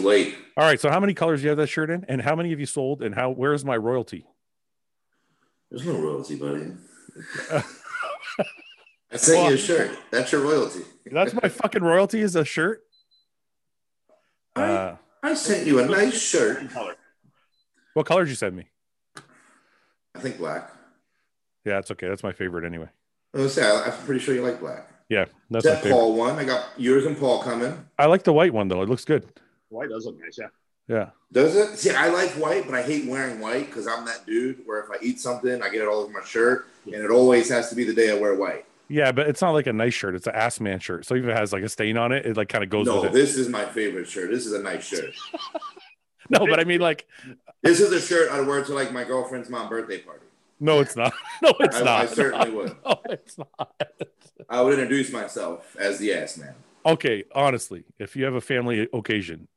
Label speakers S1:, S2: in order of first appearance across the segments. S1: late.
S2: All right. So how many colors do you have that shirt in? And how many have you sold? And how where's my royalty?
S1: There's no royalty, buddy. I sent you a shirt. That's your royalty.
S2: That's my fucking royalty is a shirt.
S1: I,
S2: Uh,
S1: I sent you a nice shirt.
S2: what colors you send me?
S1: I think black.
S2: Yeah, that's okay. That's my favorite anyway.
S1: I was gonna say, I, I'm pretty sure you like black.
S2: Yeah, that's my
S1: That
S2: favorite.
S1: Paul one. I got yours and Paul coming.
S2: I like the white one though. It looks good.
S3: White does look nice, yeah.
S2: Yeah.
S1: Does it? See, I like white, but I hate wearing white because I'm that dude where if I eat something, I get it all over my shirt, and it always has to be the day I wear white.
S2: Yeah, but it's not like a nice shirt. It's an ass man shirt. So even if it has like a stain on it, it like kind of goes
S1: no,
S2: with it.
S1: this is my favorite shirt. This is a nice shirt.
S2: No, but I mean like
S1: This is a shirt I'd wear to like my girlfriend's mom birthday party.
S2: no, it's not. No, it's
S1: I,
S2: not.
S1: I certainly would.
S2: No, it's not.
S1: I would introduce myself as the ass man.
S2: Okay, honestly, if you have a family occasion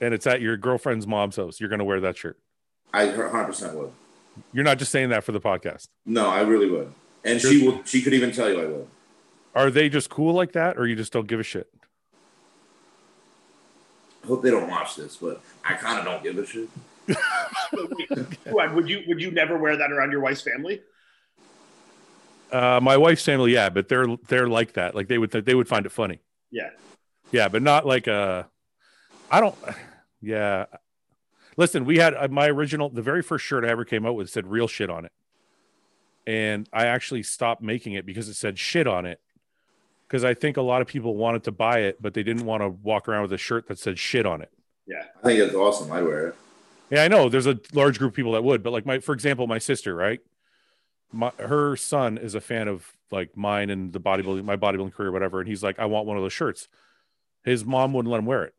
S2: and it's at your girlfriend's mom's house, you're gonna wear that shirt.
S1: I 100% would.
S2: You're not just saying that for the podcast.
S1: No, I really would. And she will. She could even tell you I would.
S2: Are they just cool like that, or you just don't give a shit?
S1: I hope they don't watch this, but I kind of don't give a shit.
S3: What, would you would you never wear that around your wife's family?
S2: Uh, my wife's family, yeah, but they're they're like that. Like they would they would find it funny.
S3: Yeah.
S2: Yeah, but not like uh I don't yeah. Listen, we had uh, my original the very first shirt I ever came out with said real shit on it. And I actually stopped making it because it said shit on it. Cuz I think a lot of people wanted to buy it but they didn't want to walk around with a shirt that said shit on it.
S1: I think it's awesome. I'd wear it.
S2: Yeah, I know there's a large group of people that would, but like my, for example, my sister, right? My her son is a fan of like mine and the bodybuilding, my bodybuilding career, whatever, and he's like, I want one of those shirts. His mom wouldn't let him wear it.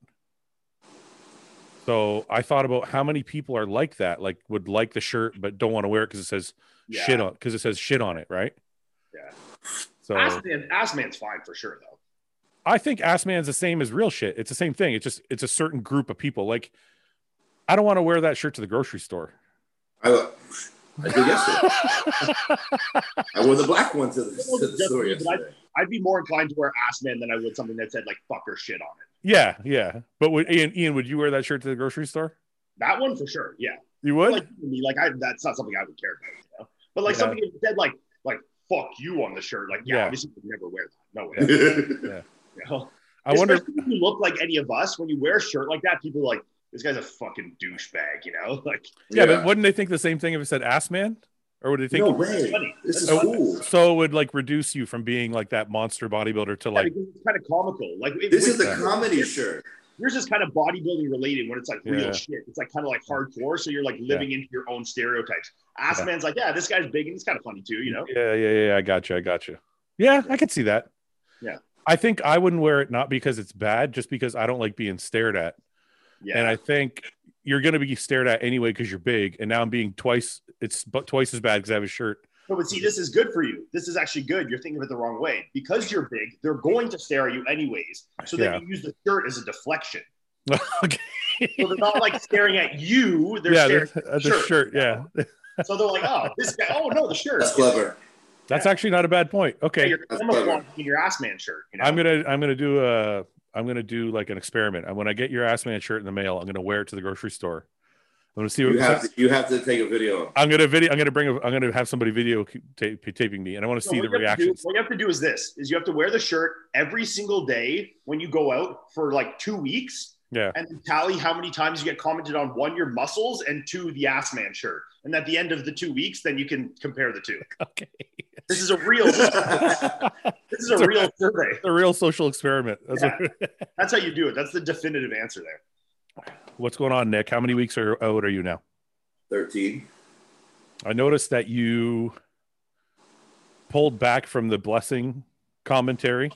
S2: So I thought about how many people are like that, like would like the shirt but don't want to wear it because it says
S3: Yeah.
S2: shit on because it says shit on it, right?
S3: Yeah.
S2: So
S3: Ass man, ass man's fine for sure though.
S2: I think ass man's the same as real shit. It's the same thing. It's just it's a certain group of people. Like I don't want to wear that shirt to the grocery store.
S1: I, I did yesterday. I wore the black one to the, to the store yesterday.
S3: I'd be more inclined to wear ass man than I would something that said like fuck or shit on it.
S2: Yeah, yeah. But would Ian, Ian, would you wear that shirt to the grocery store?
S3: That one for sure. Yeah.
S2: You would?
S3: Like me, like I, that's not something I would care about. You know? But like
S2: Yeah.
S3: something that said like like fuck you on the shirt. Like yeah,
S2: Yeah.
S3: obviously you would never wear that. No way. You know?
S2: I wonder.
S3: Especially if you look like any of us when you wear a shirt like that. People are like this guy's a fucking douchebag. You know, like
S2: Yeah, but wouldn't they think the same thing if it said ass man? Or would they think Oh,
S1: no way.
S3: funny.
S1: This is
S3: That's
S1: cool.
S2: so? It would like reduce you from being like that monster bodybuilder to
S3: Yeah,
S2: like,
S3: because it's kind of comical. Like it-
S1: This is the
S2: Yeah.
S1: comedy shirt.
S3: yours is kind of bodybuilding related when it's like real
S2: Yeah.
S3: shit. It's like kind of like hardcore. So you're like living into your own stereotypes. Ass
S2: Yeah.
S3: man's like, yeah, this guy's big and it's kind of funny too. You know,
S2: yeah, yeah, yeah. I got you. I got you. Yeah, I could see that.
S3: Yeah.
S2: I think I wouldn't wear it not because it's bad, just because I don't like being stared at.
S3: yeah,
S2: Mm-hmm. And I think you're going to be stared at anyway because you're big. And now I'm being twice. It's but twice as bad because I have a shirt.
S3: No, but see, this is good for you. This is actually good. You're thinking of it the wrong way. Because you're big, they're going to stare at you anyways. So then
S2: Yeah.
S3: you use the shirt as a deflection.
S2: okay.
S3: So they're not like staring at you. They're
S2: yeah,
S3: staring.
S2: that's the shirt. Yeah,
S3: So they're like, oh, this guy. Oh no, the shirt.
S1: That's clever.
S2: that's actually not a bad point.
S3: Yeah,
S2: Okay,
S3: you're
S1: That's
S3: almost
S1: clever.
S3: walking in your ass man shirt. You know?
S2: I'm gonna I'm gonna do a I'm gonna do like an experiment. And when I get your ass man shirt in the mail, I'm gonna wear it to the grocery store. I'm gonna see what
S1: You have to, you have to take a video.
S2: I'm gonna video. I'm gonna bring. A, I'm gonna have somebody video tape, taping me, and I want to
S3: So
S2: see
S3: what
S2: the
S3: you have to do-
S2: reactions.
S3: what you have to do is this: is you have to wear the shirt every single day when you go out for like two weeks,
S2: Yeah,
S3: and then tally how many times you get commented on one your muscles and two the ass man shirt. And at the end of the two weeks, then you can compare the two.
S2: Okay.
S3: This is a real. this is a real survey.
S2: the real social experiment. That's
S3: Yeah.
S2: what-
S3: That's how you do it. That's the definitive answer there.
S2: what's going on, Nick? How many weeks are out are you now?
S1: 13.
S2: I noticed that you pulled back from the blessing commentary,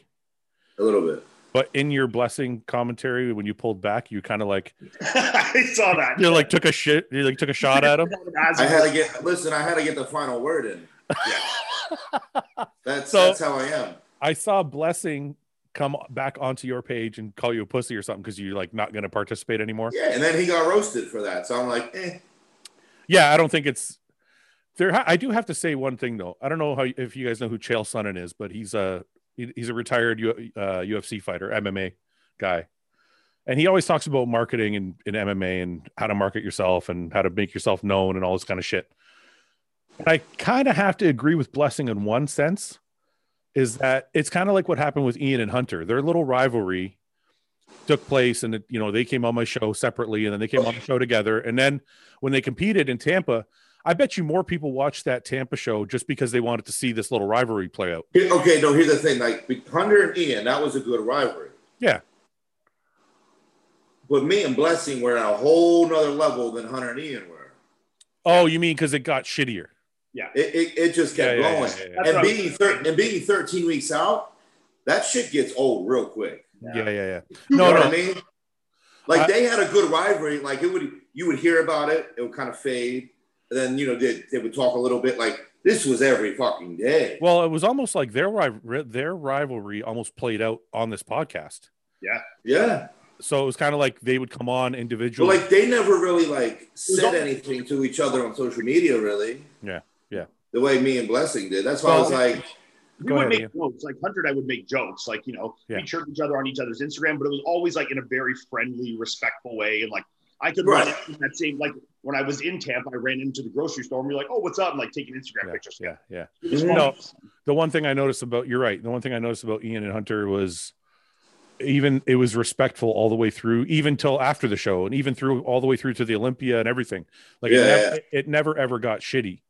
S1: A little bit.
S2: but in your blessing commentary, when you pulled back, you kind of like
S3: I saw that.
S2: you like took a shit. You like took a shot at him.
S3: As-
S1: I had to get, listen, I had to get the final word in. That's,
S2: So-
S1: that's how I am.
S2: I saw Blessing come back onto your page and call you a pussy or something because you're like not going to participate anymore. Yeah.
S1: Yeah, and then he got roasted for that. So I'm like, eh.
S2: I don't think it's there. ha- I do have to say one thing though. I don't know how if you guys know who Chael Sonnen is, but he's a he- he's a retired U, uh, UFC fighter, MMA guy, and he always talks about marketing and, and MMA and how to market yourself and how to make yourself known and all this kind of shit. And I kind of have to agree with Blessing in one sense, is that it's kind of like what happened with Ian and Hunter. Their little rivalry took place, and it, you know they came on my show separately, and then they came on the show together, and then when they competed in Tampa. I bet you more people watched that Tampa show just because they wanted to see this little rivalry play out.
S1: Here- Okay, no, here's the thing. Like Hunter and Ian, that was a good rivalry.
S2: Yeah.
S1: But me and Blessing were at a whole nother level than Hunter and Ian were.
S2: Oh, you mean because it got shittier?
S1: It, it, it just
S2: Yeah,
S1: kept
S2: yeah, yeah,
S1: going.
S2: yeah, yeah.
S3: That's what
S1: And
S3: I'm-
S1: being thir- and being 13 weeks out, that shit gets old real quick.
S2: Yeah, yeah, yeah.
S1: You
S2: No,
S1: know
S2: no.
S1: what I mean? Like
S2: I-
S1: they had a good rivalry. Like it would, you would hear about it. It would kind of fade, and then you know they, they would talk a little bit. Like this was every fucking day.
S2: Well, it was almost like their rival- their rivalry almost played out on this podcast.
S1: yeah,
S2: So it was kind of like they would come on
S1: but
S2: individually.
S1: like they never really like
S3: was
S1: said
S3: al-
S1: anything to each other on social media, really.
S2: Yeah, yeah.
S1: The way me and Blessing did. That's why I was
S2: Well-
S1: like,
S3: We
S2: Go
S3: would
S2: ahead,
S3: make
S2: Ian.
S3: jokes. Like Hunter and I would make jokes. Like, you know,
S2: Yeah.
S3: we chirp each other on each other's Instagram, but it was always like in a very friendly, respectful way. And like I could run
S1: Right.
S3: into that same like when I was in Tampa, I ran into the grocery store and we were like, Oh, what's up? And like taking Instagram
S2: yeah,
S3: pictures.
S2: yeah, yeah.
S3: It was
S2: No.
S3: fun.
S2: The one thing I noticed about you're right. The one thing I noticed about Ian and Hunter was even it was respectful all the way through, even till after the show, and even through all the way through to the Olympia and everything. Like it,
S1: Yeah,
S2: never, it never ever got shitty.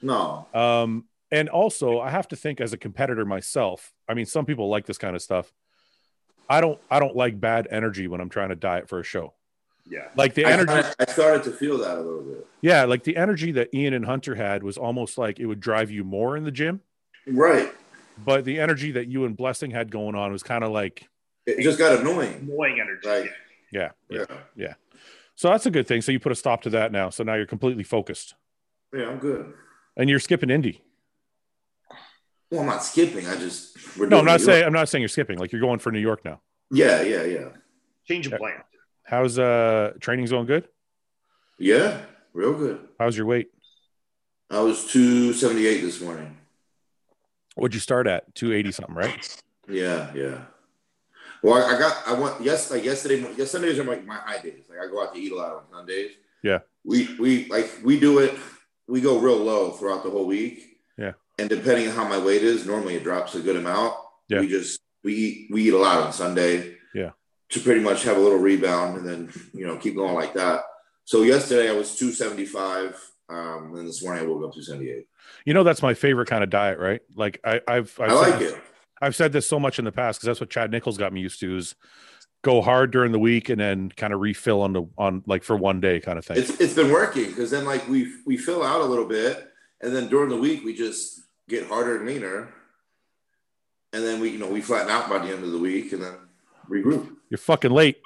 S1: no,
S2: Um, and also, I have to think as a competitor myself. I mean, some people like this kind of stuff. I don't. I don't like bad energy when I'm trying to diet for a show.
S3: Yeah.
S2: Like the
S1: I,
S2: energy,
S1: kinda- I started to feel that a little bit.
S2: yeah, like the energy that Ian and Hunter had was almost like it would drive you more in the gym.
S1: Right.
S2: But the energy that you and Blessing had going on was kind of like,
S1: It just got annoying.
S3: Annoying energy.
S1: Like,
S2: yeah, yeah.
S1: yeah,
S2: So that's a good thing. So you put a stop to that now. So now you're completely focused,
S1: yeah, I'm good.
S2: and you're skipping indie.
S1: Well, I'm not skipping. I just we're
S2: No,
S1: doing
S2: I'm not
S1: New
S2: saying
S1: York.
S2: I'm not saying you're skipping. Like you're going for New York now.
S1: Yeah, yeah, yeah,
S3: Change of plan.
S2: How's uh training zone good?
S1: yeah. Real good.
S2: How's your weight?
S1: I was two seventy eight this morning.
S2: What'd you start at? Two eighty something, right?
S1: Yeah, yeah. Well, I, I got I went yes like yesterday. mo- Yes, Sundays are like my high days. Like I go out to eat a lot on Sundays.
S2: Yeah.
S1: We we like we do it. We go real low throughout the whole week.
S2: Yeah.
S1: And depending on how my weight is, normally it drops a good amount.
S2: Yeah.
S1: We just we eat we eat a lot on Sunday.
S2: Yeah.
S1: To pretty much have a little rebound and then you know keep going like that. So yesterday I was two seventy five. Um, and this morning I woke up two seventy eight.
S2: You know that's my favorite kind of diet, right? Like I, I've I've
S1: I
S2: said
S1: like
S2: this,
S1: it.
S2: I've said this so much in the past because that's what Chad Nichols got me used to is go hard during the week and then kind of refill on the on like for one day kind of thing.
S1: it's it's been working because then like we we fill out a little bit and then during the week we just get harder and leaner and then we you know we flatten out by the end of the week and then regroup
S2: You're fucking late.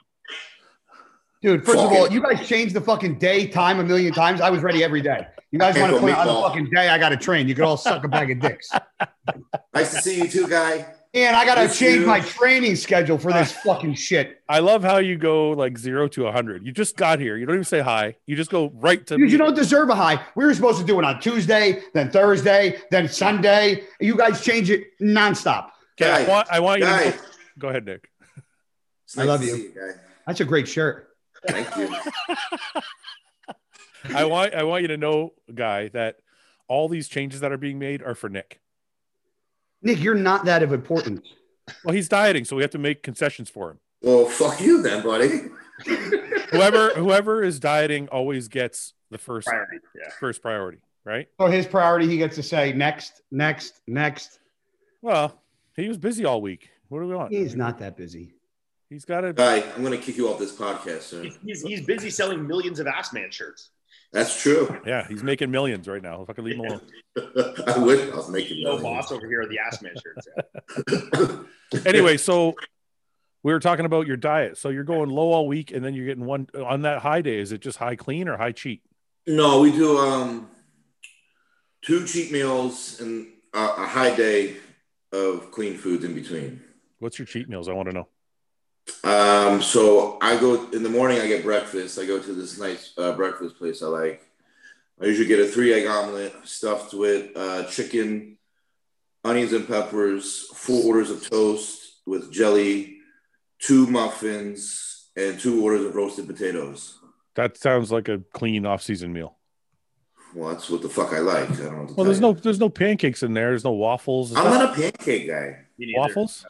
S4: Dude, first of all,
S1: Fucking-
S4: you guys changed the fucking day time a million times. I was ready every day. You guys
S1: Can't
S4: want to play
S1: go
S4: on
S1: meatball.
S4: a fucking day? I got to train. You could all suck a bag of dicks.
S1: nice to see you too guy
S4: And I got to
S1: Yes,
S4: change
S1: you.
S4: my training schedule for this fucking shit.
S2: I love how you go like zero to a hundred. You just got here. You don't even say hi. You just go right to.
S4: Dude, you don't deserve a high. We were supposed to do it on Tuesday, then Thursday, then Sunday. You guys change it nonstop.
S2: okay, I
S1: Guys,
S2: want.
S3: Oh,
S2: I want you.
S1: guy
S2: To go, go ahead, Nick.
S1: it's
S4: I love
S1: to
S4: you.
S1: see guy.
S4: That's a great shirt.
S1: thank you
S2: I want. I want you to know, guy, that all these changes that are being made are for Nick.
S4: Nick, you're not that of importance.
S2: Well, he's dieting, so we have to make concessions for him.
S1: well fuck you then buddy
S2: Whoever whoever is dieting always gets the first
S3: Priority. Yeah.
S2: first priority, right?
S4: So his priority, he gets to say next, next, next.
S2: Well, he was busy all week. What do we want?
S4: He's not that busy.
S2: He's got to.
S1: guy i'm gonna kick you off this podcast soon
S3: He's, he's, he's busy selling millions of ass man shirts.
S1: that's true
S2: Yeah, he's making millions right now. Fucking leave him alone.
S1: i wish i was making
S3: No
S1: millions.
S3: boss over here are the ass man shirts. Yeah.
S2: Anyway, so we were talking about your diet. So you're going low all week, and then you're getting one on that high day. Is it just high clean or high cheat?
S1: No, we do um two cheat meals and a, a high day of clean foods in between.
S2: What's your cheat meals? I want to know.
S1: Um, so I go in the morning. I get breakfast. I go to this nice uh, breakfast place I like. I usually get a three egg omelet stuffed with uh, chicken, onions and peppers, four orders of toast with jelly, two muffins, and two orders of roasted potatoes.
S2: That sounds like a clean off-season meal.
S1: Well, that's what the fuck I like. I don't know what to
S2: Well,
S1: tell
S2: there's
S1: you.
S2: no there's no pancakes in there. There's no waffles. There's
S1: I'm
S2: no
S1: not a pancake guy.
S3: Me neither.
S2: waffles.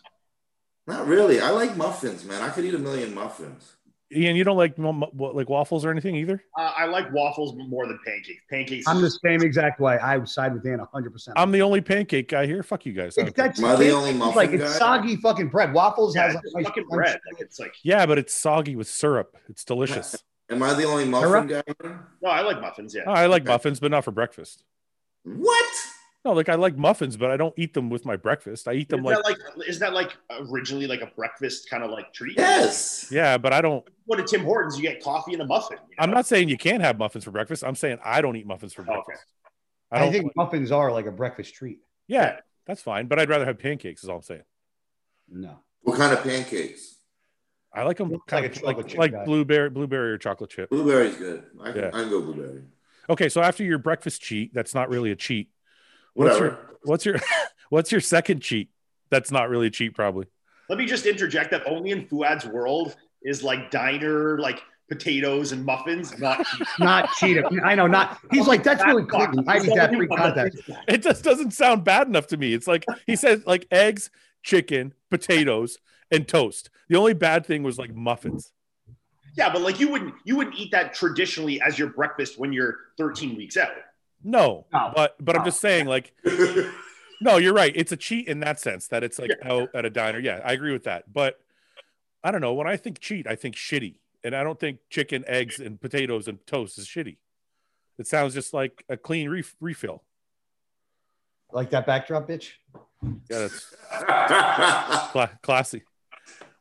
S1: Not really. I like muffins, man. I could eat a million muffins.
S2: Ian, you don't like mo- mo- what, like waffles or anything either.
S3: Uh, I like waffles more than pancakes. Pancakes.
S4: I'm the same exact way. I would side with Dan 100. percent
S2: I'm the only pancake guy here. Fuck you guys. I
S4: It's
S2: don't care.
S4: that's
S1: Am I the
S4: it's
S1: only muffin
S4: like
S1: guy?
S4: it's soggy fucking bread. Waffles
S3: yeah,
S4: has
S3: it's
S4: like,
S3: fucking bread. Like, it's like
S2: Yeah, but it's soggy with syrup. It's delicious.
S1: Am I the only muffin guy? here?
S3: no, I like muffins. Yeah,
S2: Oh, I like muffins, but not for breakfast.
S1: What?
S2: No, like I like muffins, but I don't eat them with my breakfast. I eat them
S3: isn't
S2: like,
S3: that like isn't that like originally like a breakfast kind of like treat?
S1: Yes.
S2: yeah, but I don't.
S3: What at Tim Hortons, you get coffee and a muffin. you
S2: I'm
S3: know?
S2: not saying you can't have muffins for breakfast. I'm saying I don't eat muffins for
S3: Okay.
S2: breakfast. I
S4: Oh, I,
S2: don't.
S4: think muffins are like a breakfast treat.
S2: yeah, that's fine, but I'd rather have pancakes. Is all I'm saying.
S4: No,
S1: What kind of pancakes?
S2: I like them
S4: Like
S2: kind
S4: a
S2: of
S4: chocolate
S2: like,
S4: chip
S2: like
S4: guy.
S2: blueberry, blueberry or chocolate chip.
S1: Blueberry's good. I can,
S2: Yeah.
S1: I can go blueberry.
S2: Okay, so after your breakfast cheat, that's not really a cheat. What's
S1: Whatever.
S2: your what's your what's your second cheat? That's not really a cheat, probably.
S3: Let me just interject that only in Fuad's world is like diner like potatoes and muffins not cheap.
S4: not cheetah. I know, not. He's like that's really
S3: Fuck.
S4: clean. I need that free contact.
S2: It just doesn't sound bad enough to me. It's like he says like eggs, chicken, potatoes, and toast. The only bad thing was like muffins.
S3: Yeah, but like you wouldn't you wouldn't eat that traditionally as your breakfast when you're 13 weeks out.
S2: No,
S4: No,
S2: but but I'm
S4: no.
S2: just saying like no, you're right. It's a cheat in that sense that it's like out at a diner. Yeah, I agree with that. But I don't know. When I think cheat, I think shitty, and I don't think chicken, eggs, and potatoes and toast is shitty. It sounds just like a clean ref- refill.
S4: Like that backdrop, bitch.
S2: Yeah, that's Cla- classy.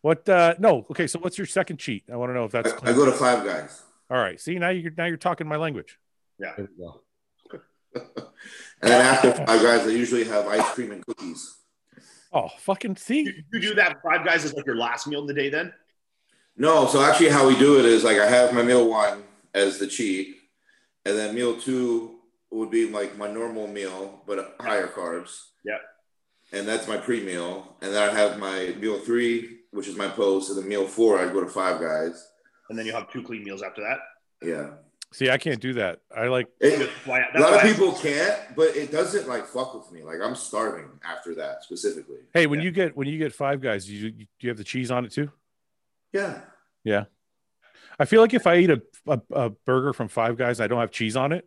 S2: What? uh No. Okay. So, what's your second cheat? I want to know if that's.
S1: I go to Five Guys.
S2: All right. See, now you're now you're talking my language.
S4: There we go.
S1: And then after Five Guys, I usually have ice cream and cookies.
S2: Oh, fucking
S3: You,
S2: see.
S3: you do that five guys is like your last meal in the day then?
S1: No, so actually, how we do it is like I have my meal one as the cheat, and then meal two would be like my normal meal, but higher carbs.
S3: Yeah.
S1: And that's my pre meal. And then I have my meal three, which is my post, and then meal four, I go to Five Guys.
S3: And then you have two clean meals after that.
S1: Yeah.
S2: See, I can't do that. I like.
S1: It,
S3: That's why-
S1: a
S3: that's
S1: lot of
S3: why-
S1: people can't, but it doesn't like fuck with me. Like I'm starving after that specifically.
S2: Hey, when
S3: Yeah.
S2: you get when you get Five Guys, you you- do you have the cheese on it too?
S1: Yeah.
S2: I feel like if I eat a, a, a burger from Five Guys and I don't have cheese on it,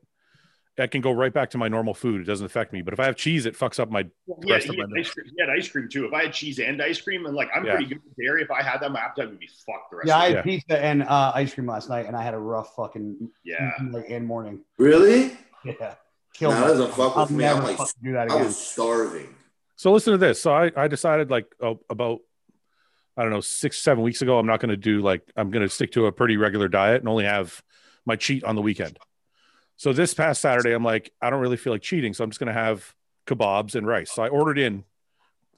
S2: I can go right back to my normal food. It doesn't affect me. But if I have cheese, it fucks up my.
S3: Yeah,
S2: rest
S3: he
S2: of my
S3: had,
S2: meal.
S3: ice cream, he had ice cream too. If I had cheese and ice cream, and like I'm
S2: Yeah.
S3: pretty good with dairy, if I had that, my appetite would be fucked the rest
S4: Yeah, I
S3: of
S4: had
S2: Yeah.
S4: pizza and uh, ice cream last night, and I had a rough fucking
S3: the Yeah.
S2: Mm-hmm.
S4: night and morning.
S1: Really?
S4: Yeah, killed.
S1: No, that
S4: me.
S1: doesn't fuck
S4: I'll
S1: with me. I'm
S4: never
S1: like,
S4: fucking do that
S1: I
S4: again.
S1: was starving.
S2: So listen to this. So I I decided like oh, about I don't know six seven weeks ago I'm not going to do like I'm going to stick to a pretty regular diet and only have my cheat on the weekend. So this past Saturday I'm like I don't really feel like cheating, so I'm just going to have kebabs and rice. So I ordered in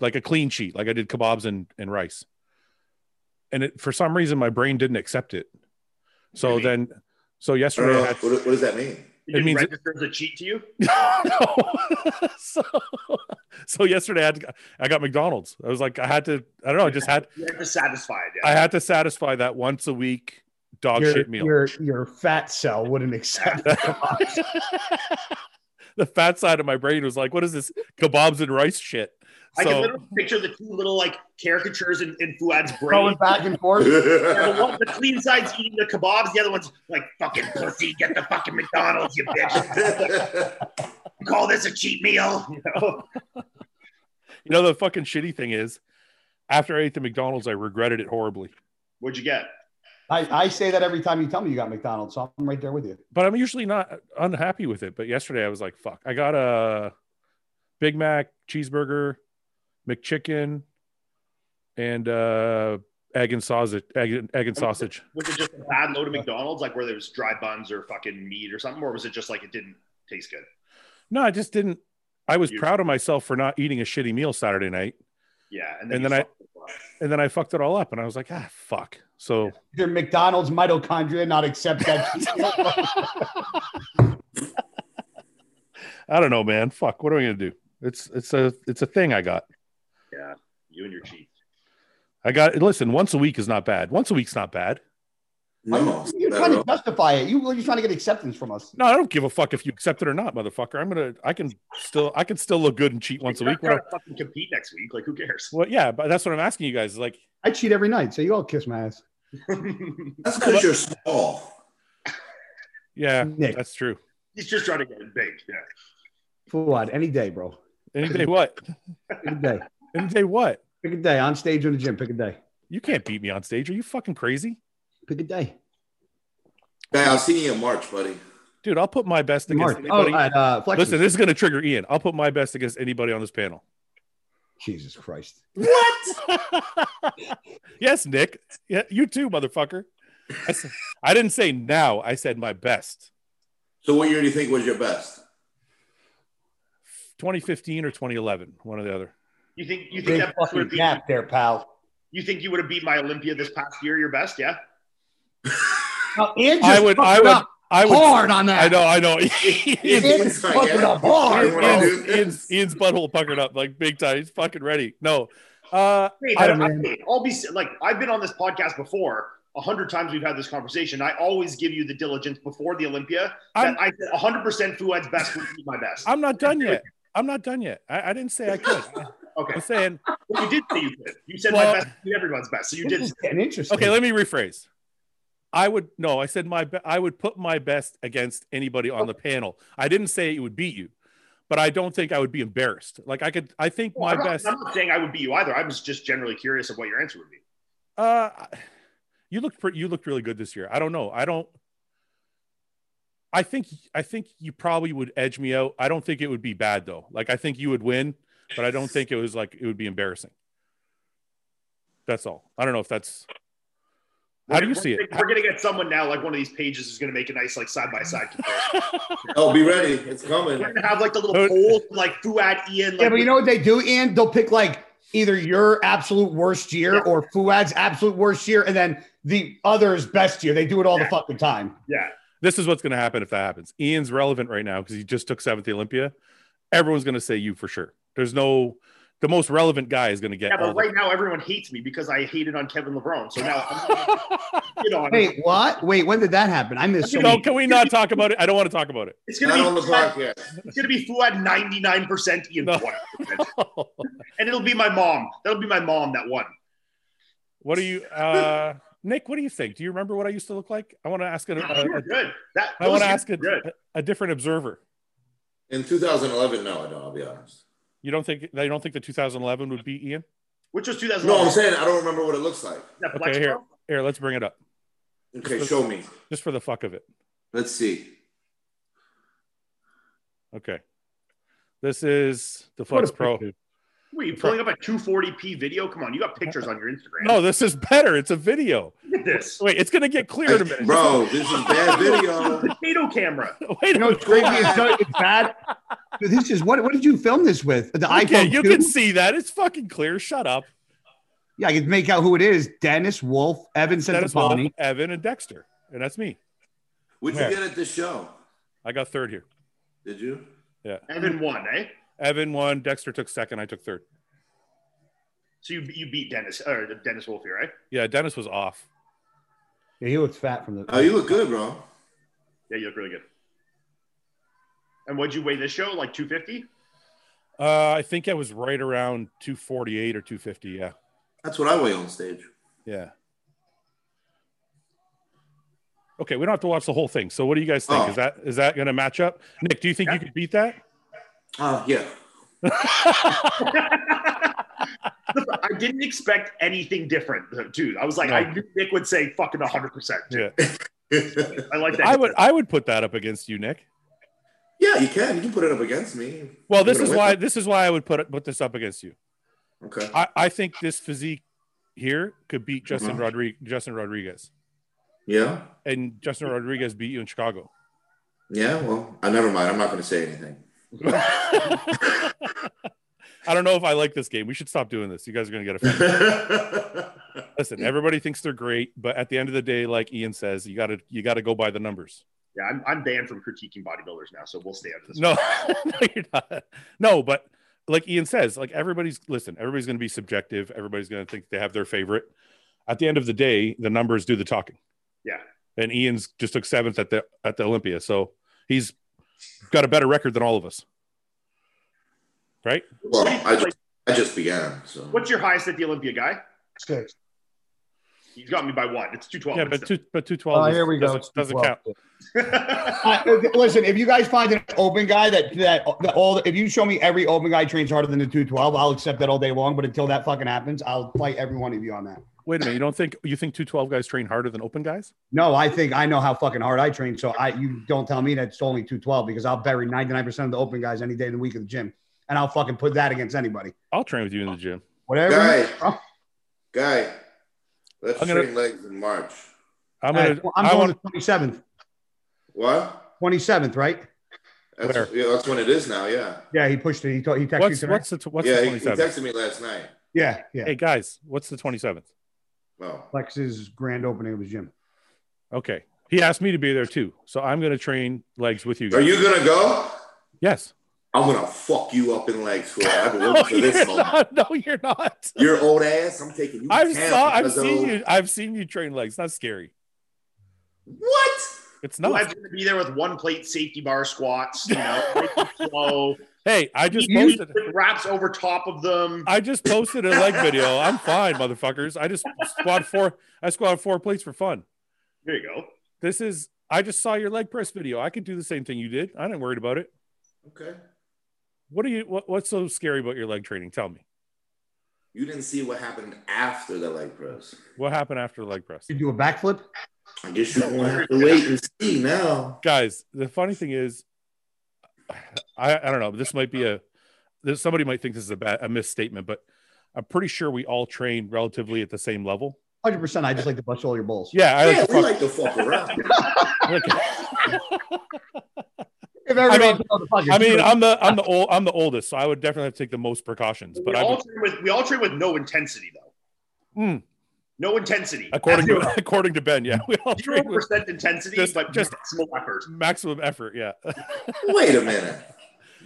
S2: like a clean sheet, like I did kebabs and and rice. And it, for some reason my brain didn't accept it. So
S3: Really?
S2: then so
S1: I don't
S2: yesterday
S1: know.
S2: I had
S1: Oh, What, what does that mean?
S3: Did
S2: It
S3: you
S2: means-
S3: register as a cheat to you?
S2: no. so, so yesterday I, had to, I got McDonald's. I was like, I had to, I don't know, I just had,
S3: You're just satisfied. Yeah.
S2: I had to satisfy that once a week dog
S4: your,
S2: shit meal.
S4: your your fat cell wouldn't accept. it.
S2: the fat side of my brain was like, what is this kebabs and rice shit?
S3: I can
S2: So
S3: literally picture the two little like caricatures in, in Fuad's brain.
S4: Going back and forth.
S3: Yeah, the, one, the clean side's eating the kebabs. The other one's like, fucking pussy, get the fucking McDonald's, you bitch. You call this a cheat meal? You know?
S2: you know the fucking shitty thing is, after I ate the McDonald's, I regretted it horribly.
S3: What'd you get?
S4: I, I say that every time you tell me you got McDonald's, so I'm right there with you.
S2: But I'm usually not unhappy with it. But yesterday I was like, fuck. I got a Big Mac, cheeseburger, McChicken, and uh, egg and sausage. Egg, egg and sausage.
S3: Was it just a bad load of McDonald's, like where there was dry buns or fucking meat or something, or was it just like it didn't taste good?
S2: No, I just didn't. I was proud of myself for not eating a shitty meal Saturday night,
S3: Yeah,
S2: And
S3: you
S2: then I-
S3: fucked it up.
S2: and then I fucked it all up, and I was like, ah, fuck. So
S4: Your McDonald's mitochondria not accept that.
S2: I don't know, man. Fuck. What am I gonna do? It's it's a it's a thing I got.
S3: yeah, you and your cheat.
S2: I got listen. Once a week is not bad. Once a week's not bad.
S1: No,
S4: You're
S1: not
S4: trying
S1: at
S4: to
S1: all.
S4: justify it. You, you're trying to get acceptance from us.
S2: No, I don't give a fuck if you accept it or not, motherfucker. I'm gonna. I can still. I can still look good and cheat once a
S3: You're
S2: week.
S3: not trying to fucking compete next week. Like, who cares?
S2: Well, yeah, but that's what I'm asking you guys. is Like,
S4: I cheat every night, so you all kiss my ass.
S1: That's because you're small.
S2: yeah,
S4: Nick.
S2: that's true.
S3: He's just trying to get big. Yeah.
S4: For what? Any day, bro.
S2: Any day what?
S4: Pick a day.
S2: Any day what?
S4: Pick a day. On stage or in the gym. Pick a day.
S2: You can't beat me on stage. Are you fucking crazy,
S4: Pick a day.
S1: Guy, I'll see you in March, buddy.
S2: dude? I'll put my best against
S4: Mark. Oh,
S2: anybody.
S4: at, uh, Flex.
S2: Listen, this is gonna trigger Ian. I'll put my best against anybody on this panel.
S4: Jesus Christ.
S2: What? yes, Nick. Yeah, you too, motherfucker. I, s- I didn't say now. I said my best.
S1: So, what year do you think was your best?
S2: 2015 or 2011, one or the other.
S3: You think you think
S4: Big
S3: that would
S4: fucking
S3: have beat,
S4: gap there, pal.
S3: you think you would have beat my Olympia this past year? Your best, yeah.
S4: Now, Ian just
S2: I would. I would. I would.
S4: hard on that.
S2: I know. I know.
S4: Ian
S2: Ian's,
S4: just
S1: Sorry,
S4: fucking
S1: yeah.
S4: up hard,
S1: Ian-
S4: bro.
S1: Ian-
S2: Ian's, Ian's butthole puckered up like big time. He's fucking ready. No. Uh,
S3: Hey,
S4: I
S3: I
S4: don't
S3: will be like, I've been on this podcast before. A hundred times we've had this conversation. I always give you the diligence before the Olympia.
S2: I'm-
S3: That I said 100% Fuad's best would be my best.
S2: I'm not done yet. I'm not done yet. I, I didn't say I could.
S3: Okay.
S2: I'm saying.
S3: Well, you did say you could. You said
S2: Well-
S3: my best would be everyone's best. So you
S4: This
S3: did.
S4: is getting interesting.
S2: Okay, let me rephrase. I would no. I said my be- I would put my best against anybody on the panel. I didn't say it would beat you, but I don't think I would be embarrassed. Like I could. I think my
S3: I'm not,
S2: best.
S3: I'm not saying I would beat you either. I was just generally curious of what your answer would be.
S2: Uh, you looked pretty. You looked really good this year. I don't know. I don't. I think I think you probably would edge me out. I don't think it would be bad though. Like I think you would win, but I don't think it was like it would be embarrassing. That's all. I don't know if that's. How do you
S3: We're-
S2: see it?
S3: We're gonna get someone now. Like one of these pages is gonna make a nice like side by side comparison.
S1: Oh, be ready. It's coming.
S3: We're gonna have like the
S2: Oh.
S3: little polls, like Fuad, Ian. Like,
S4: Yeah, but you know what they do, Ian? They'll pick like either your absolute worst year or Fuad's absolute worst year, and then the other's best year. They do it all the fucking time.
S3: yeah.
S2: This is what's going to happen if that happens. Ian's relevant right now because he just took seventh at the Olympia. Everyone's going to say you for sure. There's no. The most relevant guy is going to get.
S3: Yeah,
S2: all
S3: but
S2: the-
S3: right now everyone hates me because I hated on Kevin LeBron. So now I'm you know, I'm-
S4: Wait, what? Wait, when did that happen? I missed so
S2: no,
S4: many.
S2: can we not talk about it? I don't want to talk about it.
S3: it's gonna
S1: Not
S3: be
S1: on the
S3: Fuad,
S1: podcast.
S3: it's gonna be Fuad ninety nine percent Ian
S2: No.
S3: 1%. and it'll be my mom. That'll be my mom that won.
S2: What do you, uh, Nick? What do you think? Do you remember what I used to look like? I want to ask an,
S3: You were
S2: a,
S3: good. That
S2: Uh, I want
S3: those
S2: to
S3: years
S2: ask
S3: were
S2: a,
S3: good.
S2: a different observer.
S1: In 2011, no, I don't. I'll be honest.
S2: You don't think they don't think the 2011 would be Ian?
S3: Which was two thousand.
S1: No, I'm saying I don't remember what it looks like.
S2: Okay, here, here, let's bring it up
S1: Okay, show me.
S2: just for the fuck of it.
S1: Let's see.
S2: Okay, this is the
S4: What a
S2: Flex Pro.
S4: picture.
S3: Wait, you pulling up a 240p video? Come on, you got pictures on your Instagram.
S2: No, this is better. It's a video.
S3: Look at this.
S2: Wait, it's gonna get clear in a minute.
S1: Bro, this is bad video.
S3: Potato camera.
S2: Wait,
S4: You know what's crazy? It's, so, it's bad. Dude, this is what? What did you film this with? The
S2: okay,
S4: iPhone.
S2: you
S4: 2?
S2: can see that. It's fucking clear. Shut up.
S4: yeah, I can make out who it is. Dennis Wolf, Evan
S2: That is Wolf,
S4: Santapani.
S2: Evan and Dexter, and that's me.
S1: What'd
S2: Where?
S1: you get at the show?
S2: I got third here.
S1: Did you?
S3: Evan won, eh?
S2: Evan won. Dexter took second. I took third.
S3: So you, you beat Dennis or Dennis Wolf here, right?
S2: Yeah, Dennis was off.
S4: Yeah, he looks fat from the.
S1: Oh, you look good, bro.
S3: Yeah, you look really good. And what'd you weigh this show? Like 250?
S2: Uh, I think I was right around 248 or 250. Yeah.
S1: That's what I weigh on stage.
S2: Yeah. Okay, we don't have to watch the whole thing. So what do you guys think?
S1: Oh.
S2: Is that is that going to match up? Nick, do you think you could beat that?
S1: Oh, yeah.
S3: I didn't expect anything different, though, dude. I was like,
S2: No.
S3: I knew Nick would say fucking 100%. Dude.
S2: Yeah.
S3: I like that.
S2: I would I would put that up against you, Nick.
S1: yeah, you can. You can put it up against me.
S2: Well,
S1: You're
S2: this
S1: gonna
S2: is
S1: win.
S2: why this is why I would put it, put this up against you.
S1: Okay.
S2: I, I think this physique here could beat Justin Rodriguez Justin Rodriguez.
S1: Yeah.
S2: And Justin Rodriguez beat you in Chicago.
S1: Yeah. Well, I never mind. I'm not going to say anything.
S2: I don't know if I like this game. We should stop doing this. You guys are going to get offended. listen everybody thinks they're great but at the end of the day like ian says you gotta you gotta go by the numbers
S3: yeah, I'm, I'm banned from critiquing bodybuilders now, so we'll stay out of this.
S2: no no you're not no but like ian says like everybody's listen everybody's gonna be subjective everybody's gonna think they have their favorite at the end of the day the numbers do the talking
S3: Yeah.
S2: and Ian's just took seventh at the at the Olympia. So he's got a better record than all of us. Right?
S1: Well, I just, I just began. So
S3: What's your highest at the Olympia, guy?
S5: Six.
S3: He's got me by one. It's two twelve.
S2: Yeah, but two but two
S5: Oh,
S2: twelve.
S5: here we go.
S2: Doesn't,
S5: It's
S2: doesn't
S5: 12.
S2: count.
S4: I- listen, if you guys find an open guy that that, that all, if you show me every open guy trains harder than the two twelve, I'll accept that all day long. But until that fucking happens, I'll fight every one of you on that.
S2: Wait a minute. You don't think you think two twelve guys train harder than open guys?
S4: No, I think I know how fucking hard I train, so I you don't tell me that's only two twelve because I'll bury ninety nine percent of the open guys any day of the week at the gym, and I'll fucking put that against anybody.
S2: I'll train with you in the gym.
S4: Whatever.
S1: guy,
S4: Oh.
S1: guy, let's
S2: I'm gonna-
S1: train legs in March.
S2: I'm
S4: Hey,
S2: gonna.
S4: I'm
S2: I
S4: going
S2: want.
S4: to twenty seventh.
S1: What?
S4: Twenty seventh, right?
S1: That's, yeah, that's when it is now. Yeah.
S4: Yeah, he pushed it. He, t- he texted
S2: What's
S4: you.
S2: what's the t- what's
S1: yeah,
S2: the
S1: he,
S2: twenty
S1: he
S2: seventh?
S1: texted me last night.
S4: yeah, yeah.
S2: Hey guys, what's the twenty seventh?
S1: Well,
S4: Lex's grand opening of his gym.
S2: Okay. He asked me to be there too, so I'm gonna train legs with you guys.
S1: are you gonna go?
S2: yes.
S1: I'm gonna fuck you up in legs for. I've been waiting for this moment.
S2: No, you're not.
S1: Your old ass, I'm taking you.
S2: Oh I've
S1: down
S2: saw, I've
S1: because of-
S2: seen you. I've seen you train legs. Not scary.
S1: What?
S2: It's
S3: No,
S2: not.
S3: I'm gonna be there with one plate safety bar squats. You know, slow.
S2: hey, I just
S3: You
S2: posted.
S3: put wraps over top of them.
S2: I just posted a leg video. I'm fine, motherfuckers. I just squat four. I squat four plates for fun.
S3: There you go.
S2: This is. I just saw your leg press video. I could do the same thing you did. I didn't worry about it.
S1: Okay.
S2: What are you? What, what's so scary about your leg training? Tell me.
S1: You didn't see what happened after the leg press.
S2: What happened after the leg press?
S4: You do a backflip.
S1: I guess you're gonna have to wait and see now.
S2: guys the funny thing is i i don't know this might be a this, somebody might think this is a bad a misstatement but i'm pretty sure we all train relatively at the same level
S4: Hundred percent. I just like to bust all your balls.
S2: yeah i like
S1: yeah,
S2: to
S1: we
S2: fuck-
S1: like to fuck around.
S4: If
S2: I
S4: everybody
S2: mean- i mean i'm the i'm the old i'm the oldest so i would definitely have to take the most precautions
S3: we
S2: but i
S3: all
S2: would,
S3: train with we all train with no intensity though.
S2: Mm.
S3: No intensity.
S2: according
S3: Zero.
S2: to according to ben yeah we all
S3: zero
S2: train with
S3: percent intensity,
S2: Just-
S3: but
S2: just-
S3: just maximal effort.
S2: maximum effort yeah
S1: wait a minute.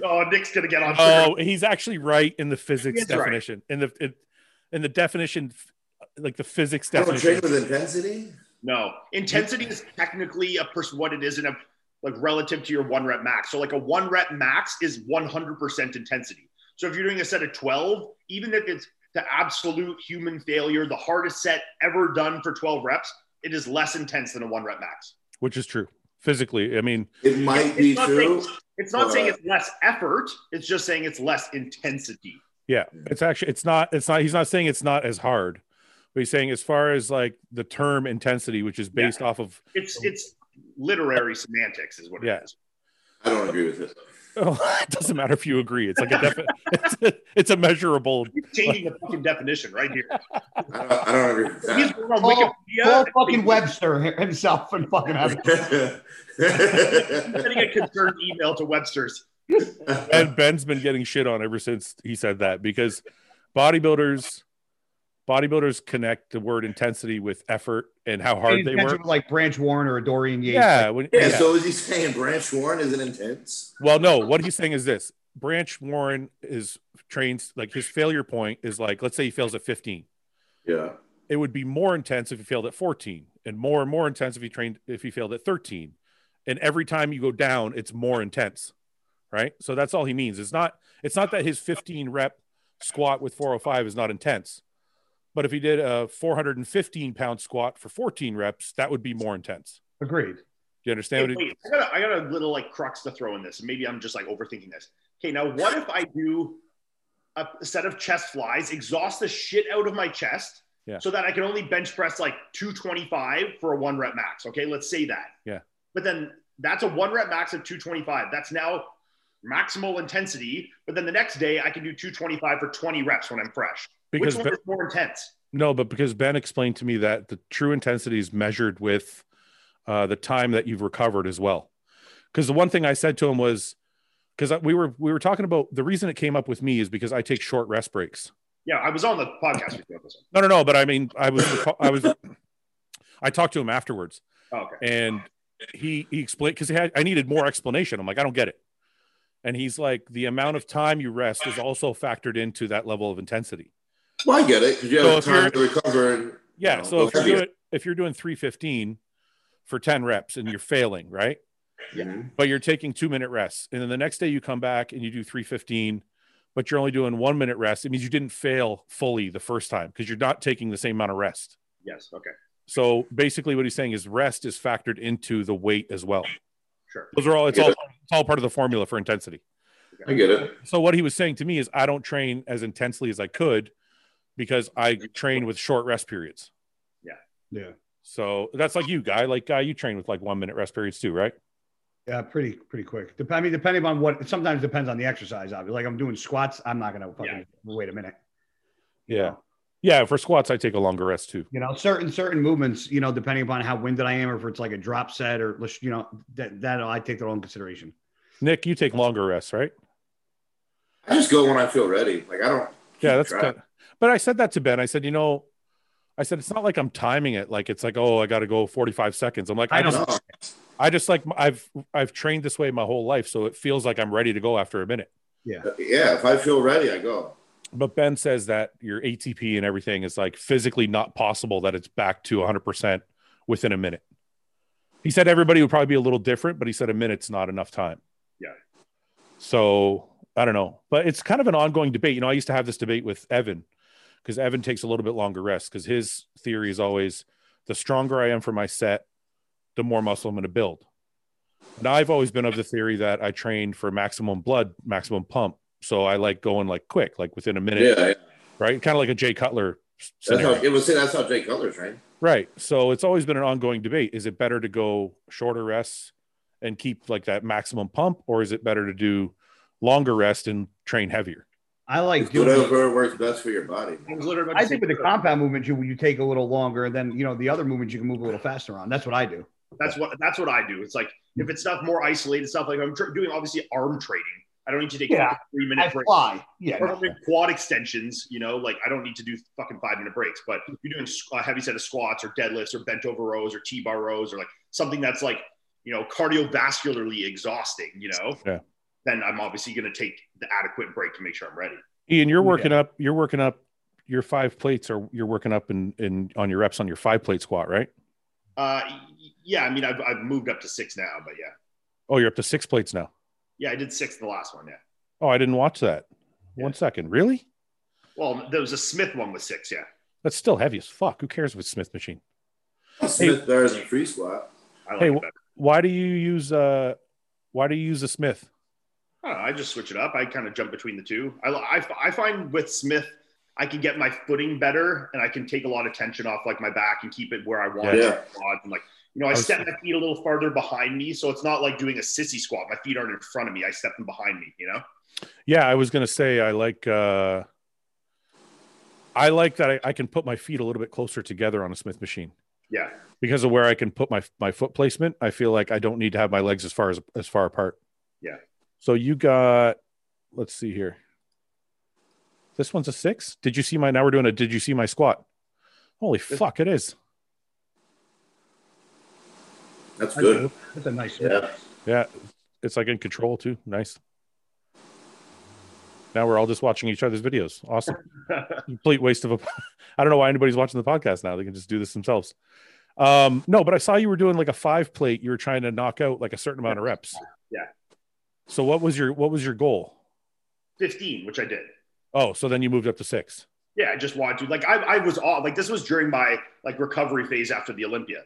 S3: Oh, Nick's gonna get on.
S2: oh he's actually right in the physics
S3: He is right.
S2: definition in the in, in the definition like the physics
S1: You don't train
S2: definition
S1: with intensity?
S3: No, intensity is technically a person what it is in a like relative to your one rep max. So like a one rep max is 100% intensity. So if you're doing a set of 12, even if it's the absolute human failure, the hardest set ever done for 12 reps, it is less intense than a one rep max.
S2: which is true physically i mean
S1: It might be
S3: not
S1: true.
S3: saying- It's not saying
S1: Right.
S3: it's less effort. It's just saying it's less intensity.
S2: Yeah, it's actually it's not it's not he's not saying it's not as hard, but he's saying as far as like the term intensity, which is based off of
S3: It's
S4: Oh.
S3: it's literary semantics is what
S2: Yeah.
S3: it is.
S1: I don't agree with it.
S2: oh, it doesn't matter if you agree. It's like a defi- it's, a, it's a measurable.
S3: You're changing the fucking definition right here.
S1: I don't, I don't agree with
S3: He's going on
S4: Paul-
S3: Wikipedia.
S4: Paul fucking Webster himself and fucking have it.
S3: I'm
S1: that.
S3: sending a concerned email to Webster's.
S2: And Ben's been getting shit on ever since he said that because bodybuilders bodybuilders connect the word intensity with effort and how hard they work.
S4: like Branch Warren or a Dorian Yates.
S2: Yeah, when,
S1: yeah,
S2: yeah.
S1: so is he saying Branch Warren isn't intense?
S2: Well, no, what he's saying is this Branch Warren is trains like his failure point is like let's say he fails at 15.
S1: Yeah.
S2: it would be more intense if he failed at 14 and more and more intense if he trained if he failed at 13 and every time you go down it's more intense right so that's all he means it's not it's not that his 15 rep squat with 405 is not intense but if he did a 415 pound squat for 14 reps that would be more intense
S4: agreed.
S2: do you understand
S3: Hey,
S2: what he,
S3: wait, I, got a, I got a little like crux to throw in this. Maybe I'm just like overthinking this. Okay, now what if I do a set of chest flies, exhaust the shit out of my chest,
S2: Yeah.
S3: so that I can only bench press like 225 for a one rep max? Okay, let's say that.
S2: Yeah.
S3: But then that's a one rep max of 225. That's now maximal intensity. But then the next day I can do 225 for 20 reps when I'm fresh.
S2: because
S3: Which
S2: Ben-
S3: one is more intense?
S2: no but because ben explained to me that the true intensity is measured with uh, the time that you've recovered as well because the one thing i said to him was because we were we were talking about the reason it came up with me is because i take short rest breaks
S3: Yeah, I was on the podcast with you on this
S2: no no no but i mean i was i was i talked to him afterwards
S3: one. Oh, okay.
S2: and he he explained because had I needed more explanation. I'm like, I don't get it. And he's like, the amount of time you rest is also factored into that level of intensity.
S1: Well, I get it because you
S2: So
S1: have
S2: if
S1: time to recover. And,
S2: Yeah.
S1: you know,
S2: so if
S1: go
S2: you're
S1: heavier.
S2: doing if you're doing 315 for 10 reps and you're failing, right?
S1: Mhm.
S2: But you're taking two minute rests. And then the next day you come back and you do 315, but you're only doing one minute rest. It means you didn't fail fully the first time because you're not taking the same amount of rest.
S3: Yes. Okay.
S2: So basically, what he's saying is rest is factored into the weight as well.
S3: Sure.
S2: Those are all, it's
S1: Yeah.
S2: all, it's all part of the formula for intensity.
S1: I get it.
S2: So what he was saying to me is I don't train as intensely as I could because I train with short rest periods.
S4: Yeah.
S2: So that's like you, guy. Like guy, you train with like one minute rest periods too, right?
S4: Yeah, pretty pretty quick. Dep- I mean, depending on what, it sometimes depends on the exercise. Obviously, like I'm doing squats, I'm not gonna fucking wait a minute. you
S2: Yeah.
S4: know?
S2: Yeah. For squats, I take a longer rest too.
S4: you know, certain certain movements, you know, depending upon how winded I am, or if it's like a drop set, or let's- you know, that that I take that all in consideration.
S2: Nick, you take longer rests, right?
S1: I just go when I feel ready. Like I don't.
S2: Yeah, that's
S1: Right.
S2: good. But I said that to Ben. I said, you know, I said it's not like I'm timing it. Like it's like, oh, I got to go 45 seconds. I'm like, I,
S4: I
S2: just,
S4: don't.
S1: know.
S2: I just like I've I've trained this way my whole life, so it feels like I'm ready to go after a minute.
S1: Yeah, if I feel ready, I go.
S2: But Ben says that your ATP and everything is like physically not possible that it's back to 100 percent within a minute. He said everybody would probably be a little different, but he said a minute's not enough time.
S3: Yeah.
S2: So I don't know, but it's kind of an ongoing debate. You know, I used to have this debate with Evan because Evan takes a little bit longer rest because his theory is always the stronger I am for my set, the more muscle I'm going to build. And I've always been of the theory that I trained for maximum blood, maximum pump. So I like going like quick, like within a minute,
S1: Yeah, yeah.
S2: right? Kind of like a Jay Cutler s-
S1: that's
S2: scenario.
S1: how it was. Say that's how Jay Cutler trained.
S2: Right. So it's always been an ongoing debate. Is it better to go shorter rests and keep like that maximum pump, or is it better to do longer rest and train heavier?
S4: I like doing.
S1: Whatever works best for your body.
S3: I was literally about
S4: I
S3: to say-
S4: think with the compound movement, you you take a little longer, and then you know the other movements you can move a little faster on. That's what I do.
S3: That's what that's what I do. It's like if it's stuff more isolated stuff, like I'm tr- doing obviously arm training. I don't need to take
S4: Yeah.
S3: fucking three
S4: I
S3: minute breaks.
S4: fly. Yeah.
S3: Or if I'm doing quad extensions, you know, like I don't need to do fucking five minute breaks. But if you're doing squ- a heavy set of squats or deadlifts or bent over rows or T bar rows or like something that's like you know cardiovascularly exhausting, you know,
S2: Yeah.
S3: then I'm obviously going to take the adequate break to make sure I'm ready.
S2: Ian, you're working up, you're working up your five plates or you're working up in, in on your reps on your five plate squat, right?
S3: Uh, y- yeah, I mean, I've, I've moved up to six now, but yeah,
S2: Oh, you're up to six plates now.
S3: yeah, I did six the last one. Yeah,
S2: Oh, I didn't watch that. One second. Really?
S3: well, there was a Smith one with six. Yeah,
S2: That's still heavy as fuck. Who cares with Smith machine?
S1: Smith bars and free squat.
S3: I like
S2: Hey,
S3: it
S2: wh-
S3: better.
S2: Why do you use uh why do you use a Smith?
S3: I, don't know, I just switch it up. I kind of jump between the two. I, li- I, f- I find with Smith, I can get my footing better and I can take a lot of tension off like my back and keep it where I want.
S1: Yeah.
S3: Quads And like, you know, I
S2: was-
S3: step my feet a little farther behind me. So it's not like doing a sissy squat. My feet aren't in front of me. I step them behind me, you know?
S2: Yeah, I was gonna say I like uh I like that I, I can put my feet a little bit closer together on a Smith machine
S3: Yeah.
S2: because of where I can put my my foot placement. I feel like I don't need to have my legs as far as as far apart.
S3: Yeah.
S2: So you got let's see here. This one's a six. Did you see my now we're doing a did you see my squat? Holy fuck, it is.
S1: That's good.
S4: That's a nice.
S1: Yeah.
S2: Yeah, it's like in control too. Nice. Now we're all just watching each other's videos. Awesome. Complete waste of a. I don't know why anybody's watching the podcast now. They can just do this themselves. Um, no, but I saw you were doing like a five plate. You were trying to knock out like a certain amount of reps.
S3: Yeah.
S2: So what was your what was your goal?
S3: 15, which I did.
S2: Oh, so then you moved up to six.
S3: Yeah. I just wanted to, like, I, I was all like, this was during my like recovery phase after the Olympia.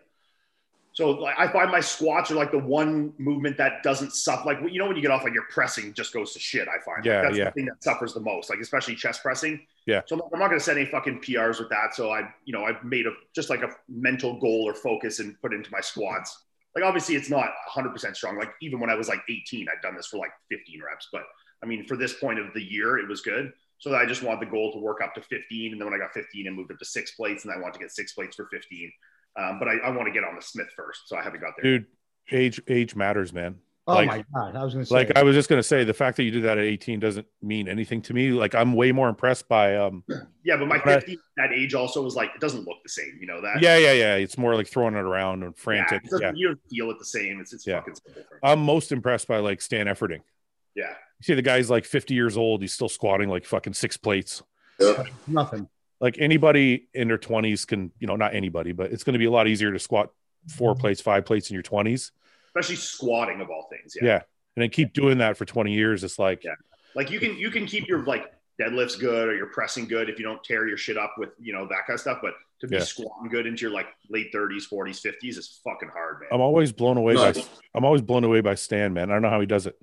S3: So like, I find my squats are like the one movement that doesn't suffer. Like you know when you get off, like your pressing just goes to shit. I find Like,
S2: Yeah,
S3: that's
S2: yeah.
S3: the thing that suffers the most. Like especially chest pressing.
S2: Yeah.
S3: So I'm not- I'm not going to set any fucking PRs with that. So I, you know, I've made a just like a mental goal or focus and put into my squats. Like obviously it's not 100 percent strong. Like even when I was like 18, I'd done this for like 15 reps. But I mean for this point of the year, it was good. So I just wanted the goal to work up to 15, and then when I got 15, and moved up to six plates, and I want to get six plates for 15. Um, but I, I want to get on the Smith first, so I haven't got there.
S2: Dude, age age matters, man.
S4: Oh
S2: Like-
S4: my god, I was gonna say.
S2: Like I was just gonna say, the fact that you did that at 18 doesn't mean anything to me. Like I'm way more impressed by um
S3: Yeah, but my
S2: But I-
S3: 15 at that age also was like it doesn't look the same, you know that.
S2: yeah, yeah, yeah. It's more like throwing it around and
S3: Yeah,
S2: frantic.
S3: it
S2: Yeah.
S3: doesn't- You don't feel it the same. It's it's
S2: Yeah.
S3: fucking so different.
S2: I'm most impressed by like Stan Efferding.
S3: Yeah.
S2: You see the guy's like 50 years old, he's still squatting like fucking six plates.
S4: uh, nothing.
S2: Like anybody in their 20s can, you know, not anybody, but it's going to be a lot easier to squat four plates, five plates in your twenties,
S3: especially squatting of all things.
S2: yeah. and then keep doing that for twenty years. It's like,
S3: Yeah. Like you can you can keep your like deadlifts good or your pressing good if you don't tear your shit up with you know that kind of stuff. But to be
S2: Yeah.
S3: squatting good into your like late thirties, forties, fifties is fucking hard, man.
S2: I'm always blown away by
S1: Nice.
S2: I'm always blown away by Stan, man. I don't know how he does it.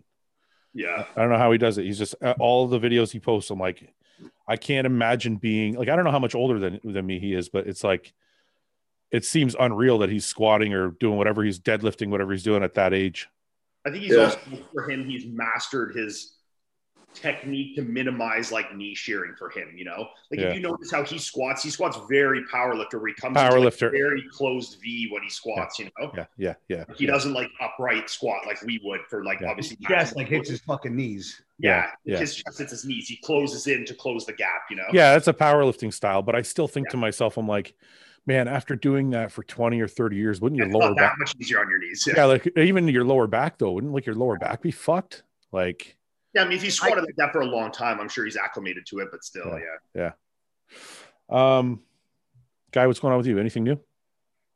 S3: yeah.
S2: I don't know how he does it. He's just uh, all the videos he posts. I'm like, I can't imagine being like I don't know how much older than than me he is, but it's like, it seems unreal that he's squatting or doing whatever he's deadlifting, whatever he's doing at that age.
S3: I think he's
S1: Yeah.
S3: also for him, he's mastered his technique to minimize like knee shearing for him, you know? Like
S2: Yeah.
S3: if you notice how he squats, he squats very power lifter where he comes
S2: Power
S3: into, like,
S2: lifter.
S3: very closed V when he squats, you know?
S2: Yeah, yeah, yeah.
S3: He doesn't like upright squat like we would for like
S2: Yeah.
S3: obviously
S4: Chest like hits his fucking knees.
S3: yeah,
S2: Yeah, yeah.
S3: his chest hits his knees. He closes in to close the gap, you know?
S2: yeah that's a powerlifting style but i still think to myself i'm like man after doing that for 20 or 30 years wouldn't your
S3: It's
S2: lower
S3: not that
S2: back
S3: much easier on your knees. Yeah.
S2: yeah like even your lower back though wouldn't like your lower back be fucked like
S3: Yeah, I mean, if he squatted like that for a long time, I'm sure he's acclimated to it, but still,
S2: Yeah.
S3: yeah.
S2: um guy what's going on with you anything new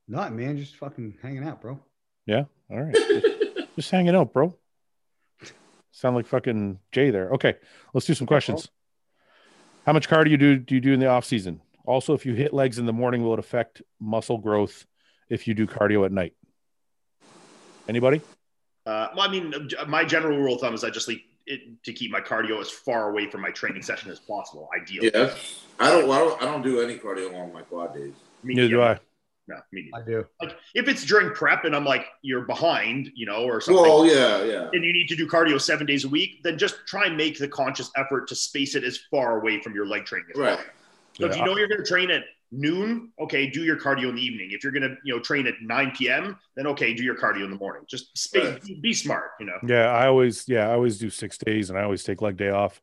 S4: Not man, just fucking hanging out, bro.
S2: all right just, just hanging out bro sound like fucking jay there okay let's do some questions how much cardio do you do, do you do in the off season also if you hit legs in the morning will it affect muscle growth if you do cardio at night anybody
S3: Uh, well, I mean, uh, my general rule of thumb is I just like it, to keep my cardio as far away from my training session as possible. Ideally,
S1: Yeah, that's- I don't, I don't. I don't do any cardio on my quad days.
S3: Me
S2: neither do
S3: neither.
S2: i
S3: No, me neither.
S4: I do.
S3: Like if it's during prep and I'm like you're behind, you know, or something,
S1: Well, yeah, yeah.
S3: and you need to do cardio seven days a week, then just try and make the conscious effort to space it as far away from your leg training. As
S1: Right.
S3: possible. So if
S2: Yeah,
S3: you know you're going to train at noon, okay, do your cardio in the evening. If you're going to, you know, train at 9 p.m., then okay, do your cardio in the morning. Just space,
S1: Right.
S3: be, be smart, you know.
S2: Yeah, I always yeah, I always do six days and I always take leg day off.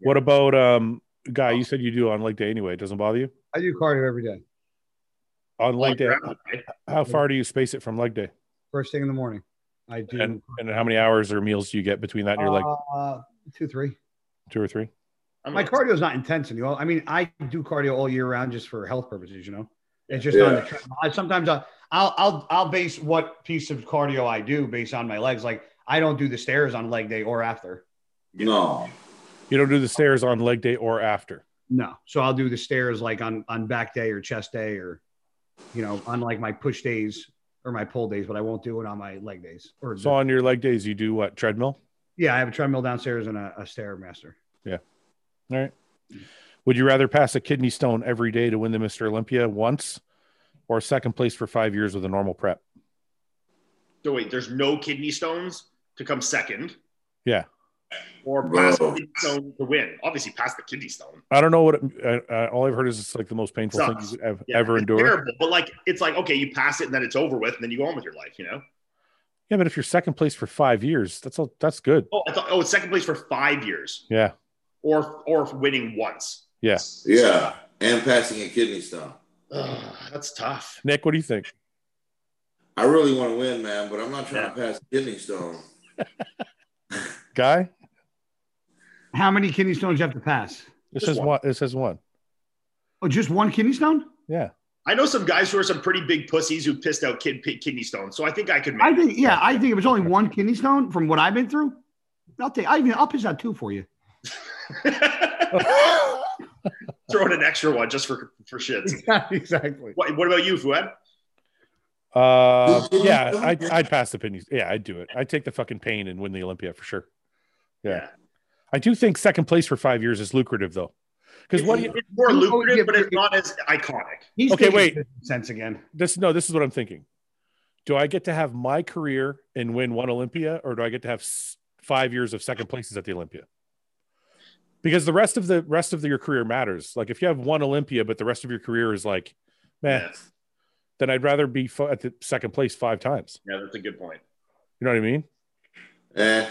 S2: What about um guy, you said you do on leg day anyway. It doesn't bother you?
S4: I do cardio every day.
S2: On leg day,
S3: Right?
S2: how far do you space it from leg day?
S4: First thing in the morning. I do
S2: And and how many hours or meals do you get between that and your leg?
S4: uh, two, three.
S2: Two or three?
S3: I'm
S4: My
S3: like,
S4: cardio is not intense. You know, I mean, I do cardio all year round just for health purposes. You know, it's just on the
S1: Yeah.
S4: treadmill. I sometimes I, I'll I'll I'll base what piece of cardio I do based on my legs. Like I don't do the stairs on leg day or after.
S1: No.
S2: You don't do the stairs on leg day or after.
S4: No, so I'll do the stairs like on on back day or chest day or, you know, on like my push days or my pull days, but I won't do it on my leg days. Or
S2: So on your leg days, you do what? Treadmill?
S4: yeah, I have a treadmill downstairs and a, a stair master.
S2: All right. Would you rather pass a kidney stone every day to win the Mr. Olympia once or second place for five years with a normal prep?
S3: So wait, there's no kidney stones to come second.
S2: Yeah.
S3: Or pass
S1: Bro.
S3: the kidney stone to win. Obviously, pass the kidney stone.
S2: I don't know what it, I, I, all I've heard is it's like the most painful thing you
S3: Sucks.
S2: could ev-
S3: Yeah,
S2: ever
S3: it's
S2: endure.
S3: Terrible, but like it's like okay, you pass it and then it's over with, and then you go on with your life, you know.
S2: Yeah, but if you're second place for five years, that's all. That's good.
S3: Oh, I thought oh, it's second place for five years,
S2: Yeah,
S3: or or winning once.
S2: yeah.
S1: Yeah, and passing a kidney stone.
S3: Ugh, that's tough.
S2: Nick, what do you think?
S1: I really want to win, man, but I'm not trying to pass a kidney stone.
S2: Guy,
S4: How many kidney stones you have to pass?
S2: this
S3: Just
S2: is
S3: one.
S2: one. This is one.
S4: Oh, just one kidney stone?
S3: I know some guys who are some pretty big pussies who pissed out kid pi- kidney stones, so I think I could make.
S4: I think, yeah, I think if it's only one kidney stone from what I've been through, I'll take, I even, I'll piss out two for you.
S3: Throw in an extra one just for for shits.
S4: exactly.
S3: What, what about you, Fuad?
S2: Uh, yeah, I, I'd pass the pennies. Yeah, I'd do it. I'd take the fucking pain and win the Olympia for sure. Yeah. I do think second place for five years is lucrative though, because
S3: It's-
S2: what? Do you,
S3: it's more
S4: Oh, yeah,
S3: lucrative, but it's
S4: yeah.
S3: not as iconic.
S4: He's
S2: Okay,
S4: taking
S2: wait.
S4: 50 Cents again.
S2: this no. This is what I'm thinking. Do I get to have my career and win one Olympia, or do I get to have s- five years of second places at the Olympia? Because the rest of the rest of your career matters. Like if you have one Olympia, but the rest of your career is like, man, then I'd rather be fo- at the second place five times.
S3: Yeah, that's a good point.
S2: You know what I mean?
S1: Eh,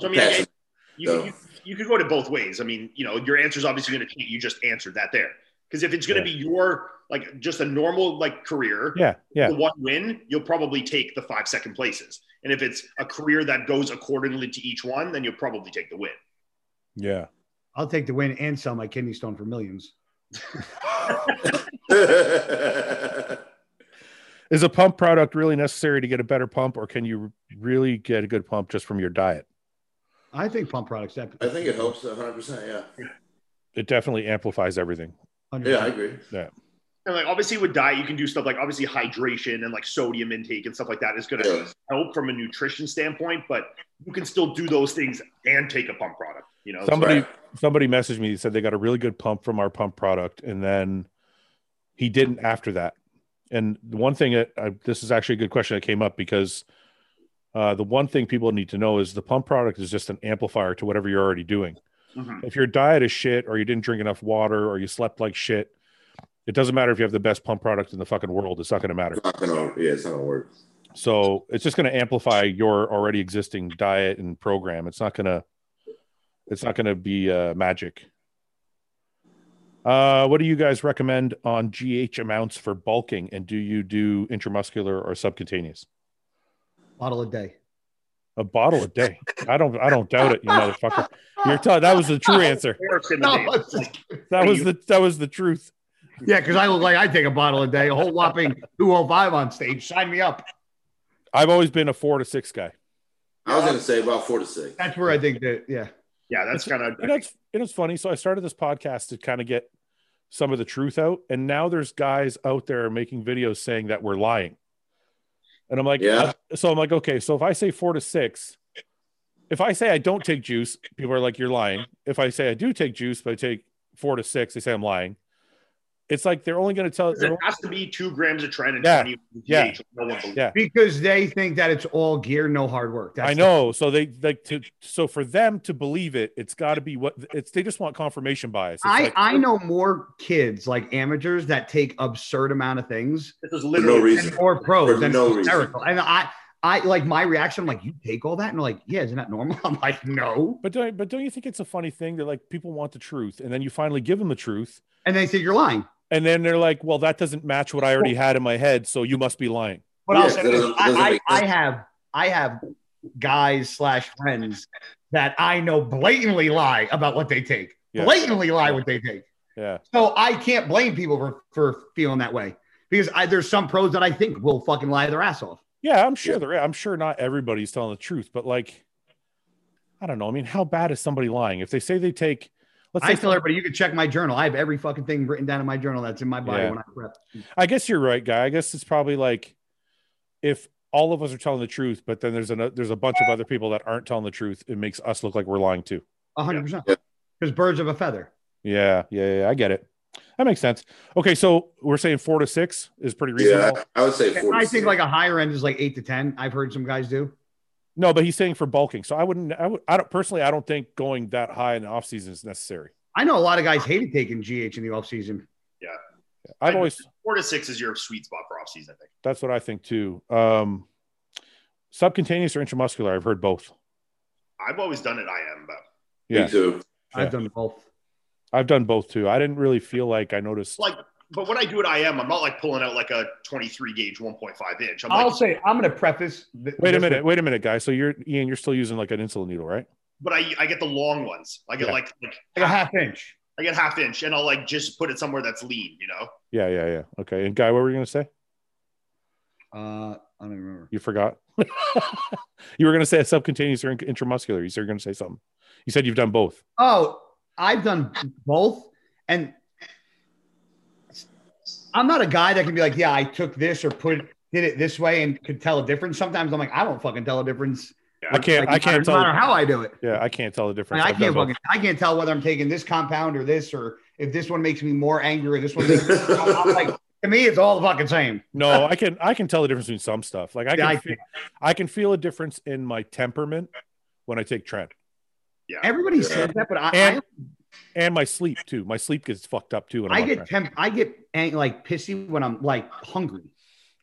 S3: So I mean,
S1: Pass
S3: I-
S1: it.
S3: you,
S1: So-
S3: you you could go to both ways. I mean, you know, your answer is obviously going to change. You just answered that there because if it's going to be your like just a normal like career,
S2: Yeah, yeah,
S3: the one win, you'll probably take the five second places. And if it's a career that goes accordingly to each one, then you'll probably take the win.
S2: yeah.
S4: I'll take the win and sell my kidney stone for millions.
S2: Is a pump product really necessary to get a better pump, or can you really get a good pump just from your diet?
S5: I think pump products. That,
S1: I think it helps 100. percent Yeah,
S2: It definitely amplifies everything.
S5: 100%.
S1: yeah, I agree.
S3: And like obviously with diet, you can do stuff like obviously hydration and like sodium intake and stuff like that is going to
S1: Yeah.
S3: help from a nutrition standpoint, but you can still do those things and take a pump product. You know,
S2: Some- Somebody-
S1: Right.
S2: Somebody messaged me said they got a really good pump from our pump product, and then he didn't after that. And the one thing that I, this is actually a good question that came up because uh, the one thing people need to know is the pump product is just an amplifier to whatever you're already doing.
S3: Mhm.
S2: if your diet is shit or you didn't drink enough water or you slept like shit, it doesn't matter if you have the best pump product in the fucking world. It's not going to matter.
S1: It's not gonna. Yeah, it's not gonna work.
S2: So it's just going to amplify your already existing diet and program. It's not going to, it's not going to be uh, magic. Uh, what do you guys recommend on GH amounts for bulking? And do you do intramuscular or subcutaneous?
S5: Bottle a day.
S2: A bottle a day. I don't, I don't doubt it. You motherfucker. You're telling, that was the true answer.
S3: Comparison
S5: No,
S3: of it.
S5: it's just-
S2: That was the, that was the truth.
S5: yeah, because I look like I take a bottle a day, a whole whopping 205 on stage. Sign me up.
S2: I've always been a four to six guy.
S1: I was gonna say about four to six.
S5: That's where I think that, yeah.
S3: yeah, that's kind of
S2: you know, it's, you know, it's funny. So I started this podcast to kind of get some of the truth out, and now there's guys out there making videos saying that we're lying. And I'm like, uh,
S1: Yeah.
S2: So I'm like, okay. So if I say four to six, if I say I don't take juice, people are like, you're lying. If I say I do take juice, but I take four to six, they say I'm lying. It's like they're only going to tell.
S3: it has to be two grams of tren and
S2: Yeah,
S3: 20 of
S2: yeah,
S3: TH. No one believes.
S2: yeah.
S5: Because they think that it's all gear, no hard work. That's
S2: I
S5: the-
S2: know. so they like to. So for them to believe it, it's got to be what it's. They just want confirmation bias. It's
S5: I,
S2: like-
S5: I know more kids like amateurs that take absurd amount of things
S3: This is
S1: For no
S3: literally
S1: reason.
S5: or pros.
S1: For
S5: and
S1: no
S5: it's
S1: reason.
S5: hysterical. And I I like my reaction, I'm like, you take all that? And they're like, yeah, isn't that normal? I'm like, no.
S2: But don't but don't you think it's a funny thing that like people want the truth and then you finally give them the truth
S5: And they think you're lying.
S2: and then they're like, well, that doesn't match what I already had in my head, so you must be lying.
S5: But
S1: Yeah,
S5: I'll say
S1: that
S5: this,
S1: doesn't- that doesn't
S5: I,
S1: make
S5: I, I
S1: sense.
S5: have I have guys slash friends that I know blatantly lie about what they take.
S2: Yeah.
S5: Blatantly lie what they take.
S2: Yeah,
S5: So I can't blame people for, for feeling that way because I, there's some pros that I think will fucking lie their ass off.
S2: yeah, I'm sure
S1: Yeah.
S2: there. I'm sure not everybody's telling the truth, but like, I don't know. I mean, how bad is somebody lying if they say they take? Let's
S5: I
S2: say
S5: tell everybody you can check my journal. I have every fucking thing written down in my journal that's in my body
S2: Yeah.
S5: when I prep.
S2: I guess you're right, guy. I guess it's probably like if all of us are telling the truth, but then there's a there's a bunch of other people that aren't telling the truth. It makes us look like we're lying too.
S5: 100%.
S1: Yeah.
S5: Because birds of a feather.
S2: Yeah, yeah, yeah. I get it. That makes sense. Okay, so we're saying four to six is pretty reasonable.
S1: Yeah, I, I would say four. To
S5: I
S1: six.
S5: think like a higher end is like eight to 10. I've heard some guys do.
S2: No, but he's saying for bulking. So I wouldn't. I would. I don't personally. I don't think going that high in the off season is necessary.
S5: I know a lot of guys hated taking GH in the offseason.
S2: I've
S3: I-
S2: always.
S3: four to six is your sweet spot for offseason, I think.
S2: That's what I think too. Um, subcutaneous or intramuscular. I've heard both.
S3: I've always done it. I am, but
S1: Me
S2: Yeah,
S1: too.
S2: Yeah.
S5: I've done both.
S2: I've done both too. I didn't really feel like I noticed.
S3: like, but when I do it, I am. I'm not like pulling out like a 23 gauge 1.5 inch. I'm
S5: I'll
S3: like,
S5: say, I'm going to preface. th-
S2: Wait a
S5: this
S2: minute. Wait a minute, guys. So you're Ian. You're still using like an insulin needle, right?
S3: but I I get the long ones. I get
S2: Yeah.
S3: like, like
S5: with A half inch.
S3: I get half inch, and I'll like just put it somewhere that's lean. You know,
S2: Yeah, yeah, yeah. Okay. And guy, what were you gonna say?
S5: Uh, I don't even remember.
S2: You forgot. you were gonna say subcutaneous or intramuscular. You said you're gonna say something. You said you've done both.
S5: Oh, I've done both. And I'm not a guy that can be like, yeah, I took this or put did it this way and could tell a difference. Sometimes I'm like, I don't fucking tell a difference.
S2: I can't.
S5: Like,
S2: I
S5: no
S2: can't
S5: matter-
S2: tell.
S5: No matter how I do it.
S2: Yeah, I can't tell the
S5: Like,
S2: difference.
S5: I
S2: I've done
S5: can't
S2: both.
S5: fucking I can't tell whether I'm taking this compound or this or if this one makes me more angry or this one makes me I'm like to me it's all the fucking same.
S2: No, I can I can tell the difference between some stuff. Like I
S5: Yeah,
S2: can
S5: I
S2: feel, I can feel a difference in my temperament when I take Trent
S5: Everybody
S1: Yeah.
S5: says that, but I
S2: And- and my sleep too. My sleep gets fucked up too. When
S5: I, I
S2: I'm on
S5: get
S2: Trent.
S5: temp I get ang- like pissy when I'm like hungry.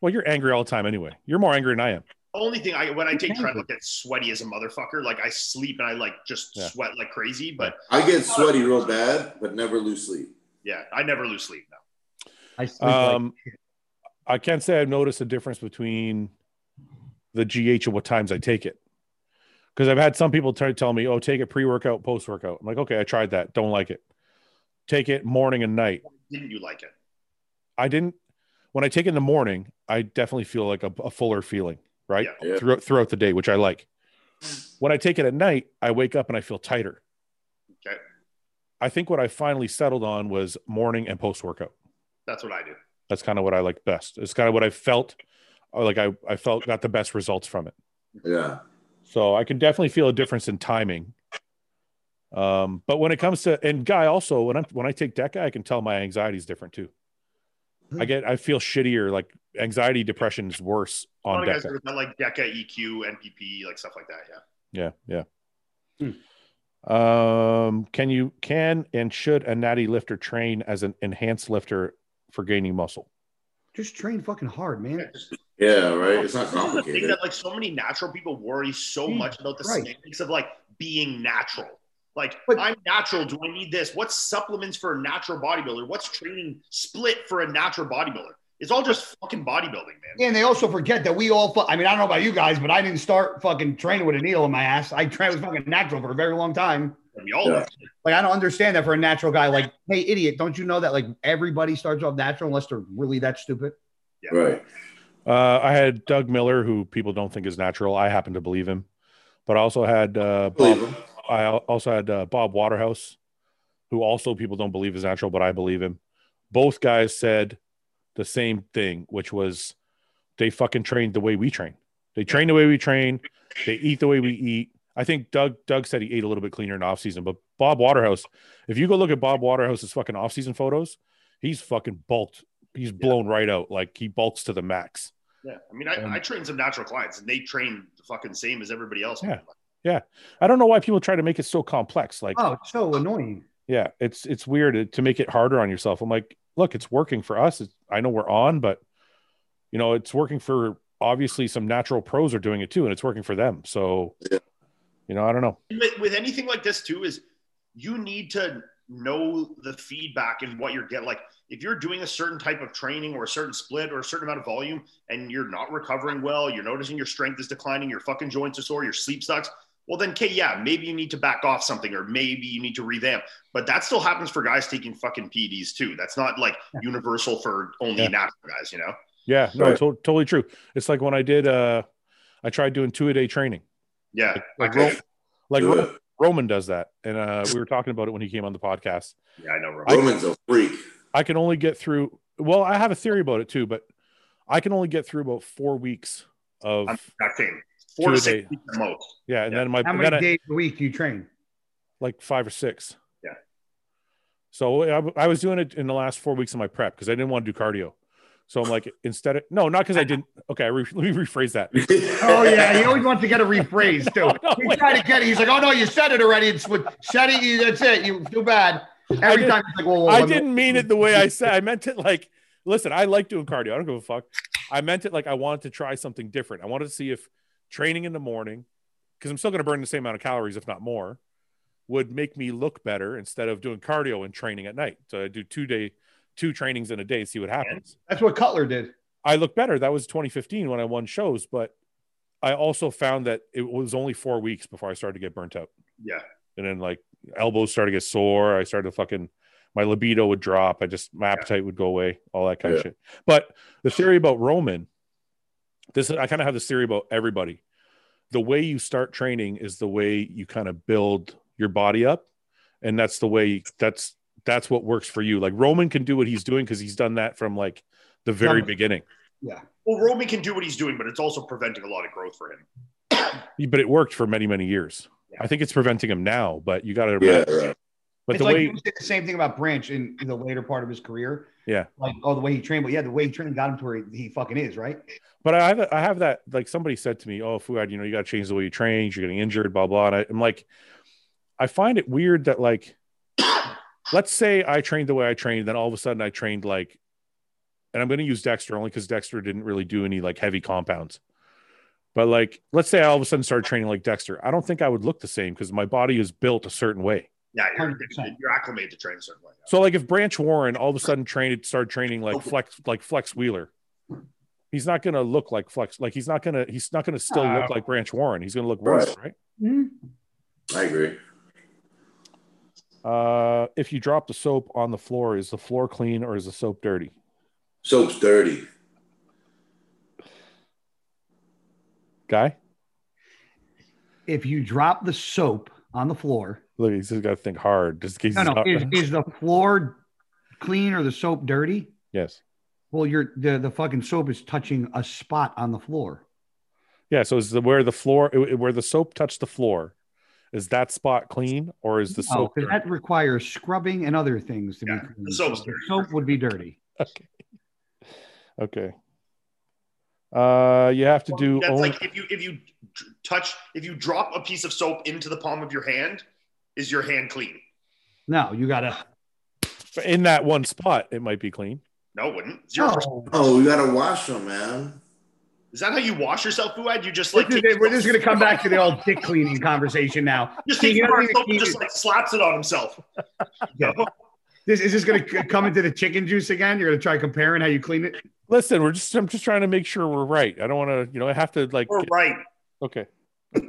S2: well, you're angry all the time anyway. You're more angry than I am.
S3: Only thing I when I take
S5: Okay.
S3: Trent, I get sweaty as a motherfucker. Like I sleep and I like just
S2: Yeah.
S3: sweat like crazy. But
S1: I get sweaty real bad, but never lose sleep.
S3: yeah, I never lose sleep. No.
S5: I sleep like-
S2: Um, I can't say I've noticed a difference between the GH and what times I take it. Because I've had some people try to tell me, "Oh, take it pre-workout, post-workout." I'm like, "Okay, I tried that. Don't like it. Take it morning and night."
S3: Didn't you like it?
S2: I didn't. when I take it in the morning, I definitely feel like a, a fuller feeling, right?
S1: Yeah. Yeah.
S2: Throughout, throughout the day, which I like. When I take it at night, I wake up and I feel tighter.
S3: Okay.
S2: I think what I finally settled on was morning and post workout.
S3: That's what I do.
S2: That's kind of what I like best. It's kind of what I felt uh, like I, I felt got the best results from it.
S1: Yeah.
S2: So I can definitely feel a difference in timing. Um, but when it comes to and guy, also when I'm when I take DECA, I can tell my anxiety is different too. I get I feel shittier, like anxiety, depression is worse
S3: A lot
S2: on
S3: of guys
S2: DECA.
S3: are with that, like E DECA, EQ, NPP, like stuff like that. Yeah.
S2: Yeah, yeah. Um, can you can and should a natty lifter train as an enhanced lifter for gaining muscle?
S4: Just train fucking hard, man.
S1: Yeah, right. It's not
S3: This is the thing
S1: complicated.
S3: that like so many natural people worry so
S4: Jesus
S3: much about the
S4: Christ.
S3: semantics of like being natural. Like
S4: But-
S3: I'm natural. Do I need this? What's supplements for a natural bodybuilder? What's training split for a natural bodybuilder? It's all just fucking bodybuilding, man.
S4: Yeah, and they also forget that we all. Fu- I mean, I don't know about you guys, but I didn't start fucking training with a needle in my ass. I trained with fucking natural for a very long time.
S3: We all
S1: Yeah.
S4: Like, I don't understand that for a natural guy. Like, hey, idiot, don't you know that like everybody starts off natural unless they're really that stupid?
S1: Right.
S2: Uh, I had Doug Miller, who people don't think is natural. I happen to believe him, but I also had uh, Bob,
S1: Believe him.
S2: I al- also had uh, Bob Waterhouse, who also people don't believe is natural, but I believe him. Both guys said the same thing, which was they fucking trained the way we train. They train the way we train. They eat the way we eat. I think Doug Doug said he ate a little bit cleaner in off season, but Bob Waterhouse, if you go look at Bob Waterhouse's fucking off season photos, he's fucking bulked. He's blown right out. Like he bulks to the max.
S3: Yeah. I mean, I,
S2: Um,
S3: I train some natural clients and they train the fucking same as everybody else.
S2: Yeah. I don't know why people try to make it so complex. Like
S4: Oh, it's so annoying.
S2: yeah it's it's weird uh, to- to make it harder on yourself i'm like look it's working for us it's, i know we're on but you know it's working for obviously some natural pros are doing it too and it's working for them so
S1: Yeah.
S2: you know i don't know
S3: with, with anything like this too is you need to know the feedback and what you're getting like if you're doing a certain type of training or a certain split or a certain amount of volume and you're not recovering well you're noticing your strength is declining your fucking joints are sore your sleep sucks well then okay yeah maybe you need to back off something or maybe you need to revamp but that still happens for guys taking fucking pds too that's not like universal for only
S2: Yeah.
S3: natural guys you know
S2: yeah no
S1: Right.
S2: to- totally true it's like when i did uh i tried doing two a day training
S3: yeah
S2: like,
S3: Okay.
S2: Ro- like
S1: Do
S2: Ro-
S1: it.
S2: roman does that and uh we were talking about it when he came on the podcast
S3: yeah i know Roman.
S1: Roman's a freak.
S2: I can only get through. Well, I have a theory about it too, but I can only get through about four weeks of
S3: i'm that same four
S2: Two
S3: to
S2: a day.
S3: six weeks at most
S2: yeah, and then my
S4: How
S2: and
S4: many
S2: then I-
S4: days a week do you train?
S2: like five or six.
S3: Yeah.
S2: So I, I was doing it in the last four weeks of my prep because I didn't want to do cardio. So I'm like, instead of no, not because I didn't. Okay, I re, let me rephrase that.
S4: Oh yeah, he always wants to get a rephrase too.
S2: No,
S4: He
S2: wait.
S4: tried to get it. He's like, oh no, you said it already. It's with said it. You, that's it. You too bad. Every
S2: did-
S4: time he's like, whoa, whoa,
S2: I
S4: whoa,
S2: didn't mean it the way I said. I meant it like, listen, I like doing cardio. I don't give a fuck. I meant it like I wanted to try something different. I wanted to see if training in the morning, because I'm still going to burn the same amount of calories, if not more, would make me look better instead of doing cardio and training at night. So I do two day, two trainings in a day, see what happens.
S4: That's what Cutler did.
S2: I look better. That was 2015 when I won shows, but I also found that it was only four weeks before I started to get burnt out.
S3: yeah
S2: And then like elbows started to get sore. I started to fucking my libido would drop. I just my appetite would go away, all that kind of shit. But the theory about Roman, this I kind of have this theory about everybody. The way you start training is the way you kind of build your body up. And that's the way that's that's what works for you. Like Roman can do what he's doing because he's done that from like the very
S4: Number-
S2: beginning.
S3: Well, Roman can do what he's doing, but it's also preventing a lot of growth for him.
S2: but it worked for many many years i think it's preventing him now but you got to
S1: Yeah, right.
S2: but
S4: it's
S2: the
S4: like
S2: way
S4: you said the same thing about Branch in the later part of his career.
S2: Yeah.
S4: Like, oh, the way he trained, but yeah, the way he trained got him to where he fucking is, right?
S2: but i have i have that like somebody said to me oh fuad you know you got to change the way you train you're getting injured blah blah and I, i'm like i find it weird that like let's say i trained the way i trained then all of a sudden i trained like and i'm going to use dexter only because dexter didn't really do any like heavy compounds but like let's say i all of a sudden started training like dexter i don't think i would look the same because my body is built a certain way
S3: Yeah, you're,
S4: 100%.
S3: you're acclimated to train a certain way.
S2: So like if Branch Warren all of a sudden trained started training like flex like Flex Wheeler, he's not gonna look like Flex like he's not gonna he's not gonna still look like Branch Warren. He's gonna look worse, right?
S5: Mm-hmm.
S1: I agree.
S2: Uh, if you drop the soap on the floor, is the floor clean or is the soap dirty?
S1: Soap's dirty.
S2: Guy,
S5: If you drop the soap on the floor,
S2: look, he's just got to think hard. Just in case.
S5: no,
S2: he's
S5: no,
S2: not-
S5: is, is the floor clean or the soap dirty?
S2: yes.
S5: Well, you're the, the fucking soap is touching a spot on the floor.
S2: Yeah. So is the where the floor where the soap touched the floor? Is that spot clean or is the
S5: No,
S2: soap?
S5: Oh, 'cause
S2: dirty?
S5: that requires scrubbing and other things to
S3: Yeah,
S5: be clean.
S3: the soap's
S5: So
S3: dirty.
S5: soap would be dirty.
S2: Okay. Okay. Uh, you have to do
S3: That's
S2: only,
S3: like if you if you t- touch if you drop a piece of soap into the palm of your hand, is your hand clean?
S5: No, you gotta
S3: Ah,
S2: in that one spot. It might be clean.
S3: No, it wouldn't. Zero percent.
S5: no.
S1: Oh, we gotta wash them, man.
S3: Is that how you wash yourself, Fuad? You just
S5: This
S3: like
S5: is it. We're just gonna come back to the old dick cleaning conversation now.
S3: Just
S5: See,
S3: takes
S5: you don't
S3: bar
S5: even
S3: soap and
S5: keep
S3: just
S5: it.
S3: like slaps it on himself.
S5: Yeah. This is this gonna c- come into the chicken juice again? You're gonna try comparing how you clean it?
S2: Listen, we're just I'm just trying to make sure we're right. I don't want to, you know, I have to like
S3: We're right.
S2: Okay.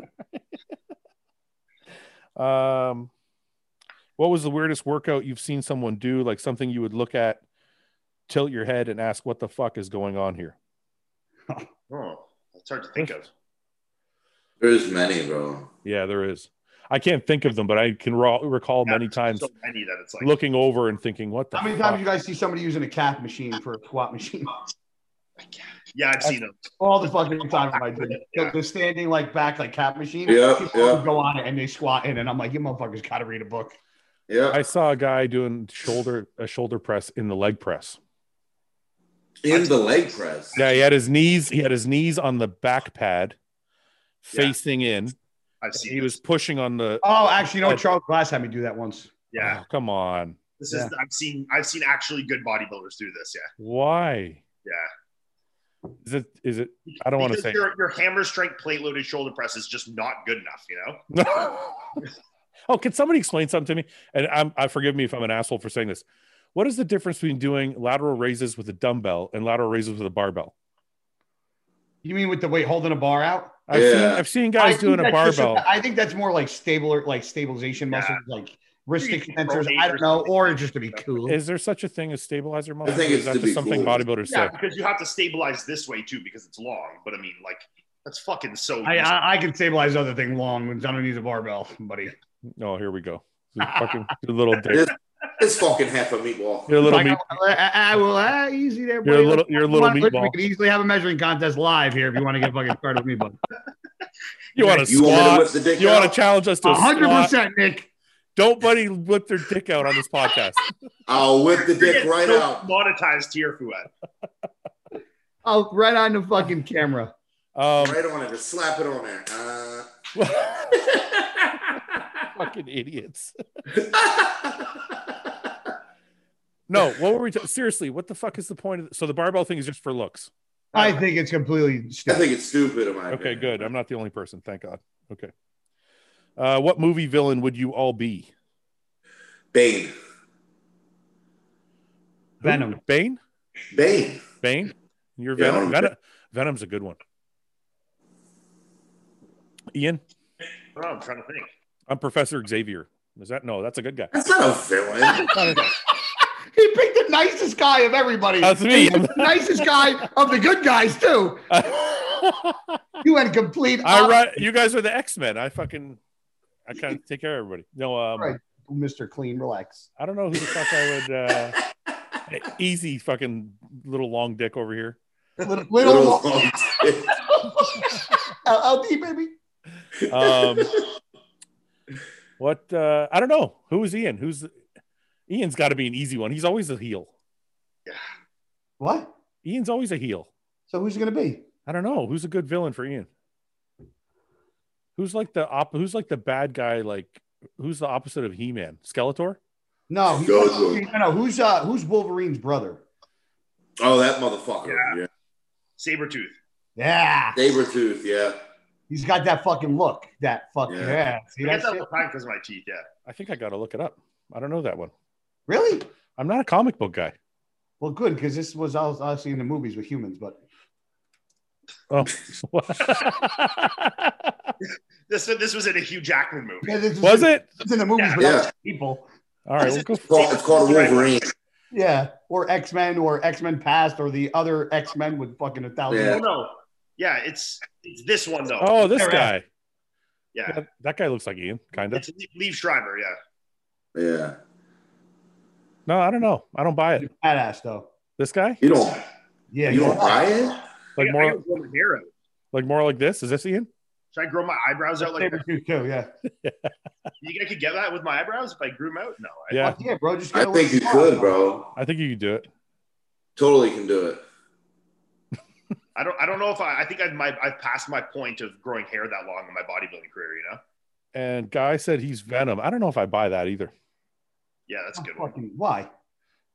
S2: um, what was the weirdest workout you've seen someone do? Like something you would look at, tilt your head, and ask, "What the fuck is going on here?"
S3: Oh, that's hard to think of.
S1: There's many, bro.
S2: Yeah, there is. I can't think of them, but I can ra- recall
S3: Yeah,
S2: many times
S3: So many that it's like
S2: looking over and thinking, "What the?"
S5: How many
S2: fuck?
S5: times you guys see somebody using a calf machine for a squat machine?
S3: Yeah, I've seen them.
S5: All the fucking time I do. The, the standing like back like calf machine.
S1: Yeah,
S5: people
S1: yeah.
S5: would go on it and they squat in, and I'm like, you motherfuckers gotta read a book.
S1: Yeah.
S2: I saw a guy doing shoulder a shoulder press in the leg press.
S1: In the leg press.
S2: Yeah, he had his knees. He had his knees on the back pad,
S3: Yeah.
S2: facing in.
S3: I've seen.
S2: He was pushing on the.
S5: Oh, actually, you know what? Charles Glass had me do that once.
S3: Yeah,
S2: Oh, come on.
S3: this is. I've seen. I've seen actually good bodybuilders do this. Yeah,
S2: Why?
S3: yeah.
S2: Is it? Is it? I don't want to say.
S3: Because your, your hammer strength plate loaded shoulder press is just not good enough. You know.
S2: oh, can somebody explain something to me? And I'm. I forgive me if I'm an asshole for saying this. What is the difference between doing lateral raises with a dumbbell and lateral raises with a barbell?
S5: You mean with the weight holding a bar out?
S2: I've seen
S1: Yeah.
S2: I've seen
S5: I
S2: guys
S5: think
S2: doing a
S5: that's just-
S2: barbell.
S5: I think that's more like stabler, like stabilization
S3: Yeah.
S5: muscles, like wrist
S3: You can
S5: extensors.
S3: rotate
S5: I don't
S3: or
S5: know,
S3: something.
S5: or just to be cool.
S2: Is there such a thing as stabilizer muscle?
S1: think
S2: Or
S1: it's
S2: is that
S1: to
S2: just
S1: be
S2: something
S1: cool.
S2: bodybuilders
S3: Yeah,
S2: say?
S3: because you have to stabilize this way too because it's long. But I mean, like that's fucking so.
S5: I,
S3: easy.
S5: uh, I I can stabilize other thing long when I don't use a barbell, buddy.
S2: No, Oh, here we go. You fucking you little dick.
S1: This, this fucking half a meatball.
S2: You're a little
S5: Like,
S2: meat.
S5: I, I- I will ah, easy there.
S2: You're a
S5: buddy.
S2: little. You're a little
S5: Come on, listen, We
S2: meatball.
S5: could easily have a measuring contest live here if you want to get fucking started with me, bud.
S2: You want to
S1: You want me to
S2: squat?
S1: whip the dick
S2: You want
S1: out?
S2: to challenge us to a
S5: hundred
S2: squat?
S5: percent, Nick.
S2: Don't buddy whip their dick out on this podcast.
S1: I'll whip the
S3: You're
S1: dick
S3: getting
S1: right
S3: so
S1: out.
S3: Monetized here, Fuad.
S5: Oh, right on the fucking camera.
S2: Um,
S1: Right on it. Just slap it on there. Uh,
S2: Fucking idiots. No, what were we? ta- Seriously, what the fuck is the point of? So the barbell thing is just for looks.
S5: I think it's completely
S1: I
S5: stupid.
S1: think it's stupid in my
S2: Okay,
S1: opinion.
S2: good. I'm not the only person. Thank God. Okay. Uh, what movie villain would you all be?
S1: Bane.
S2: Who?
S5: Venom.
S2: Bane.
S1: Bane.
S2: Bane. You're
S1: Yeah,
S2: Venom.
S1: I'm a-
S2: Venom. Venom's a good one. Ian,
S3: Oh, I'm trying to think.
S2: I'm Professor Xavier. Is that no? That's a good guy.
S1: That's not a villain.
S5: He picked the nicest guy of everybody.
S2: That's me.
S5: He picked the nicest guy of the good guys too. You had complete.
S2: I run. You guys are the X Men. I fucking. I kind of take care of everybody. No, um,
S5: Right. Mr. Clean, relax.
S2: I don't know who the fuck I would. Uh, easy fucking little long dick over here.
S5: Little,
S1: Little
S5: little
S1: long dick.
S5: LD baby.
S2: Um, what? Uh, I don't know. Who is Ian? Who's Ian's got to be an easy one. He's always a heel.
S5: What?
S2: Ian's always a heel.
S5: So who's it gonna be?
S2: I don't know who's a good villain for Ian. Who's like the op? Who's like the bad guy? Like who's the opposite of He Man? Skeletor.
S5: No, he-
S1: Gojo.
S5: no, no. Who's uh, who's Wolverine's brother?
S1: Oh, that motherfucker. Yeah.
S3: Sabretooth.
S5: Yeah,
S1: Sabretooth, yeah.
S5: he's got that fucking look. That fucking yeah.
S1: Yeah.
S5: See
S3: I
S5: that
S3: get that all
S5: shit?
S3: the time because of my teeth. Yeah.
S2: I think I got to look it up. I don't know that one.
S5: Really?
S2: I'm not a comic book guy.
S5: Well, good because this was I was obviously in the movies with humans, but
S2: Oh,
S3: This this was in a Hugh Jackman movie.
S5: Yeah, this
S2: was it?
S5: It's in the movies
S3: Yeah.
S5: with
S1: Yeah.
S5: other people.
S2: All right, we'll go.
S1: It's called, it's called Wolverine.
S5: Yeah, or X Men, or X Men Past, or the other X Men with fucking a thousand.
S1: Yeah.
S3: Oh no, yeah, it's it's this one though.
S2: Oh, this
S5: Correct.
S2: guy.
S3: yeah,
S2: That, that guy looks like Ian, kind of.
S3: it's Leave Schreiber. Yeah,
S1: Yeah.
S2: No, I don't know. I don't buy it.
S5: He's Badass though.
S2: This guy,
S1: You don't you
S5: Yeah, he's
S1: don't
S5: a-
S1: buy it?
S2: like
S3: I
S2: more,
S3: gotta grow my hair out.
S2: like more like this. Is this Ian?
S3: Should I grow my eyebrows out like
S5: Saber
S3: that?
S5: tooth too. Yeah,
S3: You think I could get that with my eyebrows if I grew them out? No. I,
S2: Yeah,
S5: Fuck yeah, bro. Just
S1: I
S5: get a
S1: think you
S5: little-
S1: could, bro.
S2: I think you could do it.
S1: Totally can do it.
S3: I don't. I don't know if I. I think I've my. I've passed my point of growing hair that long in my bodybuilding career. You know.
S2: And guy said he's Venom. I don't know if I buy that either.
S3: Yeah, that's a good one.
S5: Fucking why?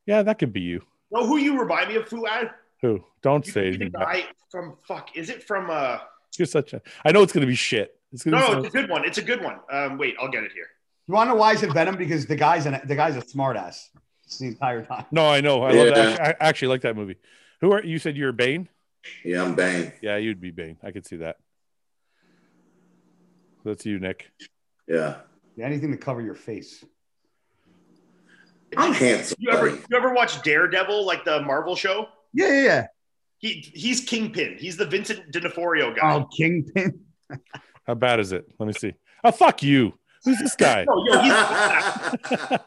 S2: Yeah, that could be you.
S3: Know who you remind me of, Fuad?
S2: Who? Don't
S3: You
S2: say
S3: be the
S2: anything. about-
S3: guy from fuck. Is it from? uh
S2: You're such a. I know it's gonna be shit. It's gonna
S3: No,
S2: be.
S3: it's a good one. It's a good one. Um, wait, I'll get it here.
S5: You want to know why is it Venom? Because the guy's an, the guy's a smartass the entire time.
S2: no, I know. I love that.
S1: Yeah.
S2: I I actually like that movie. Who are you? Said you're Bane.
S1: Yeah, I'm bang.
S2: Yeah, you'd be Bane. I could see that. That's you, Nick.
S1: Yeah.
S5: Anything to cover your face.
S1: I'm handsome.
S3: You ever
S1: buddy.
S3: you ever watch Daredevil, like the Marvel show?
S5: Yeah, yeah, yeah.
S3: He he's Kingpin. He's the Vincent D'Onofrio guy.
S5: Oh, Kingpin.
S2: How bad is it? Let me see. Oh fuck you. Who's this guy?
S3: No, yo, he's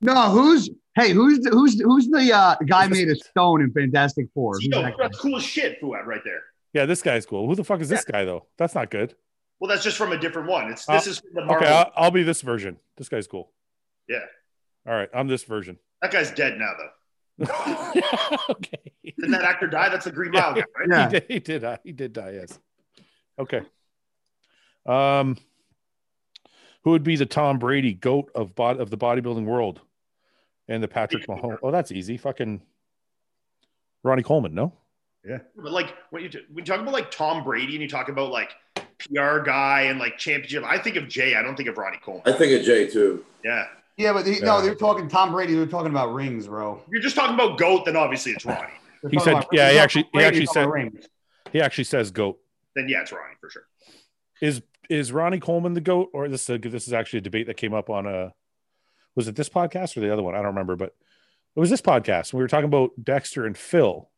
S5: No, who's hey, who's the, who's who's the uh, guy
S2: Who's
S5: made of stone in Fantastic Four? Who's
S3: yo,
S5: that guy?
S3: that's cool as shit, Fuad, right there.
S2: yeah, this guy's cool. Who the fuck is this guy though? That's not good.
S3: Well, that's just from a different one. It's
S5: Uh,
S3: this is from the Marvel.
S2: Okay, I'll, I'll be this version. This guy's cool.
S3: Yeah.
S2: All right, I'm this version.
S3: that guy's dead now, though.
S2: okay.
S3: Didn't that actor die? That's the Green Mile guy, right?
S5: Yeah.
S2: He did. He did. uh, He did die. Yes. Okay. Um, who would be the Tom Brady goat of bod- of the bodybuilding world, and the Patrick Mahomes? Oh, that's easy. Fucking Ronnie Coleman. No.
S3: But like when you t- when you talk about like Tom Brady and you talk about like PR guy and like championship, I think of Jay. I don't think of Ronnie Coleman.
S1: I think of Jay too.
S3: Yeah,
S5: Yeah, but he, no, they're talking Tom Brady. They're talking about rings, bro.
S3: If you're just talking about goat. Then obviously it's Ronnie.
S5: They're
S2: He
S5: talking
S2: said-
S5: about-
S2: yeah, he
S5: they're
S2: actually-
S5: talking
S2: he
S5: Brady,
S2: actually
S5: talking
S2: said-
S5: about rings.
S2: He actually says goat.
S3: Then yeah, it's Ronnie for sure.
S2: Is is Ronnie Coleman the goat, or this is a, this is actually a debate that came up on a was it this podcast or the other one? I don't remember, but it was this podcast. We were talking about Dexter and Phil,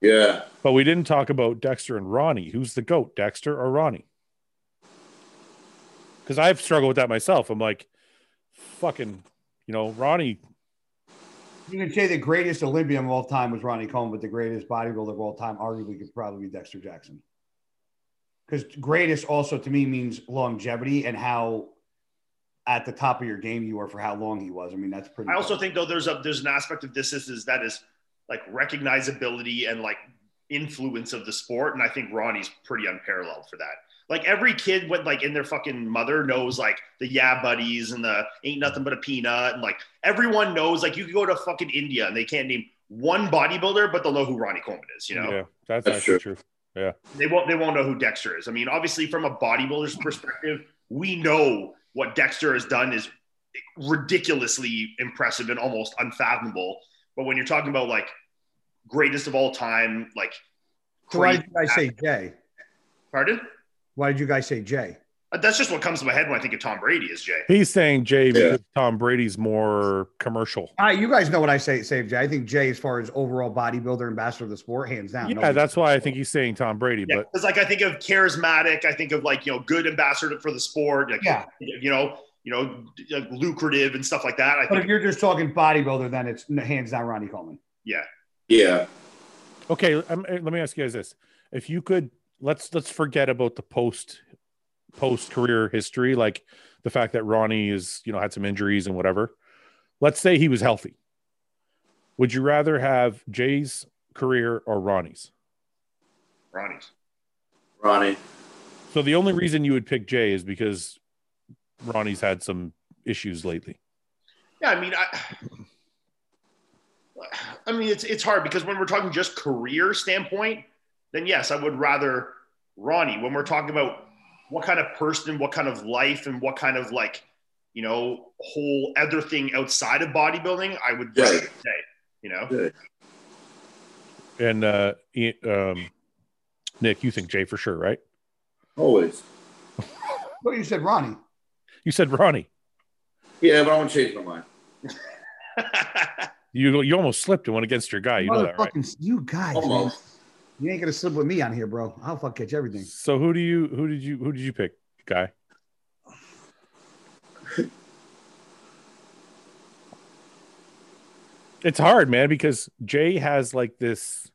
S1: Yeah.
S2: but we didn't talk about Dexter and Ronnie. Who's the goat, Dexter or Ronnie? Because I've struggled with that myself. I'm like, fucking, you know, Ronnie.
S5: You can say the greatest Olympian of all time was Ronnie Coleman, but the greatest bodybuilder of all time arguably could probably be Dexter Jackson. Because greatest also to me means longevity and how at the top of your game you were for how long he was. I mean, that's pretty.
S3: I also think though there's a there's an aspect of this is, is that is like recognizability and like influence of the sport, and I think Ronnie's pretty unparalleled for that. Like every kid went like in their fucking mother knows like the yeah buddies and the ain't nothing but a peanut and like everyone knows like you could go to fucking India and they can't name one bodybuilder, but they'll know who Ronnie Coleman is. You know
S2: Yeah, that's,
S1: That's
S2: actually true.
S3: they won't they won't know who Dexter is. I mean, obviously from a bodybuilder's perspective, we know what Dexter has done is ridiculously impressive and almost unfathomable. But when you're talking about like greatest of all time, like
S5: So
S3: crazy,
S5: why did you guys say Jay?
S3: pardon?
S5: Why did you guys say Jay?
S3: Uh, That's just what comes to my head when I think of Tom Brady is Jay.
S2: He's saying Jay
S1: Yeah.
S2: because Tom Brady's more commercial.
S5: All right, you guys know what I say, save Jay. I think Jay, as far as overall bodybuilder, ambassador of the sport, hands down.
S2: Yeah,
S5: Nobody-
S2: that's why I think he's saying Tom Brady.
S3: Yeah,
S2: But
S3: because like I think of charismatic, I think of like you know good ambassador for the sport, like,
S5: Yeah.
S3: you know, you know, like, lucrative and stuff like that. I
S5: But if
S3: think
S5: you're just talking bodybuilder, then it's n- hands down Ronnie Coleman.
S1: Yeah.
S2: Okay, um, uh, let me ask you guys this: If you could, let's let's forget about the post post career history, like the fact that Ronnie is you know had some injuries and whatever. Let's say he was healthy. Would you rather have Jay's career or Ronnie's?
S3: Ronnie's.
S1: Ronnie.
S2: So the only reason you would pick Jay is because Ronnie's had some issues lately.
S3: Yeah, I mean, I, I mean, it's it's hard because when we're talking just career standpoint, then yes, I would rather Ronnie. When we're talking about what kind of person, what kind of life, and what kind of like, you know, whole other thing outside of bodybuilding, I would
S1: Yeah.
S3: rather say, you know,
S2: And uh, Ian- um, Nick, you think Jay for sure, right?
S1: Always.
S5: Well, you said Ronnie.
S2: You said Ronnie.
S1: Yeah, but I won't change my mind.
S2: You you almost slipped and went against your guy. You know that, right?
S5: Motherfucking- You guys, man.
S1: Almost.
S5: you ain't gonna slip with me on here, bro. I'll fuck catch everything.
S2: So who do you who did you who did you pick, guy? it's hard, man, because Jay has like this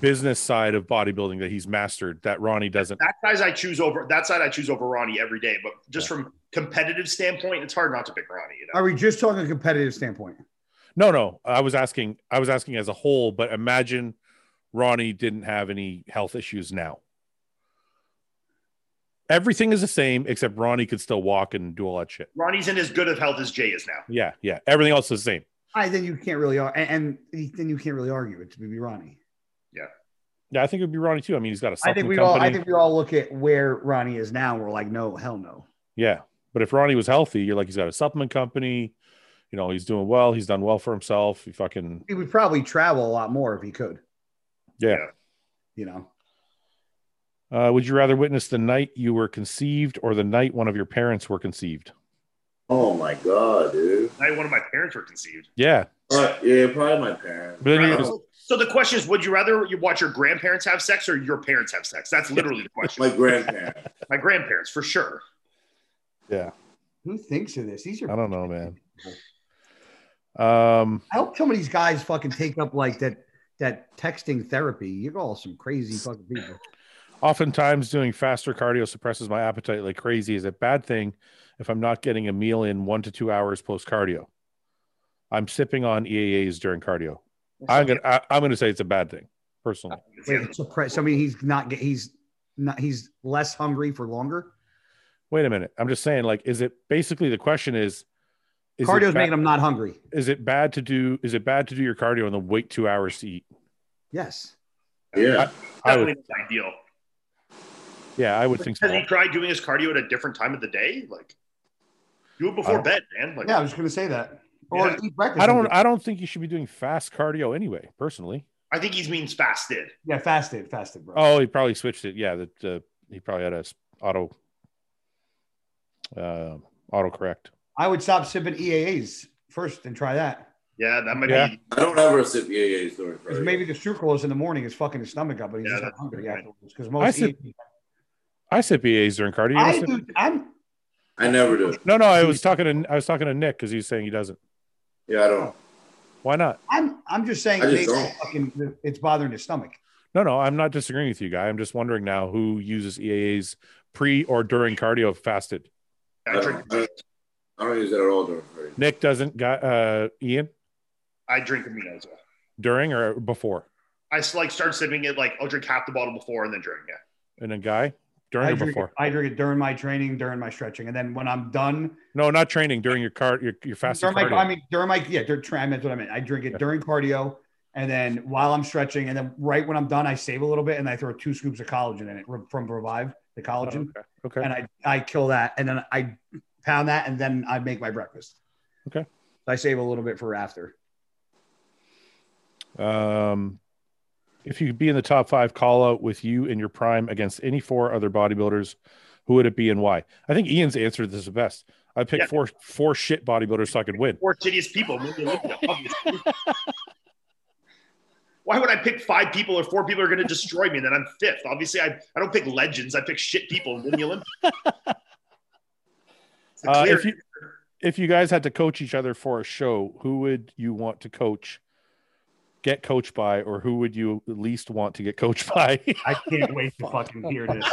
S2: business side of bodybuilding that he's mastered that Ronnie doesn't.
S3: That size I choose over that side I choose over Ronnie every day. But just from competitive standpoint, it's hard not to pick Ronnie. You know,
S5: Are we just talking competitive standpoint?
S2: No, no. I was asking I was asking as a whole, but imagine Ronnie didn't have any health issues now. Everything is the same except Ronnie could still walk and do all that shit.
S3: Ronnie's in as good of health as Jay is now.
S2: Yeah, yeah. Everything else is the same.
S5: I then you can't really ar- and, and then you can't really argue. It's maybe Ronnie.
S2: Yeah, I think it would be Ronnie too. I mean, he's got a
S5: I
S2: supplement
S5: think we all
S2: company.
S5: I think we all look at where Ronnie is now. And we're like, no, hell no.
S2: yeah, but if Ronnie was healthy, you're like he's got a supplement company. You know, he's doing well. He's done well for himself. He fucking
S5: He would probably travel a lot more if he could.
S2: yeah.
S5: You know,
S2: Uh, would you rather witness the night you were conceived or the night one of your parents were conceived?
S1: Oh my god, dude.
S3: I one of my parents were conceived.
S2: Yeah,
S1: But, yeah, probably my parents.
S2: but then you're just-
S3: So the question is, would you rather you watch your grandparents have sex or your parents have sex? That's literally the question.
S1: My grandparents.
S3: My grandparents, for sure.
S2: yeah.
S5: who thinks of this? These are.
S2: I don't know, man. Um,
S5: I hope some of these guys fucking take up like that that texting therapy. You're all some crazy fucking people.
S2: oftentimes doing faster cardio suppresses my appetite like crazy. Is a bad thing if I'm not getting a meal in one to two hours post cardio? I'm sipping on EAAs during cardio. I'm gonna I, I'm gonna say it's a bad thing personally.
S5: Wait, suppress. I mean, he's not. get- He's not. He's less hungry for longer.
S2: Wait a minute. I'm just saying, like, is it basically the question is, is
S5: Cardio's
S2: it bad,
S5: making him not hungry.
S2: is it bad to do is it bad to do your cardio and then wait two hours to eat?
S5: Yes.
S1: Yeah.
S2: I
S3: Definitely
S2: would
S3: not ideal.
S2: yeah, I would think
S3: Has
S2: so.
S3: he tried doing his cardio at a different time of the day? Like, do it
S2: I
S3: before
S2: don't-
S3: bed, man. Like,
S5: Yeah, I was gonna say that. Or
S3: Yeah.
S5: eat breakfast.
S2: I don't I don't think you should be doing fast cardio anyway, personally.
S3: I think he means fasted.
S5: Yeah, fasted, fasted, bro.
S2: Oh, he probably switched it. Yeah, that uh, he probably had a s- auto uh, autocorrect.
S5: I would stop sipping EAAs first and try that.
S3: Yeah, that might
S2: Yeah.
S3: be.
S1: I don't ever sip EAAs during
S5: Because
S1: cardio.
S5: maybe the sucralose in the morning is fucking his stomach up, but he's
S3: Yeah,
S5: just not
S3: that's
S5: hungry
S3: right.
S5: afterwards. Because
S2: I
S5: most
S2: sip-
S5: EAAs
S2: I sip EAs during cardio. You don't
S5: I
S2: sip-
S5: do, I'm
S1: I never do.
S2: no, no, I was talking to I was talking to Nick because he was saying he doesn't.
S1: Yeah, I don't.
S2: Why not?
S5: I'm I'm just saying
S1: I just
S5: maybe
S1: don't.
S5: fucking, it's bothering his stomach.
S2: No, no, I'm not disagreeing with you, guy. I'm just wondering now who uses EAAs pre or during cardio fasted.
S3: I
S1: I
S3: drink.
S1: don't, I don't, I don't use that at all during cardio.
S2: Nick doesn't got uh Ian
S3: I drink aminos.
S2: during or before,
S3: I s- like start sipping it. Like, I'll drink half the bottle before and then drink. Yeah.
S2: and then guy
S5: I
S2: during or
S5: drink,
S2: before.
S5: it, I drink it during my training, during my stretching, and then when I'm done,
S2: No, not training during your car your your fasted
S5: during my,
S2: cardio.
S5: I mean during my yeah, during training, that's what I meant. I drink it
S2: Yeah.
S5: during cardio, and then while I'm stretching, and then right when I'm done, I save a little bit and I throw two scoops of collagen in it from Revive, the
S2: Oh,
S5: collagen.
S2: okay. okay.
S5: and I I kill that, and then I pound that, and then I make my breakfast.
S2: Okay.
S5: I save a little bit for after.
S2: Um, if you could be in the top five call out with you in your prime against any four other bodybuilders, who would it be and why? I think Ian's answered this the best. I picked
S3: Yeah.
S2: four four shit bodybuilders so I could win.
S3: Four shittiest people. when you look at them, obviously. Why would I pick five people or four people are going to destroy me and then I'm fifth? Obviously, I, I don't pick legends. I pick shit people and win the Olympics. It's the
S2: Uh,
S3: clear-
S2: if you if you guys had to coach each other for a show, who would you want to coach? Get coached by, or who would you least want to get coached by?
S5: I can't wait to fucking hear this.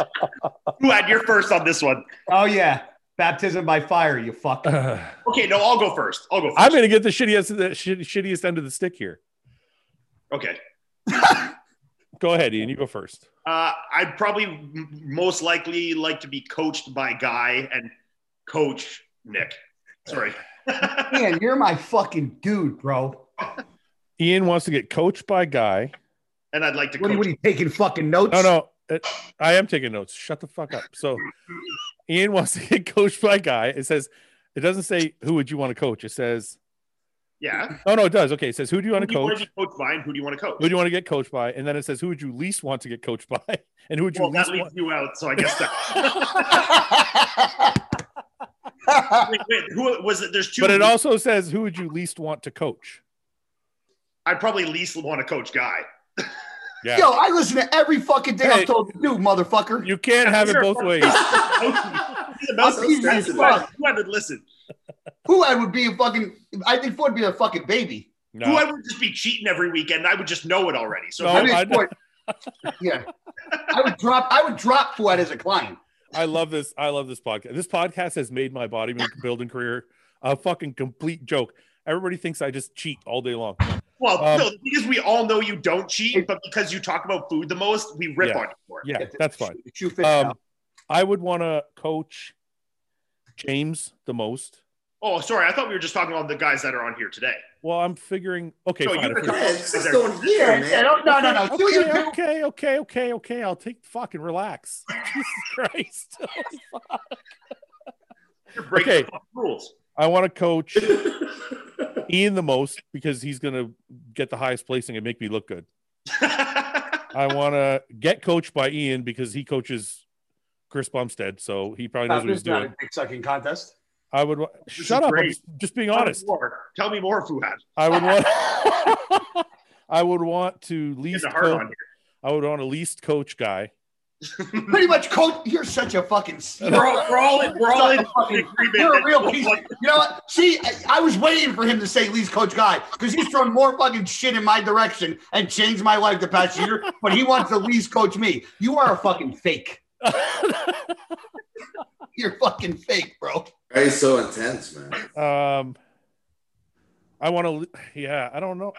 S3: Who had your first on this one?
S5: Oh yeah, baptism by fire, you fuck.
S2: I'm
S3: Okay, no, I'll go first. I'll go first.
S2: going to get the shittiest, the shit, shittiest end of the stick here.
S3: okay.
S2: Go ahead, Ian. You go first.
S3: Uh, I'd probably m- most likely like to be coached by Guy and coach Nick. Sorry.
S5: Man, you're my fucking dude, bro.
S2: Ian wants to get coached by guy.
S3: and I'd like to
S5: What are, you- what are
S3: coach.
S5: you taking fucking notes?
S2: No, no, it- I am taking notes. Shut the fuck up. So, Ian wants to get coached by guy. It says, it doesn't say who would you want to coach. It says,
S3: Yeah.
S2: oh no, it does. Okay, it says who do you
S3: Who
S2: want to
S3: do you want
S2: coach?
S3: to be coached by and who do you want to coach?
S2: Who do you want to get coached by? And then it says who would you least want to get coached by? And who would you
S3: well, that
S2: least
S3: leaves
S2: want?
S3: you out, so I guess that. wait, wait, who was it? There's two.
S2: But it also says who would you least want to coach?
S3: I probably least want to coach guy.
S2: Yeah.
S5: Yo, I listen to every fucking thing
S2: Hey.
S5: I'm told to do, motherfucker.
S2: you can't have it
S3: Sure.
S2: both ways.
S3: He's the most
S5: I'm easy as
S3: offensive.
S5: fuck.
S3: Who I would listen?
S5: Who I would be a fucking. I think Ford would be a fucking baby.
S2: No.
S3: Who I would just be cheating every weekend. I would just know it already. So
S2: No,
S5: I
S3: if
S5: mean,
S2: I-
S5: Ford, yeah, I would drop. I would drop Ford as a client.
S2: I love this. I love this podcast. This podcast has made my bodybuilding career a fucking complete joke. Everybody thinks I just cheat all day long.
S3: Well,
S2: Um,
S3: no, the thing is, we all know you don't cheat, but because you talk about food the most, we rip
S2: Yeah.
S3: on you for it.
S2: Yeah, that's fine.
S5: Shoe fits
S2: Um,
S5: now.
S2: I would want to coach James the most.
S3: Oh, sorry, I thought we were just talking about the guys that are on here today.
S2: Well, I'm figuring. Okay,
S3: No, you
S2: fine.
S3: were
S2: if we-
S3: talking-
S1: Yeah, it's just on here,
S5: Yeah, yeah,
S1: man.
S5: don't- no, no, no. Do what you
S2: Okay,
S5: do.
S2: okay, okay, okay, okay. I'll take fucking relax. Jesus Christ.
S3: You're breaking
S2: Okay.
S3: the fucking rules.
S2: I want to coach Ian the most because he's gonna get the highest placing and make me look good. I want to get coached by Ian because he coaches Chris Bumstead, so he probably knows what he's
S4: It's not
S2: doing.
S4: a dick sucking contest.
S2: I would wa-
S3: is
S2: shut up. I'm
S3: great.
S2: s- just being
S3: Tell me
S2: honest.
S3: more. Tell me more, Fuad.
S2: I would want. I would want to
S3: He's
S2: least.
S3: a hard
S2: coach-
S3: on
S2: I would want a least coach guy.
S5: Pretty much, coach. You're such a fucking.
S3: you. We're all, we're all in, we're all in agreement.
S5: You're
S3: that-
S5: a real piece. You know what? See, I, I was waiting for him to say Lee's coach guy because he's thrown more fucking shit in my direction and changed my life the past year. But he wants to Lee's coach me. You are a fucking fake. You're fucking fake, bro.
S1: That is so intense, man.
S2: um, I want to. Yeah, I don't know.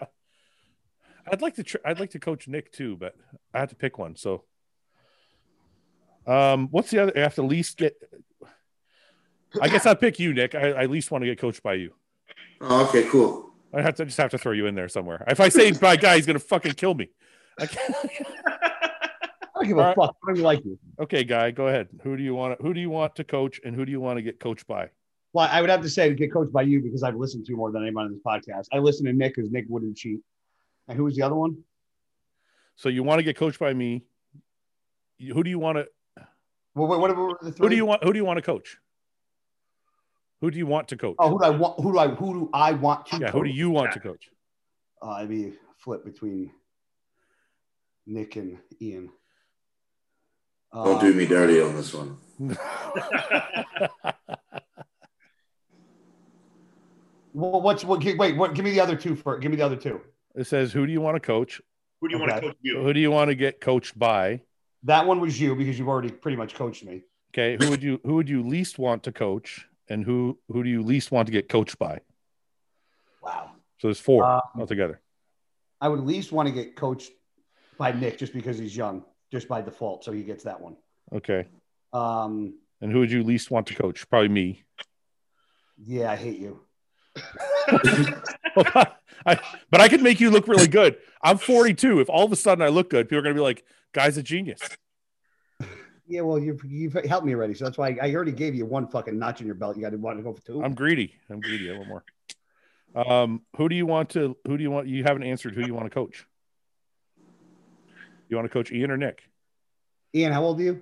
S2: I'd like to. Tr- I'd like to coach Nick too, but I have to pick one. So, um, what's the other? I have to least get. I guess I'll pick you, Nick. I, I at least want to get coached by you.
S1: Oh, okay, cool.
S2: I have to I just have to throw you in there somewhere. If I say by guy, he's gonna fucking kill me. I can't-
S4: I don't give
S2: a All right.
S4: fuck. I don't like you.
S2: okay, guy, go ahead. Who do you want? Who do you want to coach, and who do you want to get coached by?
S4: Well, I would have to say to get coached by you because I've listened to you more than anyone on this podcast. I listened to Nick because Nick wouldn't cheat. And who was the other one?
S2: So you want to get coached by me? You- Who do you want to?
S4: Well, what, what were the three?
S2: Who do you want? Who do you want to coach? Who do you want to coach?
S4: Oh, who do I want? Who do I? Who do I want to?
S2: yeah. Who do you want to coach?
S4: Uh, I'd be flip between Nick and Ian. Uh,
S1: Don't do me dirty on this one.
S4: Well, what's what? gi- Wait, what? Give me the other two for. Give me the other two.
S2: it says, "Who do you want to coach?
S3: Who do you want
S4: Okay.
S3: to coach you?
S2: Who do you want to get coached by?
S4: That one was you because you've already pretty much coached me.
S2: Okay, who would you who would you least want to coach, and who who do you least want to get coached by?
S4: Wow.
S2: So there's four
S4: Um,
S2: altogether.
S4: I would at least want to get coached by Nick just because he's young, just by default. So he gets that one.
S2: Okay,
S4: Um,
S2: and who would you least want to coach? Probably me.
S4: yeah, I hate you.
S2: I, but I could make you look really good. I'm 42. If all of a sudden I look good, people are gonna be like, "Guy's a genius."
S4: Yeah, well, you've, you've helped me already. So that's why I, I already gave you one fucking notch in your belt. You got to want to go for 2
S2: I'm greedy. I'm greedy. I want more. Um, who do you want to? Who do you want? You haven't answered. Who you want to coach? You want to coach Ian or Nick?
S4: Ian, how old are you?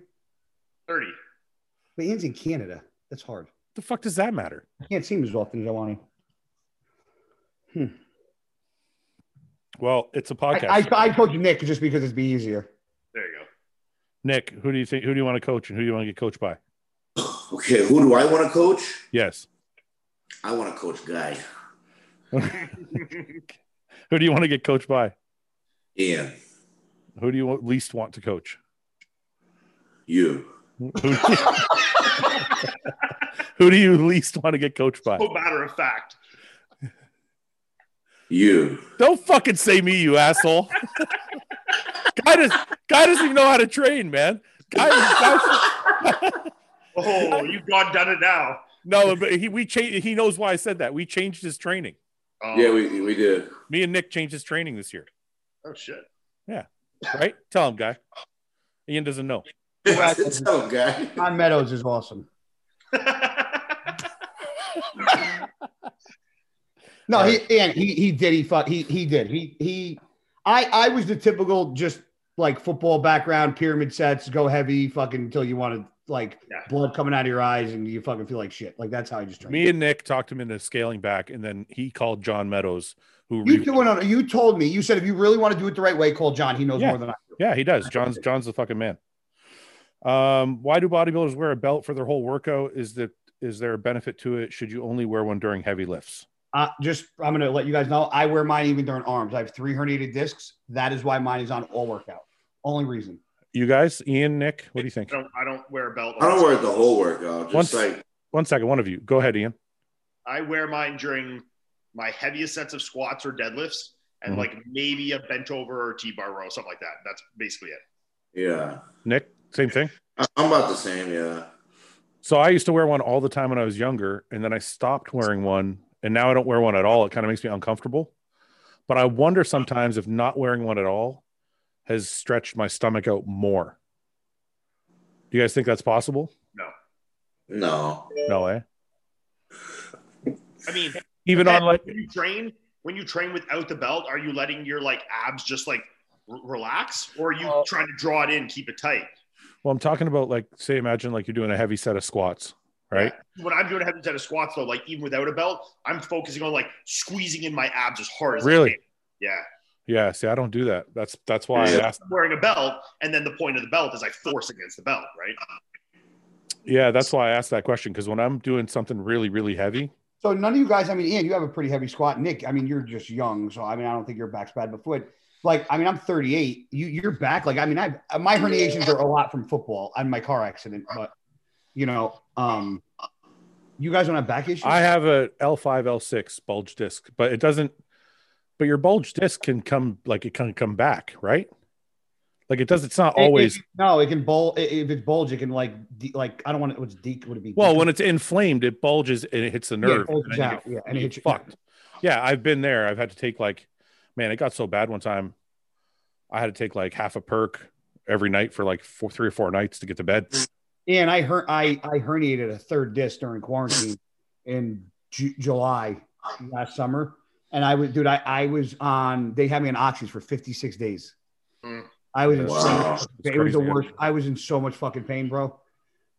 S3: 30.
S4: But Ian's in Canada. That's hard.
S2: The fuck does that matter?
S4: I can't see him as often as I want to.
S2: Well, it's a podcast.
S4: I, I, I told you Nick just because it'd be easier.
S3: There you go.
S2: Nick, who do you think? Who do you want to coach, and who do you want to get coached by?
S1: Okay, who do I want to coach?
S2: Yes.
S1: I want to coach Guy.
S2: Who do you want to get coached by?
S1: Ian,
S2: Who do you want- least want to coach?
S1: you.
S2: Who do you, Who do you least want to get coached by?
S3: So Oh, matter of fact.
S1: You.
S2: Don't fucking say me, you asshole. guy, does, guy doesn't even know how to train, man. Guy, guy-
S3: Oh, you've gone done it now.
S2: no, but he we changed. He knows why I said that. We changed his training.
S3: Oh,
S1: Yeah, we, we did.
S2: Me and Nick changed his training this year.
S3: oh shit.
S2: Right? Tell him, guy. Ian doesn't know.
S1: Tell him, Guy.
S4: John Meadows is awesome. No, he, Ian, he he did. He fuck. He he did. He he. I I was the typical just
S5: like football background, pyramid sets, go heavy, fucking until you want to like
S3: Yeah.
S5: blood coming out of your eyes and you fucking feel like shit. Like that's how I just drank.
S2: Me and Nick talked him into scaling back, and then he called John Meadows, who
S6: You
S2: re-
S6: doing on? You told me. You said if you really want to do it the right way, call John. He knows
S2: Yeah.
S6: more than I. do.
S2: yeah, he does. John's John's the fucking man. Um, why do bodybuilders wear a belt for their whole workout? Is that is there a benefit to it? Should you only wear one during heavy lifts?
S5: Uh, just I'm gonna let you guys know I wear mine even during arms. I have three herniated discs. That is why mine is on all workout. Only reason.
S2: You guys, Ian, Nick, what do you think?
S3: I don't, I don't wear a belt.
S1: I don't wear it the whole workout. Just
S2: Once-
S1: like
S2: One second, one of you, go ahead, Ian.
S3: I wear mine during my heaviest sets of squats or deadlifts,
S1: Mm-hmm.
S3: and
S2: Mhm.
S3: like maybe a bent over or T bar row, something like that. That's basically it.
S1: yeah,
S2: Nick, same thing.
S1: I- I'm about the same. Yeah,
S2: So I used to wear one all the time when I was younger, and then I stopped wearing one, and now I don't wear one at all. It kind of makes me uncomfortable. But I wonder sometimes if not wearing one at all has stretched my stomach out more. Do you guys think that's possible?
S1: no,
S2: No, eh?
S3: I mean,
S2: Even on like
S3: when you train, when you train without the belt, are you letting your like abs just like r- relax, or are you
S5: Oh.
S3: trying to draw it in, keep it tight?
S2: Well, I'm talking about like, say, imagine like you're doing a heavy set of squats, right?
S3: When I'm doing a heavy set of squats, though, like even without a belt, I'm focusing on like squeezing in my abs as hard as I
S2: Really?
S3: can. Yeah,
S2: Yeah. See, I don't do that. That's that's why I
S1: Yeah.
S2: asked.
S3: I'm wearing a belt, and then the point of the belt is I force against the belt, right?
S2: Yeah, that's why I asked that question because when I'm doing something really, really heavy,
S5: So none of you guys, I mean, Ian, you have a pretty heavy squat. Nick, I mean, you're just young, so I mean, I don't think your back's bad, but foot. Like, I mean, I'm 38. You, your back, like, I mean, I my herniations are a lot from football and my car accident, but you know, um, you guys don't have back issues.
S2: I have a L5, L6 bulge disc, but it doesn't. But your bulge disc can come like it can come back, right? Like it does. It's not
S5: It- it-
S2: always
S5: no, it can bulge. If it's bulge, it can like, de- like, I don't want it. What's deep? Would it be?
S2: well when it's inflamed. It bulges and it hits the
S5: Yeah, it
S2: nerve.
S5: bulges
S2: and then you
S5: out,
S2: get-
S5: yeah, and it
S2: you
S5: hits
S2: get
S5: your-
S2: fucked. Yeah, I've been there. I've had to take like, man, it got so bad one time. I had to take like half a perk every night for like four, three or four nights to get to bed.
S5: And I her I I herniated a third disc during quarantine in Ju- July last summer, and I was dude I I was on they had me on oxys for 56 days.
S3: Mm.
S5: I was in so
S1: Wow.
S5: much,
S2: It's
S5: it was the
S2: crazy.
S5: worst. I was in so much fucking pain, bro.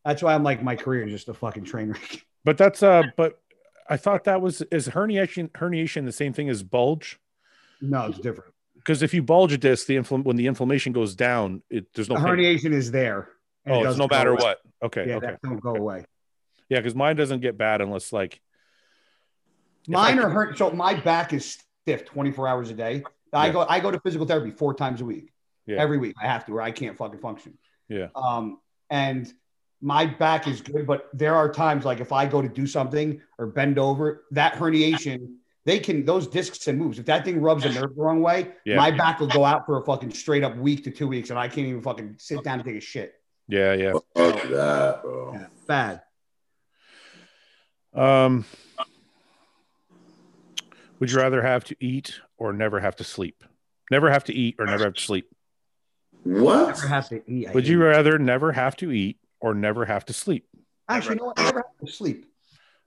S5: That's why I'm like my career is just a fucking train wreck.
S2: But that's uh, but I thought that was is herniation herniation the same thing as bulge?
S5: No, it's different.
S2: Because if you bulge a disc, the infl- when the inflammation goes down, it there's no
S5: The
S2: pain.
S5: herniation is there. and it
S2: Oh, it's
S5: doesn't
S2: no
S5: go
S2: matter
S5: away.
S2: what. Okay,
S5: Yeah,
S2: okay,
S5: that don't go away.
S2: yeah. Because mine doesn't get bad unless like
S5: Mine
S2: I-
S5: are hurt. So my back is stiff 24 hours a day. I
S2: Yeah.
S5: go I go to physical therapy four times a week.
S2: Yeah.
S5: Every week I have to, or I can't fucking function.
S2: Yeah.
S5: Um, and my back is good, but there are times like if I go to do something or bend over, that herniation, they can those discs and moves. If that thing rubs a nerve the wrong way,
S2: Yeah.
S5: my back will go out for a fucking straight up week to two weeks, and I can't even fucking sit down and take a shit.
S2: yeah, yeah.
S1: fuck that, bro.
S5: Yeah, bad.
S2: Um, would you rather have to eat or never have to sleep? Never have to eat or never have to sleep.
S1: What?
S5: Never have to eat. I
S2: Would
S5: hate
S2: you
S5: it.
S2: rather never have to eat or never have to sleep?
S5: actually you know what? Never have to sleep.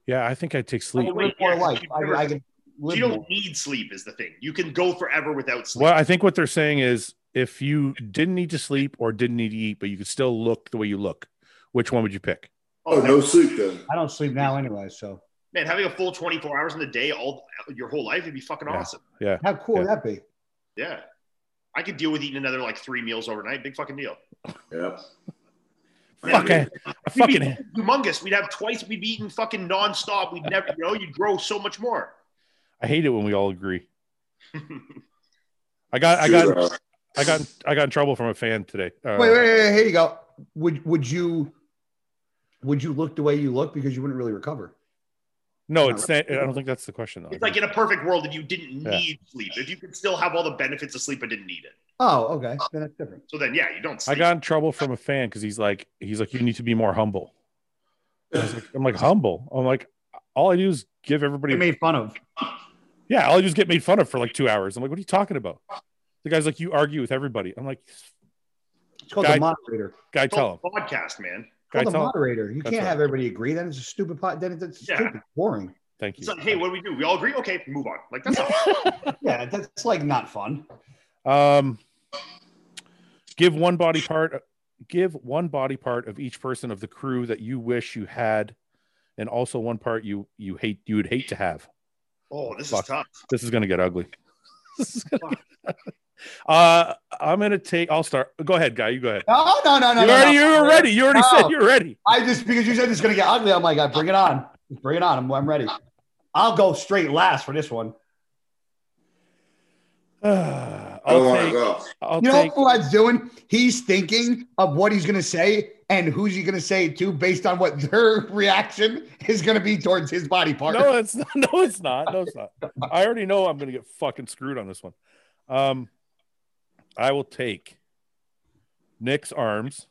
S2: Yeah, I think I'd take
S5: I
S2: sleep.
S5: can
S3: Wait,
S5: live more
S3: yeah,
S5: life.
S3: you never-
S5: I, I can live
S3: you
S5: more.
S3: don't need sleep is the thing. You can go forever without
S5: Oh.
S3: sleep.
S2: Well, I think what they're saying is if you didn't need to sleep or didn't need to eat, but you could still look the way you look, which one would you pick?
S1: Oh, no sleep then.
S5: I don't sleep now anyway, so
S3: man, having a full 24 hours in the day all your whole life would be fucking
S2: Yeah.
S3: awesome.
S5: how cool would that be?
S3: Yeah. I could deal with eating another like three meals overnight. Big fucking deal.
S1: Yep.
S3: Man,
S2: Fuck, I,
S3: we'd-
S2: I
S3: we'd
S2: fucking
S3: be humongous. We'd have twice. We'd be eating fucking nonstop. We'd never, you know, you'd grow so much more.
S2: I hate it when we all agree. I got I got
S1: Sure.
S2: I got I got in trouble from a fan today. Uh,
S5: Wait, wait, wait, wait, here you go. Would would you would you look the way you look because you wouldn't really recover?
S2: No, it's I don't think that's the question though.
S3: It's like in a perfect world if you didn't
S2: Yeah.
S3: need sleep. If you could still have all the benefits of sleep but didn't need it.
S5: Oh, okay, then that's different.
S3: So then, yeah, you don't
S2: I
S3: sleep.
S2: got in trouble from a fan because he's like, he's like, you need to be more humble. I was like, I'm like humble. I'm like, all I do is give everybody.
S5: They made fun of.
S2: yeah, all I do is get made fun of for like two hours. I'm like, what are you talking about? The guy's like, you argue with everybody. I'm like,
S5: It's called
S2: Guy-
S5: the moderator.
S2: guy,
S3: It's
S2: tell him.
S3: called a podcast, man.
S5: It's
S2: Guy,
S5: called the
S2: tell him.
S5: moderator. You
S2: That's
S5: can't
S2: right.
S5: have everybody agree. Then it's a stupid pot. Then it's it's
S3: Yeah.
S5: stupid, boring.
S2: Thank
S3: It's
S2: you.
S3: like, hey, what do we do? We all agree? Okay, move on. Like, that's not
S5: Yeah, that's like not fun.
S2: Um, give one body part give one body part of each person of the crew that you wish you had and also one part you you hate you would hate to have
S3: Oh, this
S2: Fuck.
S3: is tough.
S2: this is gonna get ugly This is gonna get- uh i'm gonna take i'll start go ahead guy you go ahead
S5: No, no, no, no.
S2: you
S5: no, Oh.
S2: already
S5: no.
S2: you were ready you already said
S5: No.
S2: you're ready
S5: I just because you said it's going to get ugly. I'm like, I bring it on. Just bring it on. I'm, I'm ready. I'll go straight last for this one.
S1: I don't
S2: i'll
S1: want to
S2: take
S1: go.
S2: i'll
S5: you know
S2: take
S5: what Fouad's doing? He's thinking of what he's going to say and who's he going to say it to based on what their reaction is going to be towards his body part.
S2: no it's not no it's not no it's not i already know i'm gonna get fucking screwed on this one um i will take nick's arms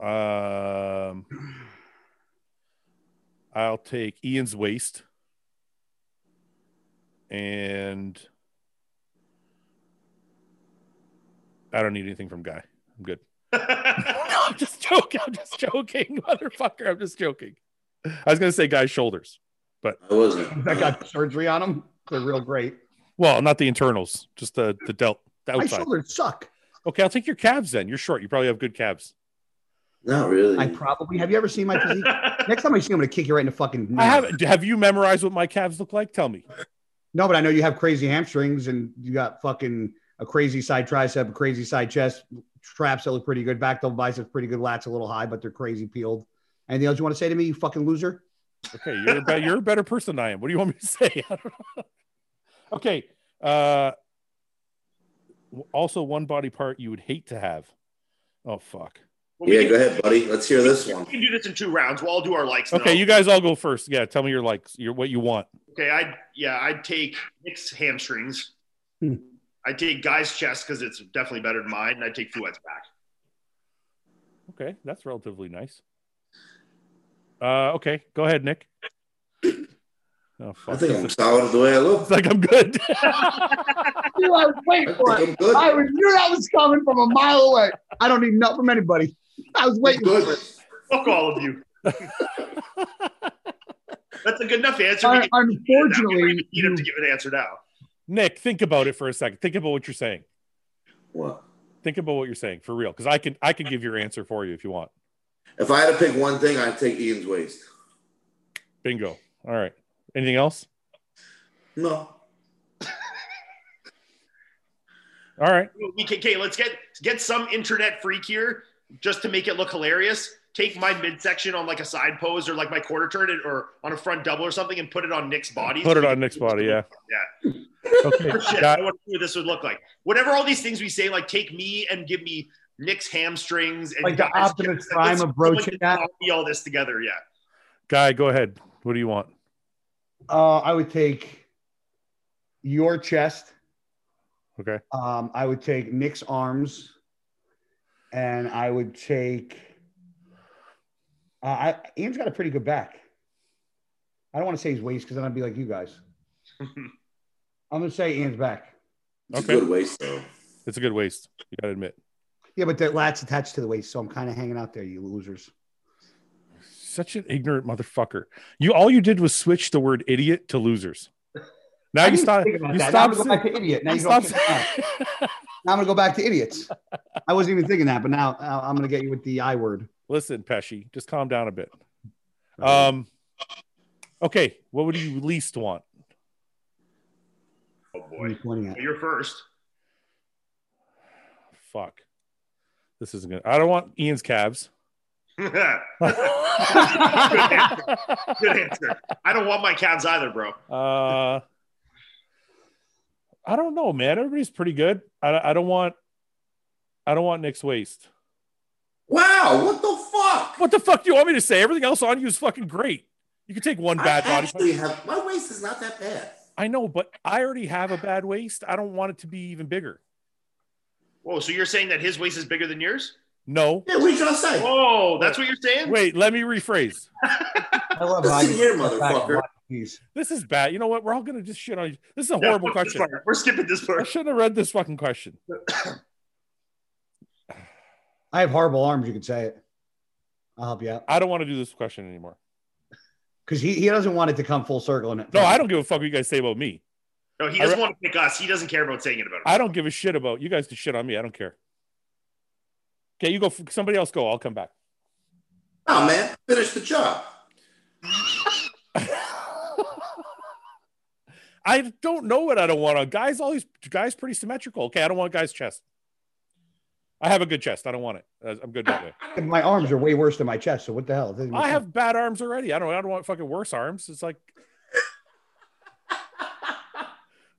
S2: um i'll take ian's waist and i don't need anything from guy i'm good no, I'm just joking. I'm just joking, motherfucker. I'm just joking. I was gonna say guy's shoulders.
S1: I wasn't.
S5: That
S2: uh,
S5: got surgery on him. They're real great.
S2: Well, not the internals, just the the delt the
S5: My
S2: outside.
S5: shoulders suck.
S2: Okay, I'll take your calves then. You're short. You probably have good calves.
S1: Not really.
S5: I probably have you ever seen my physique? Next time I see you, I'm going to kick you right in the fucking.
S2: I have. Have you memorized what my calves look like? Tell me.
S5: No, but I know you have crazy hamstrings and you got fucking a crazy side tricep, a crazy side chest, traps that look pretty good, back double biceps pretty good, lats a little high, but they're crazy peeled. Anything else you want to say to me, you fucking loser?
S2: Okay, you're a be- you're a better person than I am. What do you want me to say? I don't know. okay. Uh, w- also, one body part you would hate to have. Oh fuck.
S3: Well, we
S1: yeah,
S3: can-
S1: go ahead, buddy. Let's hear this one.
S3: We can do this in two rounds. We'll all do our likes.
S2: Okay,
S3: though.
S2: you guys all go first. Yeah, tell me your likes. Your what you want.
S3: Okay, I yeah, I'd take Nick's hamstrings.
S5: Hmm.
S3: I'd take Guy's chest because it's definitely better than mine, and I'd take Fuad's back.
S2: Okay, that's relatively nice. Uh, okay, go ahead, Nick. Oh,
S1: I
S2: fuck.
S1: think I'm
S2: It's
S1: solid the way I look.
S2: like I'm good.
S5: You I was waiting
S1: I think I'm good.
S5: was, knew that was coming from a mile away. I don't need nothing from anybody. I was
S1: I'm good.
S3: Fuck all of you. That's a good enough answer.
S5: Un-
S3: We can-
S5: Unfortunately,
S3: you don't have to give an answer now.
S2: Nick, think about it for a second. Think about what you're saying.
S1: What?
S2: Think about what you're saying for real, because I can I can give your answer for you if you want.
S1: If I had to pick one thing, I'd take Ian's waist.
S2: Bingo. All right. Anything else?
S1: No.
S2: All right.
S3: We can, okay, let's get get some internet freak here just to make it look hilarious. Take my midsection on like a side pose or like my quarter turn and- or on a front double or something and put it on Nick's body.
S2: Put it on Nick's body. Yeah. Okay.
S3: Or shit,
S2: Guy,
S3: I wonder what this would look like. Whatever all these things we say, like take me and give me Nick's hamstrings and
S5: Like the
S3: Guy's
S5: Optimus
S3: chest,
S5: Prime
S3: let's-
S5: approach
S3: someone
S5: to that.
S3: copy all this together, yeah.
S2: guy, go ahead. What do you want?
S5: uh, I would take your chest.
S2: Okay.
S5: Um, I would take Nick's arms, and I would take. Uh, I Ian's got a pretty good back. I don't want to say his waist because then I'd be like you guys. I'm gonna say Ian's back.
S1: It's
S2: Okay.
S1: a good waist, though.
S2: It's a good waste. You gotta admit.
S5: Yeah, but that lat's attached to the waist, so I'm kind of hanging out there, you losers.
S2: Such an ignorant motherfucker. You all you did was switch the word idiot to losers. Now
S5: I
S2: you
S5: didn't
S2: stop.
S5: think about
S2: You
S5: that. Now I'm
S2: stop.
S5: gonna go back to idiot. Now,
S2: you
S5: you go,
S2: stop-
S5: now I'm gonna go back to idiots. I wasn't even thinking that, but now uh, I'm gonna get you with the I word.
S2: Listen, Pesci, just calm down a bit. Um. Okay. What would you least want?
S3: Oh
S5: What are you
S3: boy.
S5: pointing at?
S3: You're first.
S2: Fuck. This isn't good. I don't want Ian's calves.
S3: Good
S2: uh,
S3: answer. I don't want my calves either, bro.
S2: I Uh, don't know, man. Everybody's pretty good. I, I don't want. I don't want Nick's waist.
S1: Wow, what the fuck?
S2: What the fuck do you want me to say? Everything else on you is fucking great. You can take one bad
S1: I
S2: body.
S1: actually have my waist is not that bad.
S2: I know, but I already have a bad waist. I don't want it to be even bigger.
S3: Whoa, so you're saying that his waist is bigger than yours?
S2: No.
S1: Yeah, what are you trying to say?
S3: Whoa, that's what you're saying?
S2: Wait. Let me rephrase.
S5: I love how I
S1: Listen
S5: get
S1: here,
S5: back and
S1: motherfucker.
S5: watch these.
S2: This is bad. You know what? We're all gonna just shit on you. This is a
S3: Yeah,
S2: horrible
S3: fuck this
S2: question.
S3: part. We're skipping this
S2: I
S3: part.
S2: shouldn't have read this fucking question.
S5: I have horrible arms. You could say it. I'll help you out
S2: I don't want to do this question anymore.
S5: because he, he doesn't want it to come full circle. And
S2: No, I don't give a fuck what you guys say about me.
S3: No, he
S2: I
S3: doesn't
S2: re-
S3: want to pick us. He doesn't care about saying it about us.
S2: I don't give a shit about you guys. To shit on me, I don't care. Okay, you go. Somebody else go. I'll come back.
S1: No, man, finish the job.
S2: I don't know what I don't want. on Guys, always guys pretty symmetrical. Okay, I don't want guys chest. I have a good chest. I don't want it. Uh, I'm good that way.
S5: My arms are way worse than my chest. So what the hell? It doesn't make
S2: I
S5: sense.
S2: have bad arms already. I don't. I don't want fucking worse arms. It's like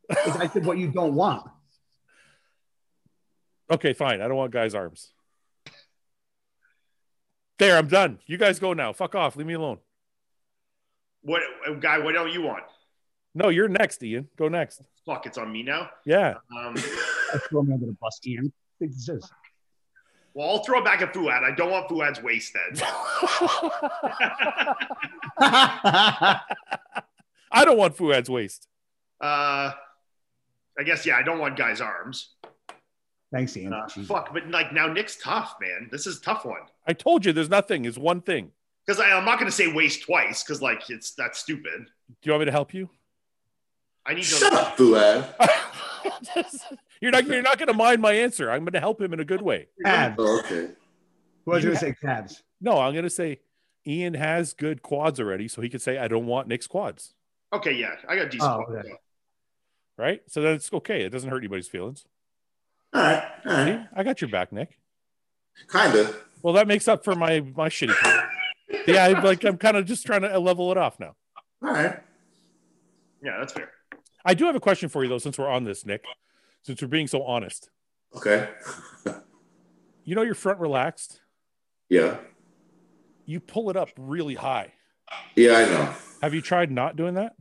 S5: I said what you don't want.
S2: okay, fine. I don't want guys' arms. There, I'm done. You guys go now. Fuck off. Leave me alone.
S3: What guy? What don't you want?
S2: No, you're next, Ian. Go next.
S3: Fuck, it's on me now.
S2: Yeah.
S3: Um,
S5: That's throw me under the bus, Ian. I think this is.
S3: well, I'll throw it back at Fuad. I don't want Fuad's waist then.
S5: I
S2: I don't want Fuad's waist.
S3: Uh, I guess yeah. I don't want guys' arms.
S5: Thanks, Ian.
S2: Oh,
S3: Uh,
S5: Jesus.
S3: fuck, but like now Nick's tough, man. This is a tough one
S2: I told you there's nothing. It's one thing.
S3: because I'm not gonna say waist twice because like it's that's stupid.
S2: Do you want me to help you?
S3: I need to.
S1: Shut up, Fuad.
S2: you're not you're not going to mind my answer. I'm going to help him in a good way.
S5: Calves.
S1: Oh, okay.
S5: Who was going to say calves?
S2: No, I'm going to say Ian has good quads already, so he could say I don't want Nick's quads,
S3: Okay, yeah, I got decent.
S5: Oh,
S3: quads,
S5: okay.
S2: right? So that's okay. It doesn't hurt anybody's feelings.
S1: All right, all
S2: See?
S1: right.
S2: I got your back, Nick.
S1: Kinda.
S2: Well, that makes up for my my shitty. quads. yeah, I'm like I'm kind of just trying to level it off now.
S1: All right.
S3: Yeah, that's fair.
S2: I do have a question for you though, since we're on this, Nick. Since we're being so honest,
S1: Okay.
S2: you know your front relaxed.
S1: Yeah.
S2: You pull it up really high.
S1: Yeah, I know.
S2: Have you tried not doing that?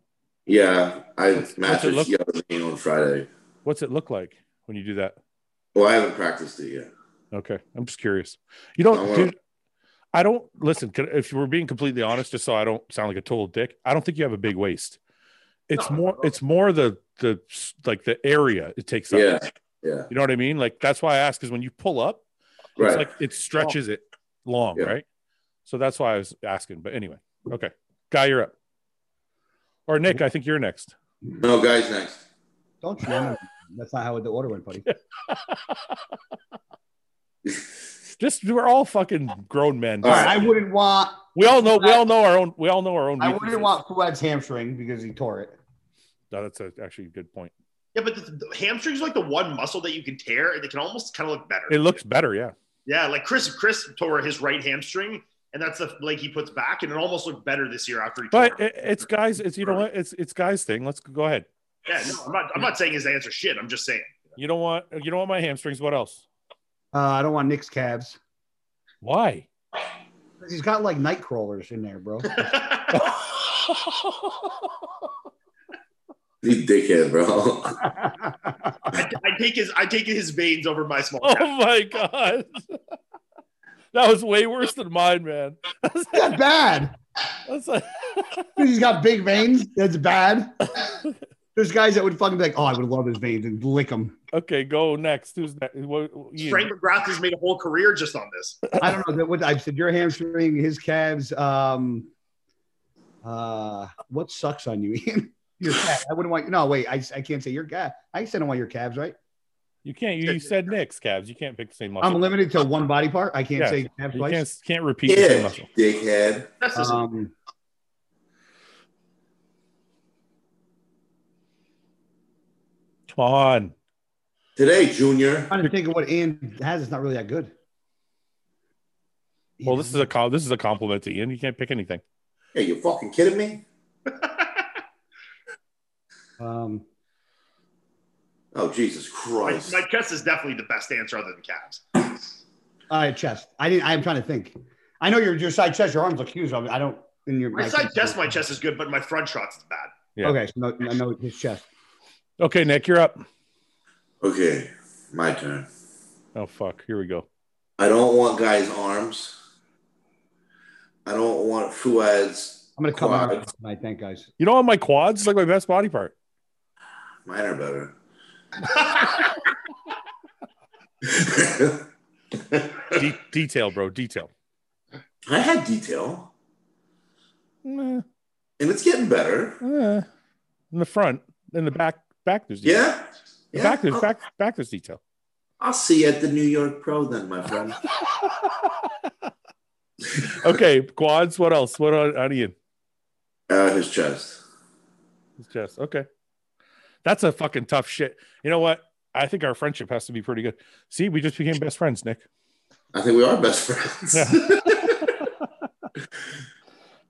S1: Yeah, I
S2: it
S1: Masters
S2: look-
S1: yelled at me on Friday.
S2: What's it look like when you do that?
S1: Well, I haven't practiced it yet.
S2: Okay, I'm just curious. You
S1: I
S2: don't,
S1: wanna-
S2: dude. I don't listen. could- If we're being completely honest, just so I don't sound like a total dick, I don't think you have a big waist. It's
S3: No,
S2: more.
S3: no.
S2: It's more the the s- like the area it takes up.
S1: Yeah, yeah,
S2: You know what I mean? Like that's why I ask. Because when you pull up,
S1: right.
S2: it's like it stretches it long,
S1: Yeah.
S2: right? So that's why I was asking. But anyway, okay, guy, you're up. Or
S1: Mm-hmm.
S2: Nick, I think you're next.
S1: no, guys, next.
S5: Don't you? know? That's not how the order went, buddy.
S2: Just we're all fucking grown men.
S1: All right.
S5: I wouldn't want.
S2: We all know. We all know our own. We all know our own.
S5: I
S2: weaknesses.
S5: wouldn't want Fuad's hamstring because he tore it.
S2: No, that's a, actually a good point.
S3: Yeah, but the, the hamstrings like the one muscle that you can tear, and it can almost kind of look better.
S2: It looks better, yeah.
S3: Yeah, like Chris Chris tore his right hamstring, and that's the like he puts back, and it almost looked better this year after he.
S2: But
S3: tore it.
S2: it, it's guys. It's you know what? It's it's guys thing. Let's go ahead.
S3: yeah, no, I'm not. I'm not saying his answer shit. I'm just saying.
S2: You don't want you don't want my hamstrings. What else?
S5: Uh, I don't want Nick's calves.
S2: Why?
S5: 'Cause He's got like night crawlers in there, bro.
S2: Oh
S1: You dickhead, bro.
S3: I, I take his I take his veins over my small.
S2: oh
S3: calf.
S2: my god, that was way worse than mine, man.
S5: That's bad.
S2: That's like,
S5: He's got big veins. That's bad. There's guys that would fucking be like, oh, I would love his veins and lick them.
S2: okay, go next. Who's next? What, Ian.
S3: Frank McGrath has made a whole career just on this.
S5: I don't know that what I've said. Your hamstring, his calves. Um, uh, what sucks on you, Ian? Your calf. I wouldn't want. No, wait. I, I can't say your calf. I said I want your calves, right?
S2: You can't. You, you said Nick's calves. You can't pick the same muscle.
S5: I'm limited to one body part. I can't
S2: Yeah,
S5: say calves
S2: You
S5: twice.
S2: can't can't repeat the same
S1: yeah,
S2: muscle.
S1: dickhead.
S3: That's just,
S5: Um,
S2: Come on.
S1: Today, Junior.
S5: trying to think of what Ian has. It's not really that good.
S2: Well, this is a com- this is a compliment to Ian. You can't pick anything.
S1: Hey, you fucking kidding me?
S5: Um,
S1: Oh, Jesus
S3: my,
S1: Christ.
S3: my chest is definitely the best answer other than calves.
S5: all right, uh, chest. I didn't. I'm trying to think. I know your your side chest, your arms look huge. I mean, I don't. In your
S3: My
S5: my
S3: side
S5: chest-
S3: chest, my chest is good, but my front shots is bad.
S2: Yeah.
S5: Okay, so no, I know his chest.
S2: Okay, Nick, you're up.
S1: Okay, my turn.
S2: Oh fuck, here we go.
S1: I don't want guys' arms. I don't want Fuad's.
S5: I'm gonna cut my arms
S1: quads.
S5: tonight. Thank guys.
S2: You know, on my quads, it's like my best body part.
S1: Mine are better.
S2: De- detail, bro. Detail.
S1: I had detail,
S2: Eh,
S1: and it's getting better.
S2: eh. In the front, in the back, Factors. detail.
S1: Yeah.
S2: The
S1: yeah.
S2: Factors.
S1: I'll,
S2: Fact, factors detail.
S1: I'll see you at the New York Pro then, my friend.
S2: okay, quads. What else? What on, on Ian?
S1: uh, his chest.
S2: His chest. Okay, that's a fucking tough shit. You know what? I think our friendship has to be pretty good. See, we just became best friends, Nick.
S1: I think we are best friends.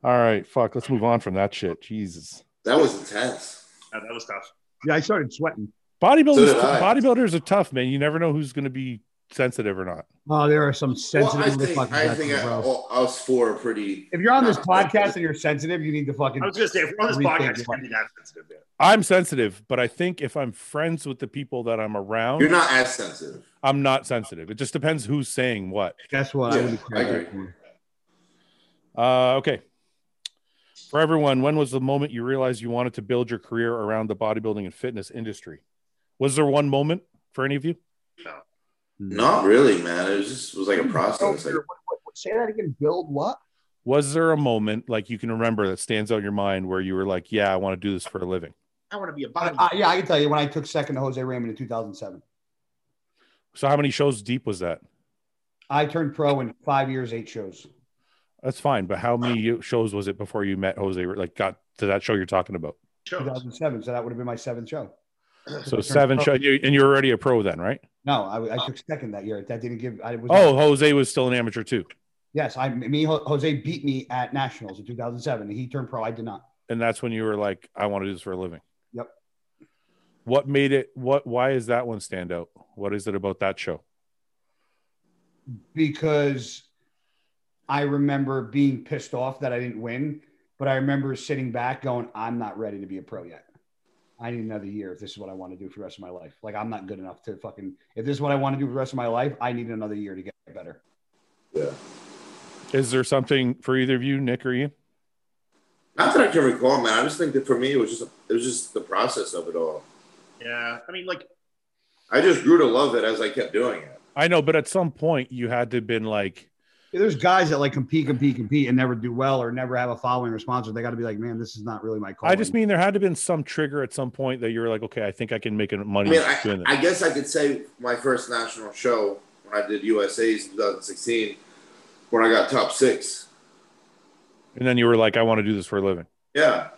S2: All right, fuck. Let's move on from that shit. Jesus.
S1: that was intense.
S3: Yeah, that was tough.
S5: Yeah, I started sweating.
S2: Bodybuilders,
S1: So did I.
S2: bodybuilders are tough, man. You never know who's going to be sensitive or not.
S5: Oh, there are some
S1: Well, I
S5: sensitive
S1: think,
S5: motherfuckers
S1: I
S5: out
S1: think
S5: there,
S1: I,
S5: bro.
S1: all, us four are pretty.
S4: If you're on this
S1: Nah.
S4: podcast and you're sensitive, you need to fucking.
S3: I was gonna say if we're on this
S4: Rethink it.
S3: podcast, it's gonna be that sensitive. Yeah.
S2: I'm sensitive, but I think if I'm friends with the people that I'm around,
S1: You're not as sensitive.
S2: I'm not sensitive. It just depends who's saying what.
S5: Guess what?
S1: Yeah,
S5: I, wouldn't
S1: I
S5: care
S1: agree.
S5: about Hmm. that.
S2: Uh, okay. For everyone, when was the moment you realized you wanted to build your career around the bodybuilding and fitness industry? Was there one moment for any of you?
S1: Not really, man. It was just it was like a process. Like,
S5: What- what- what- say that again. Build what?
S2: Was there a moment like you can remember that stands out in your mind where you were like, "Yeah, I want to do this for a living"?
S3: I want to be a
S4: I,
S3: body.
S4: I, yeah, I can tell you when I took second to Jose Raymond in 2007.
S2: So, how many shows deep was that?
S4: I turned pro in five years, eight shows.
S2: That's fine, but how many shows was it before you met Jose? or, Like, got to that show you're talking about?
S3: shows.
S4: 2007, so that would have been my seventh show.
S2: So seven shows, and you're already a pro then, right?
S4: No, I, I took second that year. That didn't give. I was
S2: Oh, Jose was still an amateur too,
S4: yes. I me Ho- Jose beat me at nationals in 2007. He turned pro. I did not.
S2: and that's when you were like, "I want to do this for a living."
S4: Yep.
S2: What made it? What? Why is that one stand out? What is it about that show?
S4: because I remember being pissed off that I didn't win, but I remember sitting back going, I'm not ready to be a pro yet. I need another year if this is what I want to do for the rest of my life. Like, I'm not good enough to fucking, if this is what I want to do for the rest of my life, I need another year to get better.
S2: Is there something for either of you, Nick or Ian?
S1: not that I can recall, man. I just think that for me, it was just it was just the process of it all.
S3: Yeah, I mean, like
S1: I just grew to love it as I kept doing it.
S2: I know, but at some point you had to have been like,
S5: Yeah, There's guys that like compete, compete, compete, and never do well or never have a following or sponsor. They got to be like, man, this is not really my call.
S2: I just mean there had to have been some trigger at some point that you were like, okay, I think I can make money
S1: I mean,
S2: doing this.
S1: I, I guess I could say my first national show when I did USA's in 2016, when I got top six.
S2: and then you were like, I want to do this for a living
S1: Yeah,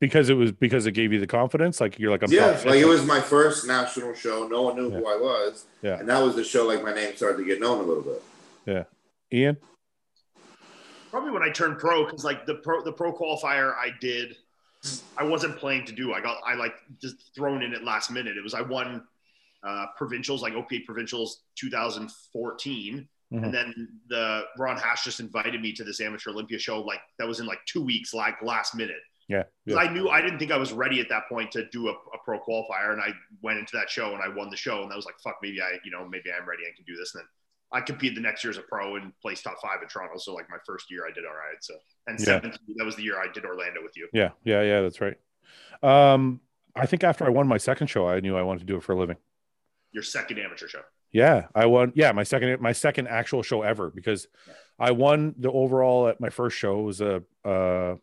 S2: because it was because it gave you the confidence. Like you're like, I'm
S1: yeah.
S2: top
S1: Like
S2: shit.
S1: it was my first national show. No one knew who I was.
S2: Yeah.
S1: And that was the show. Like my name started to get known a little bit.
S2: Ian.
S3: probably when I turned pro, because like the pro the pro qualifier I did, I wasn't planning to do. I got I like just thrown in at last minute. It was I won uh, provincials like OPA provincials 2014,
S2: Mhm.
S3: and then the Ron Hash just invited me to this amateur Olympia show like that was in like two weeks, like last minute.
S2: Yeah.
S3: 'Cause
S2: yeah.
S3: I knew I didn't think I was ready at that point to do a, a pro qualifier, and I went into that show and I won the show, and I was like, "Fuck, maybe I, you know, maybe I'm ready. I can do this." And then I competed the next year as a pro and placed top five in Toronto. So like my first year, I did all right. So and
S2: Yeah.
S3: seventh, that was the year I did Orlando with you.
S2: Yeah, yeah, yeah. That's right. Um, I think after I won my second show, I knew I wanted to do it for a living.
S3: Your second amateur show.
S2: Yeah, I won. Yeah, my second, my second actual show ever because I won the overall at my first show It was a uh,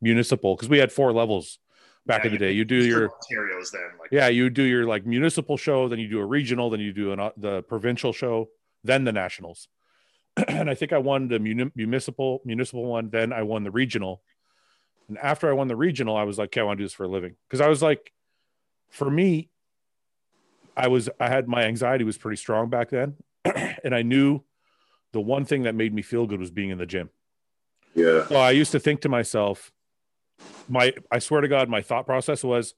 S2: municipal because we had four levels back
S3: Yeah,
S2: in the
S3: you-
S2: day. You do your
S3: Ontario's then like
S2: yeah, you do your like municipal show, then you do a regional, then you do an, uh, the provincial show, then the nationals. and I think I won the muni- municipal municipal one, then I won the regional. And after I won the regional, I was like, okay, I want to do this for a living because I was like, for me, I was I had my anxiety was pretty strong back then, and I knew the one thing that made me feel good was being in the gym.
S1: Yeah.
S2: So I used to think to myself, my I swear to God, my thought process was,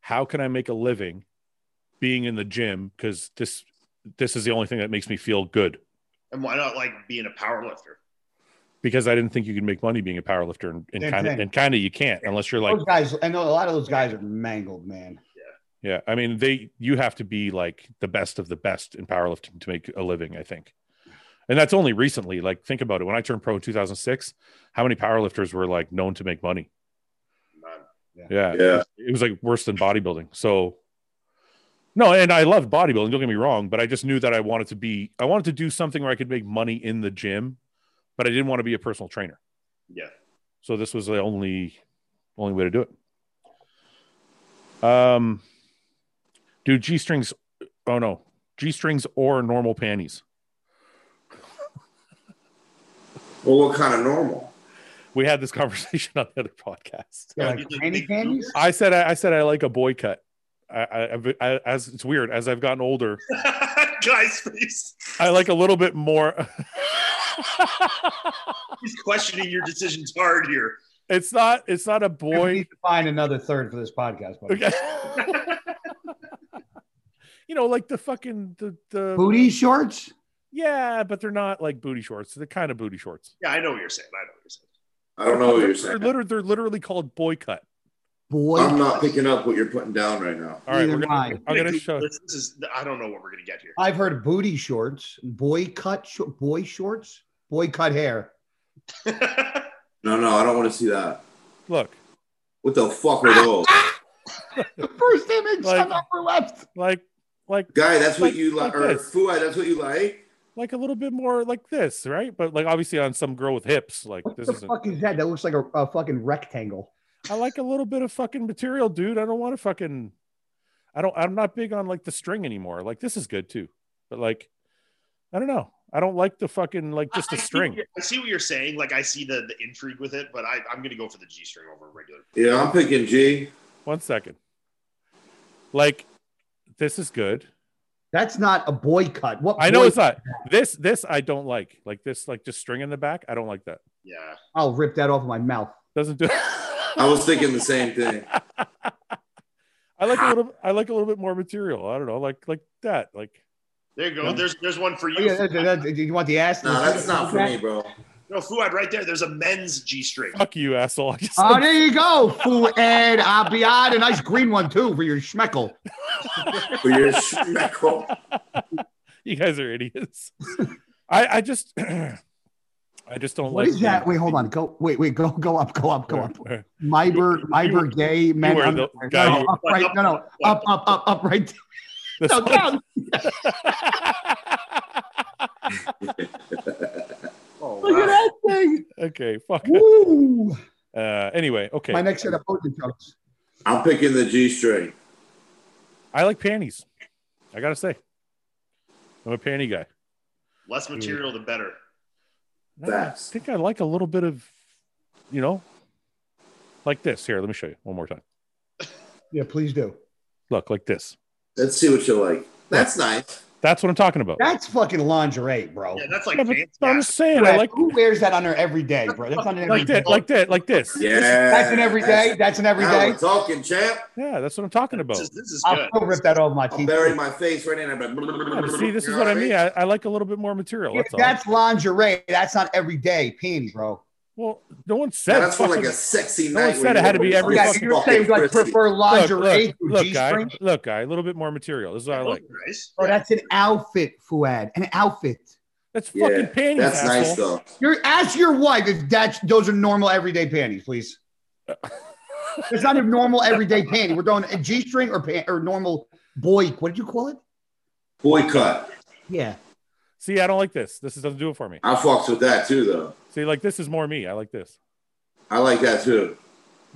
S2: how can I make a living being in the gym? Because this this is the only thing that makes me feel good.
S3: and why not like being a power lifter?
S2: Because I didn't think you could make money being a powerlifter, and, and
S5: Same
S2: kind of
S5: thing. Oh.
S2: and kind of you can't unless you're like,
S5: those guys, I know a lot of those guys are mangled, man.
S2: yeah. I mean, they you have to be like the best of the best in powerlifting to make a living. I think, and that's only recently. Like, think about it. When I turned pro in 2006, how many powerlifters were like known to make money?
S3: None.
S2: Yeah.
S1: Yeah.
S2: it was like worse than bodybuilding. So no, and I loved bodybuilding, don't get me wrong, but I just knew that I wanted to be I wanted to do something where I could make money in the gym, but I didn't want to be a personal trainer.
S3: Yeah.
S2: So this was the only only way to do it. Um, do G strings? Oh no, G strings or normal panties.
S1: Well, what kind of normal?
S2: We had this conversation on the other podcast.
S5: Yeah,
S3: you
S5: like
S3: think
S5: granny
S3: they-
S5: panties?
S2: I said I, I said I like a boy cut. I, I, I've- I as it's weird as I've gotten older,
S3: Guy's face.
S2: I like a little bit more.
S3: He's questioning your decisions hard here.
S2: it's not it's not a
S5: We
S2: boy.
S5: need to find another third for this podcast. buddy.
S2: you know, like the fucking the the
S5: Booty shorts?
S2: yeah, but they're not like booty shorts. They're kind of booty shorts.
S3: Yeah, I know what you're saying. I know what you're saying.
S1: I don't know what Oh, you're
S2: They're,
S1: saying.
S2: liter- they're literally called boy cut.
S5: Boy,
S1: I'm not picking up what you're putting down right now.
S2: All right,
S5: Neither
S2: we're
S5: am I.
S2: gonna, I'm gonna
S3: Dude,
S2: show.
S3: This, this is. I don't know what we're gonna get here.
S5: I've heard booty shorts, boy cut, sh- boy shorts, boy cut hair.
S1: No, no, I don't want to see that.
S2: Look,
S1: What the fuck are those?
S5: The first image
S2: Like-
S5: on the upper left.
S2: like like
S1: Guy, that's what
S2: Like-
S1: you like,
S2: like
S1: or
S2: this.
S1: Fuai, that's what you like?
S2: like a little bit more like this, right? But like obviously on some girl with hips, like
S5: What
S2: this
S5: the
S2: isn't.
S5: fuck is that? That looks like a, a fucking rectangle.
S2: I like a little bit of fucking material, dude. I don't want to fucking. I don't. I'm not big on like the string anymore. Like this is good too, but like, I don't know. I don't like the fucking like just
S3: I-
S2: the
S3: I see
S2: string.
S3: what you're- I see what you're saying. Like I see the, the intrigue with it, but I, I'm gonna go for the G string over regular.
S1: Yeah, I'm picking G.
S2: One second. Like, this is good.
S5: That's not a boy cut. What
S2: I know
S5: boy-
S2: it's not this. This I don't like. Like this, like just string in the back. I don't like that.
S3: Yeah.
S5: I'll rip that off of my mouth.
S2: Doesn't do.
S1: I was thinking the same thing.
S2: I like a little. I like a little bit more material. I don't know, like like that. Like
S3: There you go.
S2: Yeah.
S3: There's there's one for you.
S5: Oh, yeah, that- that- that- you want the ass?
S1: No, that's not for me, bro.
S3: no, Fuad, right there. There's a men's G string.
S2: fuck you, asshole. I just-
S5: Oh, there you go, food. And I'll be on a nice green one too for your schmeckle.
S1: For your schmeckle.
S2: you guys are idiots. I I just I just don't
S5: What
S2: like
S5: is that? Wait, hold on. Go. Wait, wait. Go. Go up. Go up. Go up.
S2: Where- were-
S5: Myber. Myber. Gay men.
S2: were the
S5: under-
S2: guy
S5: no,
S2: who-
S5: up, right. No, no. Up. Up. Up. Up. Right.
S2: where-
S5: No, down.
S3: Oh,
S5: Look at
S3: wow.
S5: that thing.
S2: okay, fuck. it.
S5: Woo.
S2: Uh, anyway, okay.
S5: My next set of potent jokes.
S1: I'm picking the G string.
S2: I like panties. I gotta say, I'm a panty guy.
S3: Less material, the better.
S2: No, I
S1: Facts.
S2: think I like a little bit of, you know, like this. Here, let me show you one more time.
S5: Yeah, please do.
S2: Look, like this.
S1: Let's see what you like. That's nice.
S2: That's what I'm talking about.
S5: That's fucking lingerie, bro.
S3: Yeah, that's like
S2: Yeah, but
S3: fancy.
S2: I'm
S3: ass.
S2: just saying, I like
S5: who wears that on their every day, bro? That's not an every
S2: like
S5: day.
S2: that, like that, like this.
S1: Yeah.
S5: That's an every day. That's an every
S1: Now
S5: day.
S1: we're talking, champ.
S2: Yeah, that's what I'm talking about.
S3: This is, this is
S5: I'll
S3: good.
S5: still rip that off my
S1: I'll
S5: teeth.
S1: bury my face right in. it.
S2: Yeah, but see, this
S1: You know
S2: is what I mean. I, I like a little bit more material.
S5: Yeah,
S2: That's,
S5: that's lingerie. That's not every day panty, bro.
S2: all. Well, no one said.
S1: Yeah, that's for like
S2: fucking-
S1: a sexy
S2: No
S1: night.
S2: one said
S1: where
S2: it had to
S1: you're
S2: be every
S1: fucking
S5: Yeah,
S2: fucking
S5: you're saying you like
S1: frisky.
S5: prefer
S2: look,
S5: lingerie
S2: look,
S5: through
S2: look, guy,
S5: G-string?
S2: look, guy, a little bit more material. This is what I
S3: Those
S2: like.
S3: are nice.
S5: Bro, Oh, that's an outfit, Fuad. An outfit.
S2: That's
S1: Yeah,
S2: fucking panties.
S1: That's
S2: asshole.
S1: nice though.
S5: You're, ask your wife if that's those are normal everyday panties, please. it's not a normal everyday panty. We're doing a G-string or pan, or normal boy. What did you call it?
S1: Boycott.
S5: Yeah.
S2: See, I don't like this. This doesn't do it for me.
S1: I fucks with that too though.
S2: See, like this is more me. I like this.
S1: I like that too.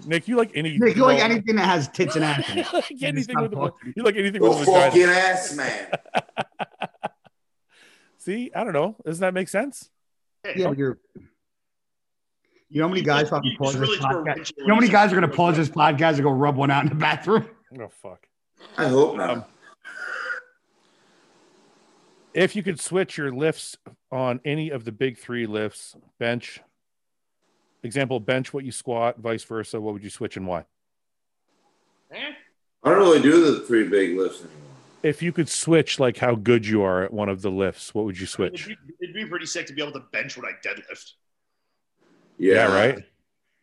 S2: Nick, you like any?
S5: Nick, you like
S2: well,
S5: anything that has tits and ass. in
S2: you
S5: it.
S2: like anything
S5: not
S2: with a,
S5: talking.
S2: you like anything
S1: Go
S2: with a vagina.
S1: fucking ass, man.
S2: See, I don't know. Doesn't that make sense?
S3: Okay.
S5: Yeah, but you're. You know how many guys fucking
S3: You
S5: pause
S3: just
S5: this
S3: really threw a
S5: podcast?
S3: wrench in
S5: You know how many
S3: it.
S5: guys are gonna pause this podcast and go rub one out in the bathroom?
S2: Oh fuck!
S1: I hope not.
S2: Um, If you could switch your lifts on any of the big three lifts, bench, example, bench what you squat, vice versa, what would you switch and why?
S3: Eh?
S1: I don't really do the three big lifts anymore.
S2: If you could switch, like how good you are at one of the lifts, what would you
S3: It'd
S2: switch?
S3: be, it'd be pretty sick to be able to bench when I deadlift.
S1: Yeah,
S2: right.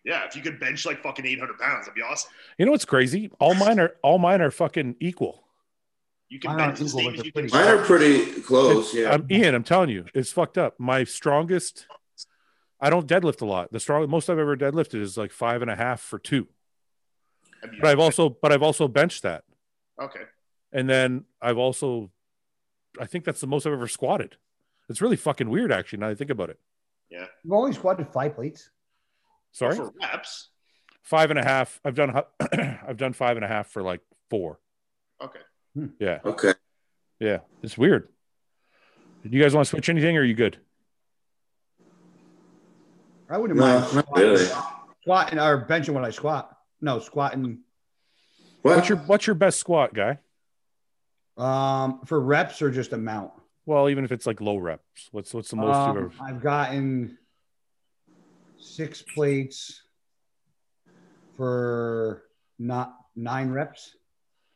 S3: Yeah, if you could bench like fucking 800 pounds, that'd be awesome.
S2: You know what's crazy? All mine are all mine are fucking equal.
S3: You can
S5: Mine aren't
S3: bench the
S5: equal,
S3: same
S5: but
S3: as
S5: they're
S3: you
S5: pretty
S3: can.
S1: Mine are pretty close. Yeah.
S2: I'm, Ian, I'm telling you, it's fucked up. My strongest, I don't deadlift a lot. The strong most I've ever deadlifted is like five and a half for two.
S3: That'd be
S2: But I've also but I've also benched that.
S3: okay.
S2: And then I've also, I think that's the most I've ever squatted. It's really fucking weird, actually. Now that I think about it.
S5: You've only squatted five plates.
S2: Sorry,
S3: For reps.
S2: five and a half. I've done. hu- I've done five and a half for like four.
S3: Okay.
S2: Yeah.
S1: Okay.
S2: Yeah. It's weird. Do you guys want to switch anything or are you good?
S5: I wouldn't mind
S1: No, not really.
S5: squatting or benching when I squat. No, squatting.
S1: What?
S2: What's your what's your best squat, guy?
S5: Um, for reps or just amount?
S2: Well, even if it's like low reps, what's what's the most you've
S5: Um,
S2: ever
S5: I've gotten six plates for not nine reps.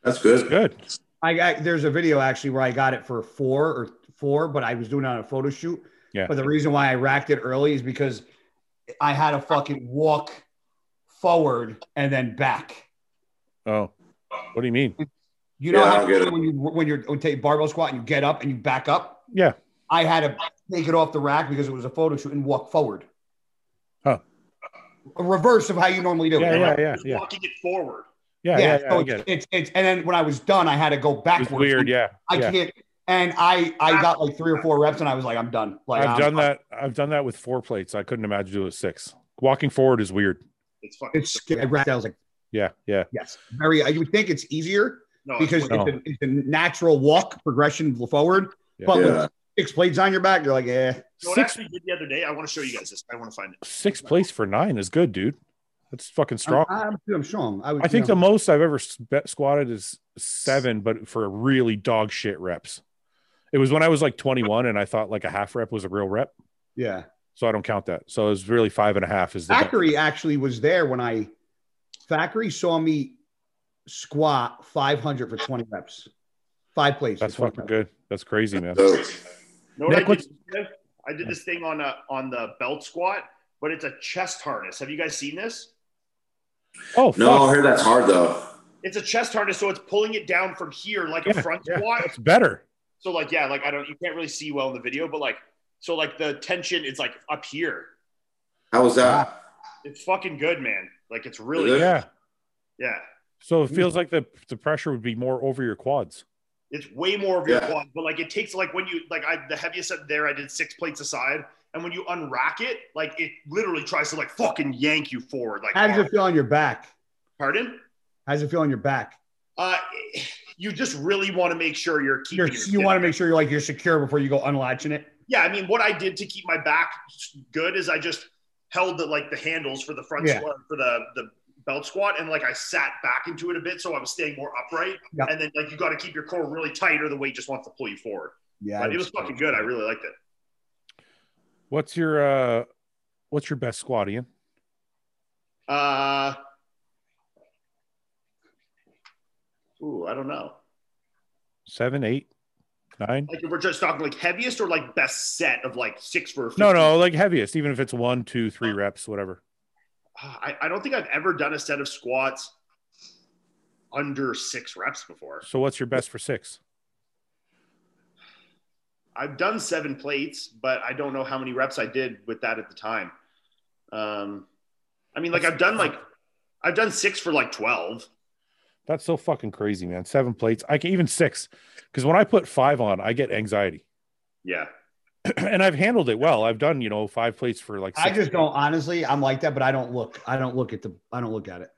S1: That's good.
S2: good.
S5: I got there's a video actually where I got it for four or four, but I was doing it on a photo shoot.
S2: Yeah.
S5: But the reason why I racked it early is because I had to fucking walk forward and then back.
S2: Oh. What do you mean?
S5: You know
S1: Yeah, I
S5: how
S1: don't get it.
S5: when you when you're when you take barbell squat and you get up and you back up.
S2: Yeah.
S5: I had to take it off the rack because it was a photo shoot and walk forward.
S2: Huh.
S5: A reverse of how you normally do. it.
S2: Yeah, yeah, yeah,
S3: Just
S2: yeah.
S3: walking it forward.
S2: Yeah, yeah,
S5: Yeah,
S2: yeah.
S5: so
S2: I
S5: it's,
S2: get it.
S5: it's it's and then when I was done, I had to go backwards.
S2: It's weird, yeah.
S5: I
S2: yeah.
S5: can't. And I I got like three or four reps, and I was like, I'm done. Like
S2: I've
S5: I'm-
S2: done that. I've done that with four plates. I couldn't imagine doing six. Walking forward is weird.
S3: It's fucking
S5: It's scary. I racked- I was like,
S2: Yeah, yeah.
S5: yes, very. I would think it's easier
S3: no, it's
S5: because it's,
S3: weird.
S2: No.
S5: a, it's a natural walk progression forward.
S2: Yeah.
S5: But
S1: Yeah.
S5: with six plates on your back, you're like,
S3: You know
S5: eh. yeah.
S3: what I
S2: Six
S3: actually did the other day? I want to show you guys this. I want to find it.
S2: six plates for nine is good, dude. That's fucking strong.
S5: I'm, I'm, I'm strong. I, would,
S2: I think
S5: you
S2: the
S5: know,
S2: most I've ever sp- squatted is seven, but for really dog shit reps. It was when I was like 21 and I thought like a half rep was a real rep.
S5: yeah.
S2: So I don't count that. So it's really five and a half is the best.
S5: Thackeray actually was there when I. Thackeray saw me squat 500 for 20 reps, five plates. for
S2: That's
S5: 20
S2: fucking
S5: reps.
S2: good. That's crazy, man.
S1: So,
S3: You know what
S2: Nick,
S3: I
S2: what's-
S3: did? I did this thing on a, on the belt squat, but it's a chest harness. Have you guys seen this?
S2: Oh, fuck.
S1: no, I heard that's hard though.
S3: It's a chest harness, so it's pulling it down from here like
S2: Yeah,
S3: a front
S2: yeah.
S3: squat.
S2: It's better.
S3: So like yeah, like I don't you can't really see well in the video, but like so like the tension is like up here.
S1: How was that?
S3: It's fucking good, man. Like it's really
S1: Is it?
S2: Yeah.
S3: yeah.
S2: So it feels like the, the pressure would be more over your quads.
S3: It's way more of your
S1: Yeah.
S3: quad, but like it takes like when you like I the heaviest set there I did six plates aside, and when you unrack it, like it literally tries to like fucking yank you forward. Like
S5: How does it feel on your back?
S3: pardon?
S5: How does it feel on your back?
S3: Uh, you just really want to make sure you're keeping.
S5: You're,
S3: your
S5: you
S3: shit.
S5: want to make sure you're like you're secure before you go unlatching it.
S3: yeah. I mean, what I did to keep my back good is I just held the like the handles for the front
S5: Yeah.
S3: squat for the the belt squat, and like I sat back into it a bit, so I was staying more upright.
S5: Yeah.
S3: And then like you got to keep your core really tight, or the weight just wants to pull you forward.
S5: Yeah,
S3: But it was fucking good. I really liked it.
S2: What's your uh what's your best squat, Ian?
S3: Uh, ooh, I don't know.
S2: Seven, eight, nine?
S3: Like if we're just talking like heaviest or like best set of like six for
S2: No, no, like heaviest, even if it's one, two, three reps, whatever.
S3: Ah, I, I don't think I've ever done a set of squats under six reps before.
S2: So what's your best for six?
S3: I've done seven plates, but I don't know how many reps I did with that at the time. Um, I mean, like I've done like I've done six for like twelve.
S2: That's so fucking crazy, man. Seven plates. I can even six. Because when I put five on, I get anxiety.
S3: Yeah,
S2: and I've handled it well. I've done, you know, five plates for like six.
S5: I just don't honestly. I'm like that, but I don't look. I don't look at the. I don't look at it.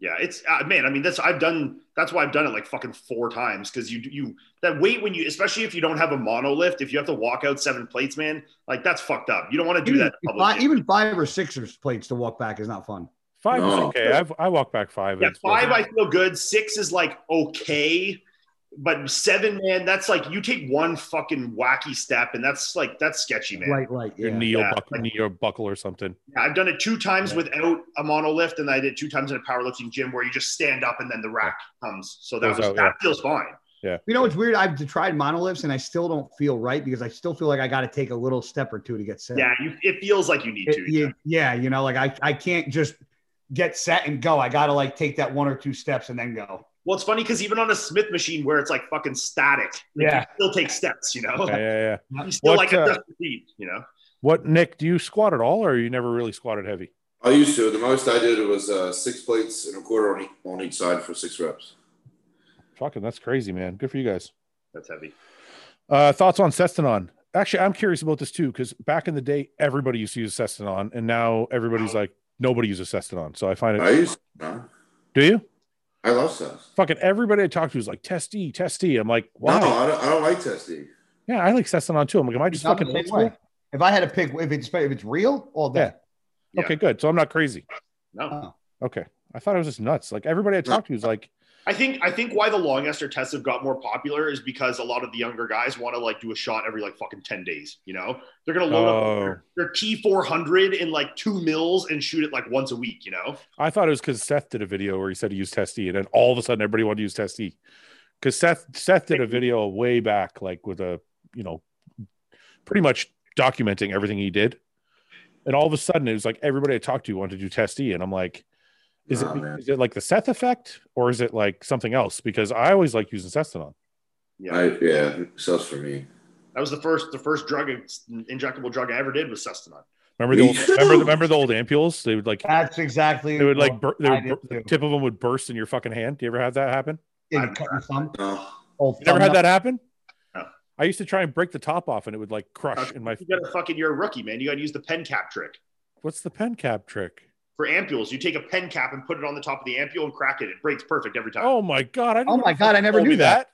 S3: yeah. It's uh, man. I mean, that's I've done. That's why I've done it like fucking four times because you you that weight when you especially if you don't have a mono lift if you have to walk out seven plates, man. Like that's fucked up. You don't want to do
S5: even,
S3: that. in public.
S5: Five, even five or six or plates to walk back is not fun.
S2: five is
S1: No.
S2: okay. I've, I walk back five.
S3: Yeah,
S2: It's
S3: five, I
S2: perfect.
S3: feel good. Six is like okay, but seven, man, that's like you take one fucking wacky step, and that's like that's sketchy, man.
S5: Light, light.
S2: Your
S5: Yeah.
S2: knee, will
S3: Yeah.
S2: buck- knee or buckle or something.
S3: Yeah, I've done it two times
S2: Yeah.
S3: without a monolift, and I did two times in a powerlifting gym where you just stand up and then the rack comes. So that
S2: Goes
S3: was
S2: out,
S3: that
S2: yeah.
S3: feels fine.
S5: You know, it's weird. I've tried monoliths and I still don't feel right because I still feel like I got to take a little step or two to get set.
S3: Yeah, you, it feels like you need
S5: It-
S3: to.
S5: you- yeah. You know, like I, I can't just get set and go. I got to like take that one or two steps and then go.
S3: Well, it's funny because even on a Smith machine where it's like fucking static, like,
S5: Yeah.
S3: you still take steps. You know,
S2: Yeah, yeah, yeah.
S3: you still
S2: What,
S3: like a
S2: uh,
S3: dust feet. You know,
S2: What, Nick, do you squat at all or you never really squatted heavy?
S1: I used to. The most I did was uh, six plates and a quarter on, e- on each side for six reps.
S2: Fucking, that's crazy, man. Good for you guys.
S3: that's heavy.
S2: Uh, thoughts on Cestanon? Actually, I'm curious about this too, because back in the day, everybody used to use Cestanon, and now everybody's like, nobody uses Cestanon. So I find it.
S1: I used. To, huh?
S2: Do you?
S1: I love Sauce.
S2: Fucking everybody I talked to is like testy, testy. I'm like, why?
S1: No, I don't, I don't like testy.
S2: yeah, I like Cessna too. I'm like, am I just
S5: I'm the
S2: fucking old
S5: same way.
S2: school?
S5: If I had to pick, if it's if it's real, all day.
S2: Yeah.
S3: Yeah.
S2: Okay, good. So I'm not crazy.
S3: No,
S2: Okay. I thought I was just nuts. Like everybody I talked to is like,
S3: I think I think why the long ester tests have got more popular is because a lot of the younger guys want to like do a shot every like fucking ten days. You know, they're gonna load up
S2: oh,
S3: their- their T four hundred in like two mils and shoot it like once a week. You know,
S2: I thought it was because Seth did a video where he said to use testy, and then all of a sudden everybody wanted to use testy. Because Seth Seth did a video way back, like with a you know, pretty much documenting everything he did, and all of a sudden it was like everybody I talked to wanted to do testy, and I'm like, is
S1: Nah,
S2: it
S1: Oh, man.
S2: is it like the Seth effect or is it like something else? Because I always like using Cestinon.
S3: yeah,
S1: I, yeah, Sauce for me.
S3: that was the first the first drug injectable drug I ever did was Sustanon.
S2: Remember the
S1: Me
S2: old, remember
S1: too.
S2: remember the old ampules? They would like
S5: That's exactly.
S2: they would like bur- they
S5: I
S2: would
S5: did
S2: bur- the
S5: too.
S2: tip of them would burst in your fucking hand. Do you ever have that happen?
S5: Yeah, you cut your thumb.
S1: No.
S5: Old
S2: You never
S5: thumb
S2: had that happen?
S3: No.
S2: I used to try and break the top off and it would like crush in my.
S3: You got to fucking you're a rookie, man. You got to use the pen cap trick.
S2: What's the pen cap trick?
S3: for ampules. You take a pen cap and put it on the top of the ampule and crack it. It breaks perfect every time
S2: Oh my God. I
S5: Oh my God, I never
S2: told
S5: knew
S2: me
S5: that.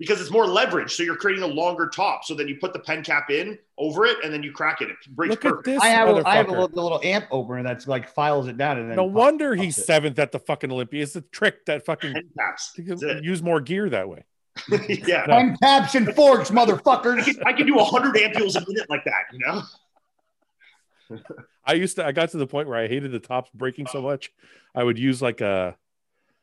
S3: because it's more leverage. So you're creating a longer top. So then you put the pen cap in over it and then you crack it. It breaks
S2: Look at
S3: perfect.
S2: this.
S5: I have a, I have
S2: motherfucker.
S5: a little, the little amp opener that's like files it down and then
S2: No
S5: pops-
S2: wonder he's
S5: Fuck it.
S2: seventh at the fucking Olympia. It's the trick that fucking.
S3: Pen caps.
S2: you can
S3: That's
S2: Use more gear that way.
S3: it. yeah.
S2: No.
S5: Pen taps and forks,
S3: I
S5: motherfuckers.
S3: can, I can do 100 ampules a minute like that, you know?
S2: I used to. I got to the point where I hated the tops breaking so much. I would use like a.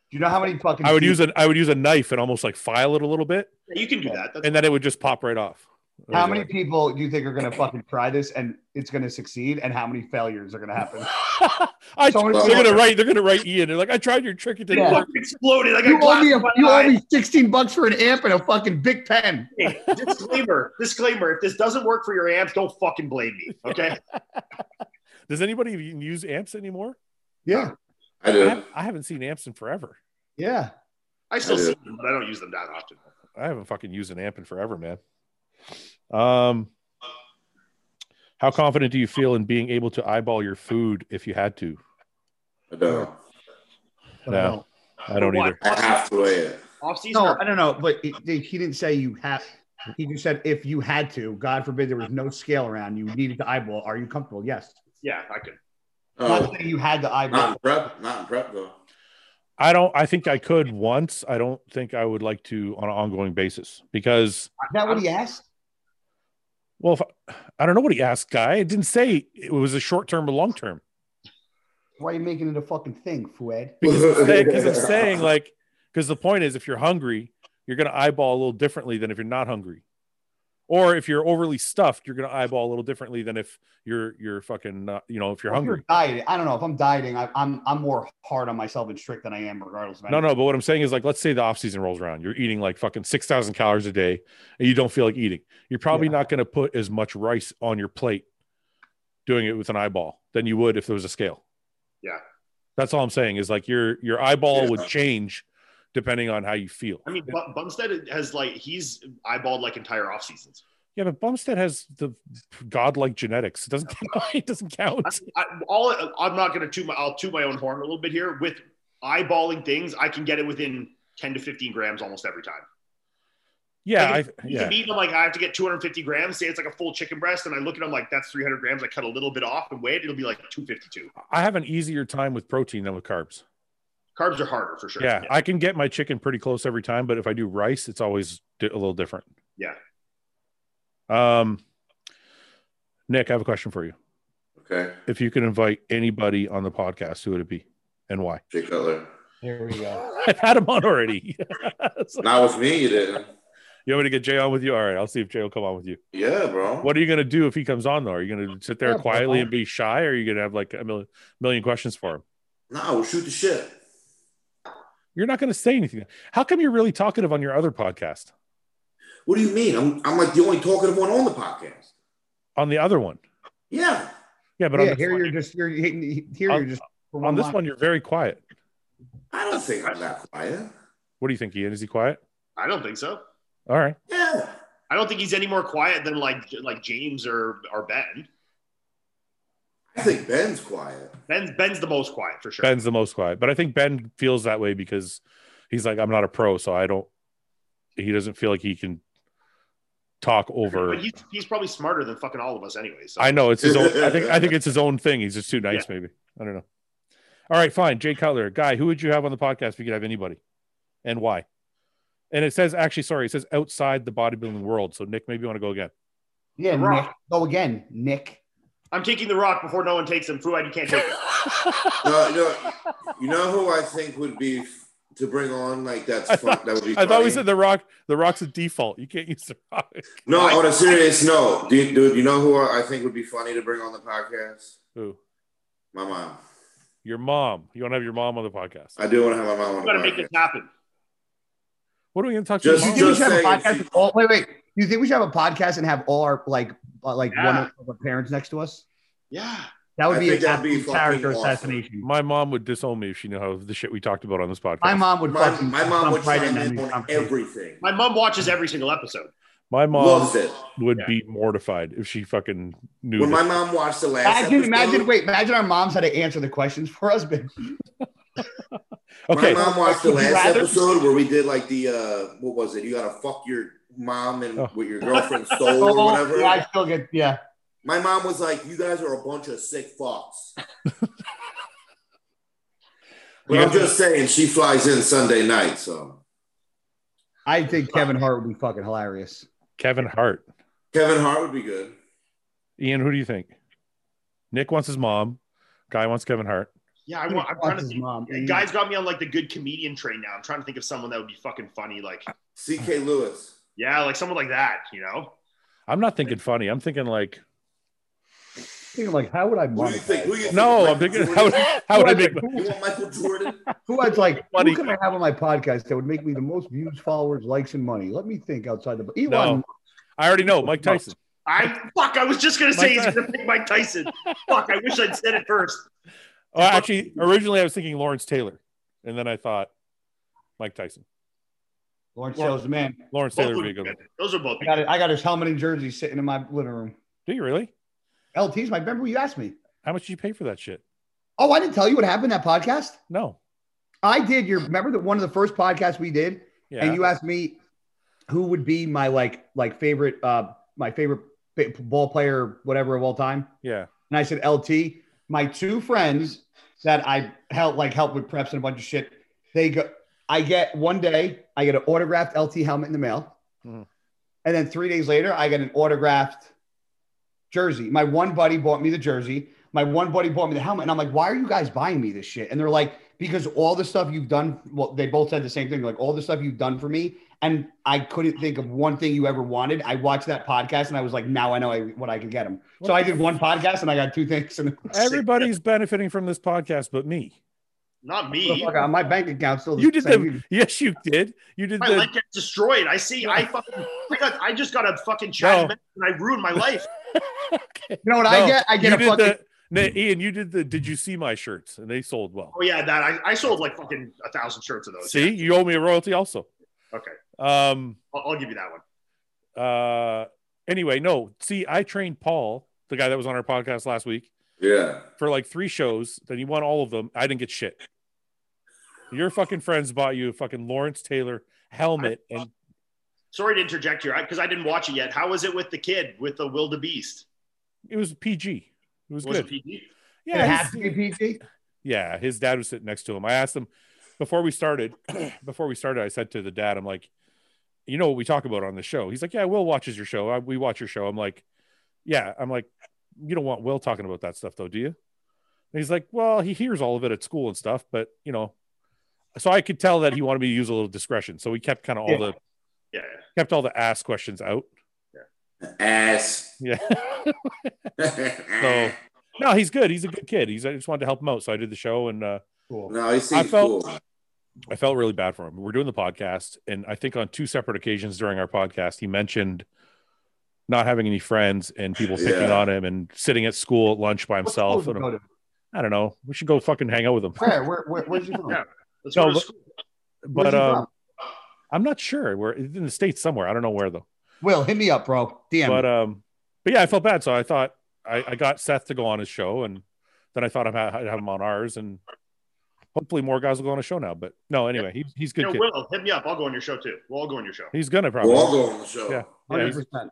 S5: Do you know how many fucking?
S2: I would use an. I would use a knife and almost like file it a little bit,
S3: Yeah, you can do that. That's,
S2: and then it would just pop right off. I
S5: How
S2: was
S5: many
S2: like-
S5: people do you think are going to fucking try this and it's going to succeed? And how many failures are going to happen?
S2: I,
S5: So many
S2: they're
S5: people-
S2: gonna write. They're gonna write Ian. They're like, I tried your trick. It didn't
S5: Yeah.
S2: work.
S3: Fucking exploded. I got
S5: You owe
S3: glass
S5: me, a,
S3: in my
S5: you
S3: eye.
S5: owe me sixteen bucks for an amp and a fucking big pen.
S3: Hey, disclaimer, disclaimer. If this doesn't work for your amps, don't fucking blame me. Okay.
S2: Does anybody even use amps anymore?
S5: Yeah,
S1: I
S2: I,
S1: do.
S2: haven't- I haven't seen amps in forever.
S5: yeah.
S3: I still
S1: I do.
S3: see them, but I don't use them that often.
S2: I haven't fucking used an amp in forever, man. Um, how confident do you feel in being able to eyeball your food if you had to?
S1: I don't.
S5: But
S2: No.
S5: I don't.
S2: I don't
S3: Why?
S2: either.
S1: I have to weigh it.
S3: Off season.
S5: No, I don't know. But it, they- he didn't say you have. He just said if you had to. God forbid there was no scale around. You needed to eyeball. Are you comfortable? Yes.
S3: Yeah, I could.
S1: Oh,
S5: Not saying you had to
S1: not
S5: eyeball.
S1: in prep. Not in prep though.
S2: I don't. I think I could once. I don't think I would like to on an ongoing basis because,
S5: Is that what he asked?
S2: well, if I, I don't know what he asked, guy. It didn't say it was a short term or long term.
S5: Why are you making it a fucking thing, Fuad?
S2: Because I'm saying like, because the point is, if you're hungry, you're gonna eyeball a little differently than if you're not hungry, or if you're overly stuffed, you're gonna eyeball a little differently than if you're you're fucking not, you know if you're
S5: If
S2: hungry.
S5: dieting. I don't know. If I'm dieting, I, I'm I'm more hard on myself and strict than I am, regardless of
S2: No,
S5: anything.
S2: no, but what I'm saying is like, let's say the off season rolls around, you're eating like fucking six thousand calories a day, and you don't feel like eating. You're probably
S5: Yeah.
S2: not gonna put as much rice on your plate doing it with an eyeball than you would if there was a scale.
S3: Yeah.
S2: that's all I'm saying is like your your eyeball
S1: Yeah.
S2: would change depending on how you feel.
S3: I mean, Bu- Bumstead has like he's eyeballed like entire off seasons.
S2: Yeah, but Bumstead has the godlike genetics. It doesn't it doesn't count.
S3: I, all I'm not going to toot my I'll toot my own horn a little bit here with eyeballing things. I can get it within 10 to 15 grams almost every time.
S2: Yeah, I,
S3: Like, if it's a
S2: yeah.
S3: meat, I'm like I have to get 250 grams. Say it's like a full chicken breast, and I look at them like that's 300 grams. I cut a little bit off and weigh it. It'll be like 252.
S2: I have an easier time with protein than with carbs.
S3: Carbs are harder for sure.
S2: Yeah, I can get my chicken pretty close every time, but if I do rice, it's always di- a little different.
S3: Yeah.
S2: Um, Nick, I have a question for you.
S1: Okay,
S2: If you can invite anybody on the podcast, who would it be, and why?
S1: Jay Cutler.
S5: Here we go.
S2: I've had him on already. So,
S1: Not with me, you didn't.
S2: you want me to get Jay on with you? All right, I'll see if Jay will come on with you.
S1: Yeah, bro.
S2: What are you going to do if he comes on though? Are you going to sit there
S5: Yeah,
S2: quietly
S5: bro.
S2: and be shy, or are you going to have like a million, million questions for him?
S1: Nah, we'll shoot the shit.
S2: You're not going to say anything. How come you're really talkative on your other podcast?
S1: What do you mean? I'm, I'm like the only talkative one on the podcast.
S2: On the other one,
S1: Yeah.
S2: yeah, but on
S5: yeah,
S2: this,
S5: here
S2: one,
S5: you're just you're hitting here
S2: On-
S5: you're just
S2: on this one, you're very quiet.
S1: I don't think I'm that quiet.
S2: What do you think, Ian? Is he quiet?
S3: I don't think so.
S2: All right,
S1: Yeah.
S3: I don't think he's any more quiet than like like James or or Ben.
S1: I I think Ben's quiet.
S3: Ben's Ben's the most quiet for sure.
S2: Ben's the most quiet, but I think Ben feels that way because he's like, I'm not a pro, so I don't. He doesn't feel like he can talk over.
S3: But he's, he's probably smarter than fucking all of us anyway. So.
S2: I know it's his own. I think I think it's his own thing. He's just too nice, maybe. I don't know. All right, fine. Jay Cutler, guy, who would you have on the podcast if you could have anybody, and why? And it says actually, sorry, it says outside the bodybuilding world. So Nick, maybe you want to go again.
S5: Yeah,
S3: The Rock.
S5: Nick. Go again, Nick.
S3: I'm taking The Rock before no one takes him. Fuad, you can't take him.
S1: No, no, you know who I think would be f- to bring on like that's
S2: I
S1: fun, that would be.
S2: I thought we
S1: funny?
S2: said the Rock. The Rock's a default. You can't use the Rock.
S1: no. On a serious note, do you, dude, you know who I I think would be funny to bring on the podcast?
S2: Who?
S1: My mom.
S2: Your mom. You want to have your mom on the podcast?
S1: I do want to have my mom on
S3: You
S1: the
S3: got to make this
S1: podcast.
S3: happen.
S2: What are we going to talk
S5: You
S1: Just-
S5: think
S2: to?
S5: we
S1: just-
S5: should have a
S1: saying,
S5: podcast
S1: she-
S5: with all? Wait, wait. You think we should have a podcast and have all our like, uh, like one
S3: Yeah.
S5: of our parents next to us?
S3: Yeah.
S5: That would
S1: I
S5: be
S1: think
S5: an
S1: that'd be
S5: absolute character
S1: fucking awesome.
S5: assassination.
S2: my mom would disown me if she knew how the shit we talked about on this podcast.
S5: My mom would.
S1: My,
S5: fucking
S1: my mom would
S5: jump right
S1: chime
S5: in
S1: in
S5: these
S1: on
S5: conversations.
S1: everything.
S3: My mom watches every single episode.
S2: My
S1: Loves
S2: mom
S1: it.
S2: would
S3: Yeah.
S2: be mortified if she fucking knew.
S1: When my
S2: that-
S1: mom watched the last
S5: Imagine,
S1: episode,
S5: imagine, wait, imagine our moms had to answer the questions for us. But
S2: okay,
S1: My mom watched the
S5: Would you
S1: last
S5: rather-
S1: episode where we did like the uh what was it? You gotta fuck your mom and
S2: Oh.
S1: with your girlfriend's soul or whatever.
S5: Oh, yeah, I still get, yeah.
S1: My mom was like, "You guys are a bunch of sick fucks." but I'm just saying, she flies in Sunday night, so
S5: I think Kevin Hart would be fucking hilarious.
S2: Kevin Hart.
S1: Kevin Hart would be good.
S2: Ian, who do you think? Nick wants his mom. Guy wants Kevin Hart.
S3: Yeah, I want, I'm
S5: Fuck
S3: trying to
S5: his
S3: think.
S5: mom.
S3: The guy's got me on like the good comedian train now. I'm trying to think of someone that would be fucking funny. Like,
S1: C.K. Lewis.
S3: yeah, like someone like that, you know?
S2: I'm not thinking funny. I'm thinking like
S5: thinking like, how would I?
S1: Who do you think? Who do you think?
S2: no. I'm
S1: Michael
S2: thinking how would,
S1: Jordan?
S2: how would I make?
S1: You want Michael Jordan?
S5: Who I'd like?
S2: Money.
S5: Who can I have on my podcast that would make me the most views, followers, likes, and money? Let me think outside the. Elon,
S2: No. I already know Mike Tyson.
S3: I fuck, I was just going to say
S2: Mike
S3: he's going to pick Mike Tyson. fuck, I wish I'd said it first.
S2: Oh, actually, originally I was thinking Lawrence Taylor, and then I thought Mike Tyson.
S5: Lawrence Taylor's the man.
S2: Lawrence
S3: Both
S2: Taylor would
S3: would
S2: be a
S3: be
S2: good one.
S3: good. Those are both
S5: I got it. I got his helmet and jersey sitting in my living room.
S2: Do you really?
S5: LT's my. Remember you asked me.
S2: How much did you pay for that shit?
S5: Oh, I didn't tell you what happened in that podcast.
S2: No.
S5: I did. You remember that one of the first podcasts we did,
S2: Yeah.
S5: and you asked me who would be my like like favorite uh my favorite ba- ball player whatever of all time.
S2: yeah.
S5: and I said LT. My two friends that I help like help with preps and a bunch of shit. They go. I get one day I get an autographed LT helmet in the mail,
S2: Mhm.
S5: and then three days later I get an autographed jersey. My one buddy bought me the jersey. My one buddy bought me the helmet, and I'm like, "Why are you guys buying me this shit?" And they're like, "Because all the stuff you've done." Well, they both said the same thing. Like all the stuff you've done for me, and I couldn't think of one thing you ever wanted. I watched that podcast, and I was like, "Now I know I, what I could get him." So I did one podcast and I got two things. And
S2: Everybody's benefiting from this podcast but me.
S3: Not me.
S5: Motherfucker, my bank account still. the
S2: You did
S5: same.
S2: the yes, you did. You did
S3: My
S2: the
S3: life gets destroyed. I see. I fucking. I, got, I just got a fucking chat
S2: No.
S3: and I ruined my life.
S5: You know what I
S2: No,
S5: get? I
S2: you
S5: get a
S2: did
S5: fucking.
S2: the no, Ian, you did the did you see my shirts and they sold well.
S3: Oh yeah, that I, I sold like fucking a thousand shirts of those.
S2: See, you owe me a royalty also.
S3: Okay.
S2: Um
S3: I'll, I'll give you that one.
S2: uh anyway, no. See, I trained Paul, the guy that was on our podcast last week,
S1: Yeah.
S2: for like three shows, then he won all of them. I didn't get shit. Your fucking friends bought you a fucking Lawrence Taylor helmet and
S3: Sorry to interject here because I didn't watch it yet. How was it with the kid with the wildebeest?
S2: it was PG. It was,
S3: Was
S2: good.
S3: it PG?
S5: It
S2: Yeah,
S5: has
S2: his,
S5: to be PG.
S2: yeah, his dad was sitting next to him. I asked him before we started, before we started, I said to the dad, I'm like, you know what we talk about on the show? He's like, yeah, Will watches your show. I, we watch your show. I'm like, yeah. I'm like, you don't want Will talking about that stuff though, do you? And he's like, well, he hears all of it at school and stuff, but you know, so I could tell that he wanted me to use a little discretion. So he kept kind of all
S5: Yeah.
S2: the
S3: Yeah.
S2: kept all the ass questions out.
S1: Ass.
S2: Yeah.
S1: no,
S2: no, he's good. He's a good kid. He's I just wanted to help him out. So I did the show and uh
S5: Cool.
S1: he seems
S2: I felt-
S1: cool.
S2: I felt really bad for him. We're doing the podcast, and I think on two separate occasions during our podcast, he mentioned not having any friends and people picking
S1: Yeah.
S2: on him and sitting at school at lunch by
S5: What
S2: himself.
S5: school
S2: And
S5: did
S2: I'm-
S5: you go to?
S2: I don't know. We should go fucking hang out with him.
S5: Where? Where? Where? Where's he from?
S3: Yeah. Let's
S2: No,
S3: go to
S2: but-
S3: school.
S2: But
S5: he
S2: um,
S5: from?
S2: I'm not sure. We're it's in the states somewhere. I don't know where though.
S5: Will hit me up, bro. DM.
S2: But
S5: me.
S2: um, but yeah, I felt bad, so I thought I, I got Seth to go on his show, and then I thought I'd ha- I'd have him on ours, and hopefully more guys will go on a show now. But no, anyway, he, he's good.
S3: You know,
S2: kid.
S3: Will, hit me up. I'll go on your show too. We'll all go on your show.
S2: He's gonna probably.
S1: We'll all go on the show.
S2: Yeah. uh, Yeah,
S5: Hundred
S2: he's-
S5: percent.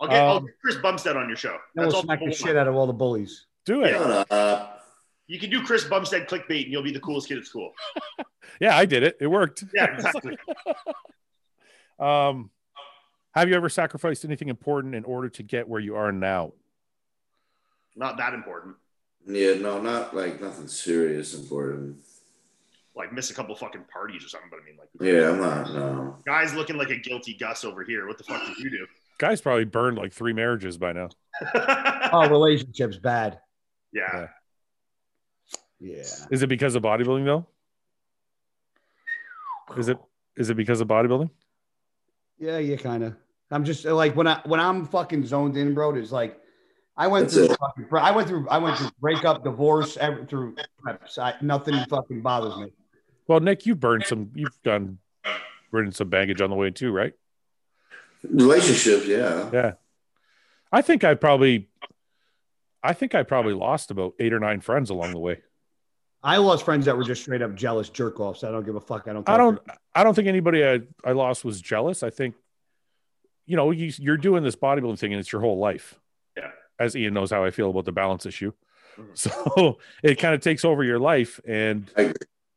S3: I'll get, I'll
S5: Um,
S3: get Chris Bumstead on your show.
S5: Then
S3: That's
S5: we'll
S3: all.
S5: smack the
S3: people
S5: shit
S3: want.
S5: out of all the bullies.
S2: do it. Yeah.
S1: Shut up.
S3: You can do Chris Bumstead clickbait, and you'll be the coolest kid at school.
S2: I did it. It worked.
S3: Yeah, exactly.
S2: Um, have you ever sacrificed anything important in order to get where you are now?
S3: Not that important.
S1: Yeah, no, not like nothing serious important.
S3: Like miss a couple fucking parties or something. But I mean, like,
S1: Yeah, I'm not. No,
S3: guys looking like a guilty Gus over here. What the fuck did you do?
S2: Guys probably burned like three marriages by now.
S3: yeah.
S5: Oh, relationships bad. Yeah.
S2: Is it because of bodybuilding though? Is it is it because of bodybuilding?
S5: Yeah, yeah, kind of. I'm just uh, like when I when I'm fucking zoned in, bro. It's like I went
S1: That's
S5: through.
S1: it.
S5: Fucking, I went through. I went through breakup, divorce, every, through preps. I, nothing fucking bothers me.
S2: Well, Nick, you burned some. You've done burned some baggage on the way too, right?
S1: relationships. Yeah,
S2: I think I probably, I think I probably lost about eight or nine friends along the way.
S5: I lost friends that were just straight up jealous jerk offs. I don't give a fuck. I don't.
S2: I
S5: talk
S2: don't.
S5: to-
S2: I don't think anybody I, I lost was jealous. I think, you know, you, you're doing this bodybuilding thing, and it's your whole life.
S3: Yeah.
S2: As Ian knows how I feel about the balance issue,
S3: Mhm.
S2: so it kind of takes over your life, and
S1: I agree.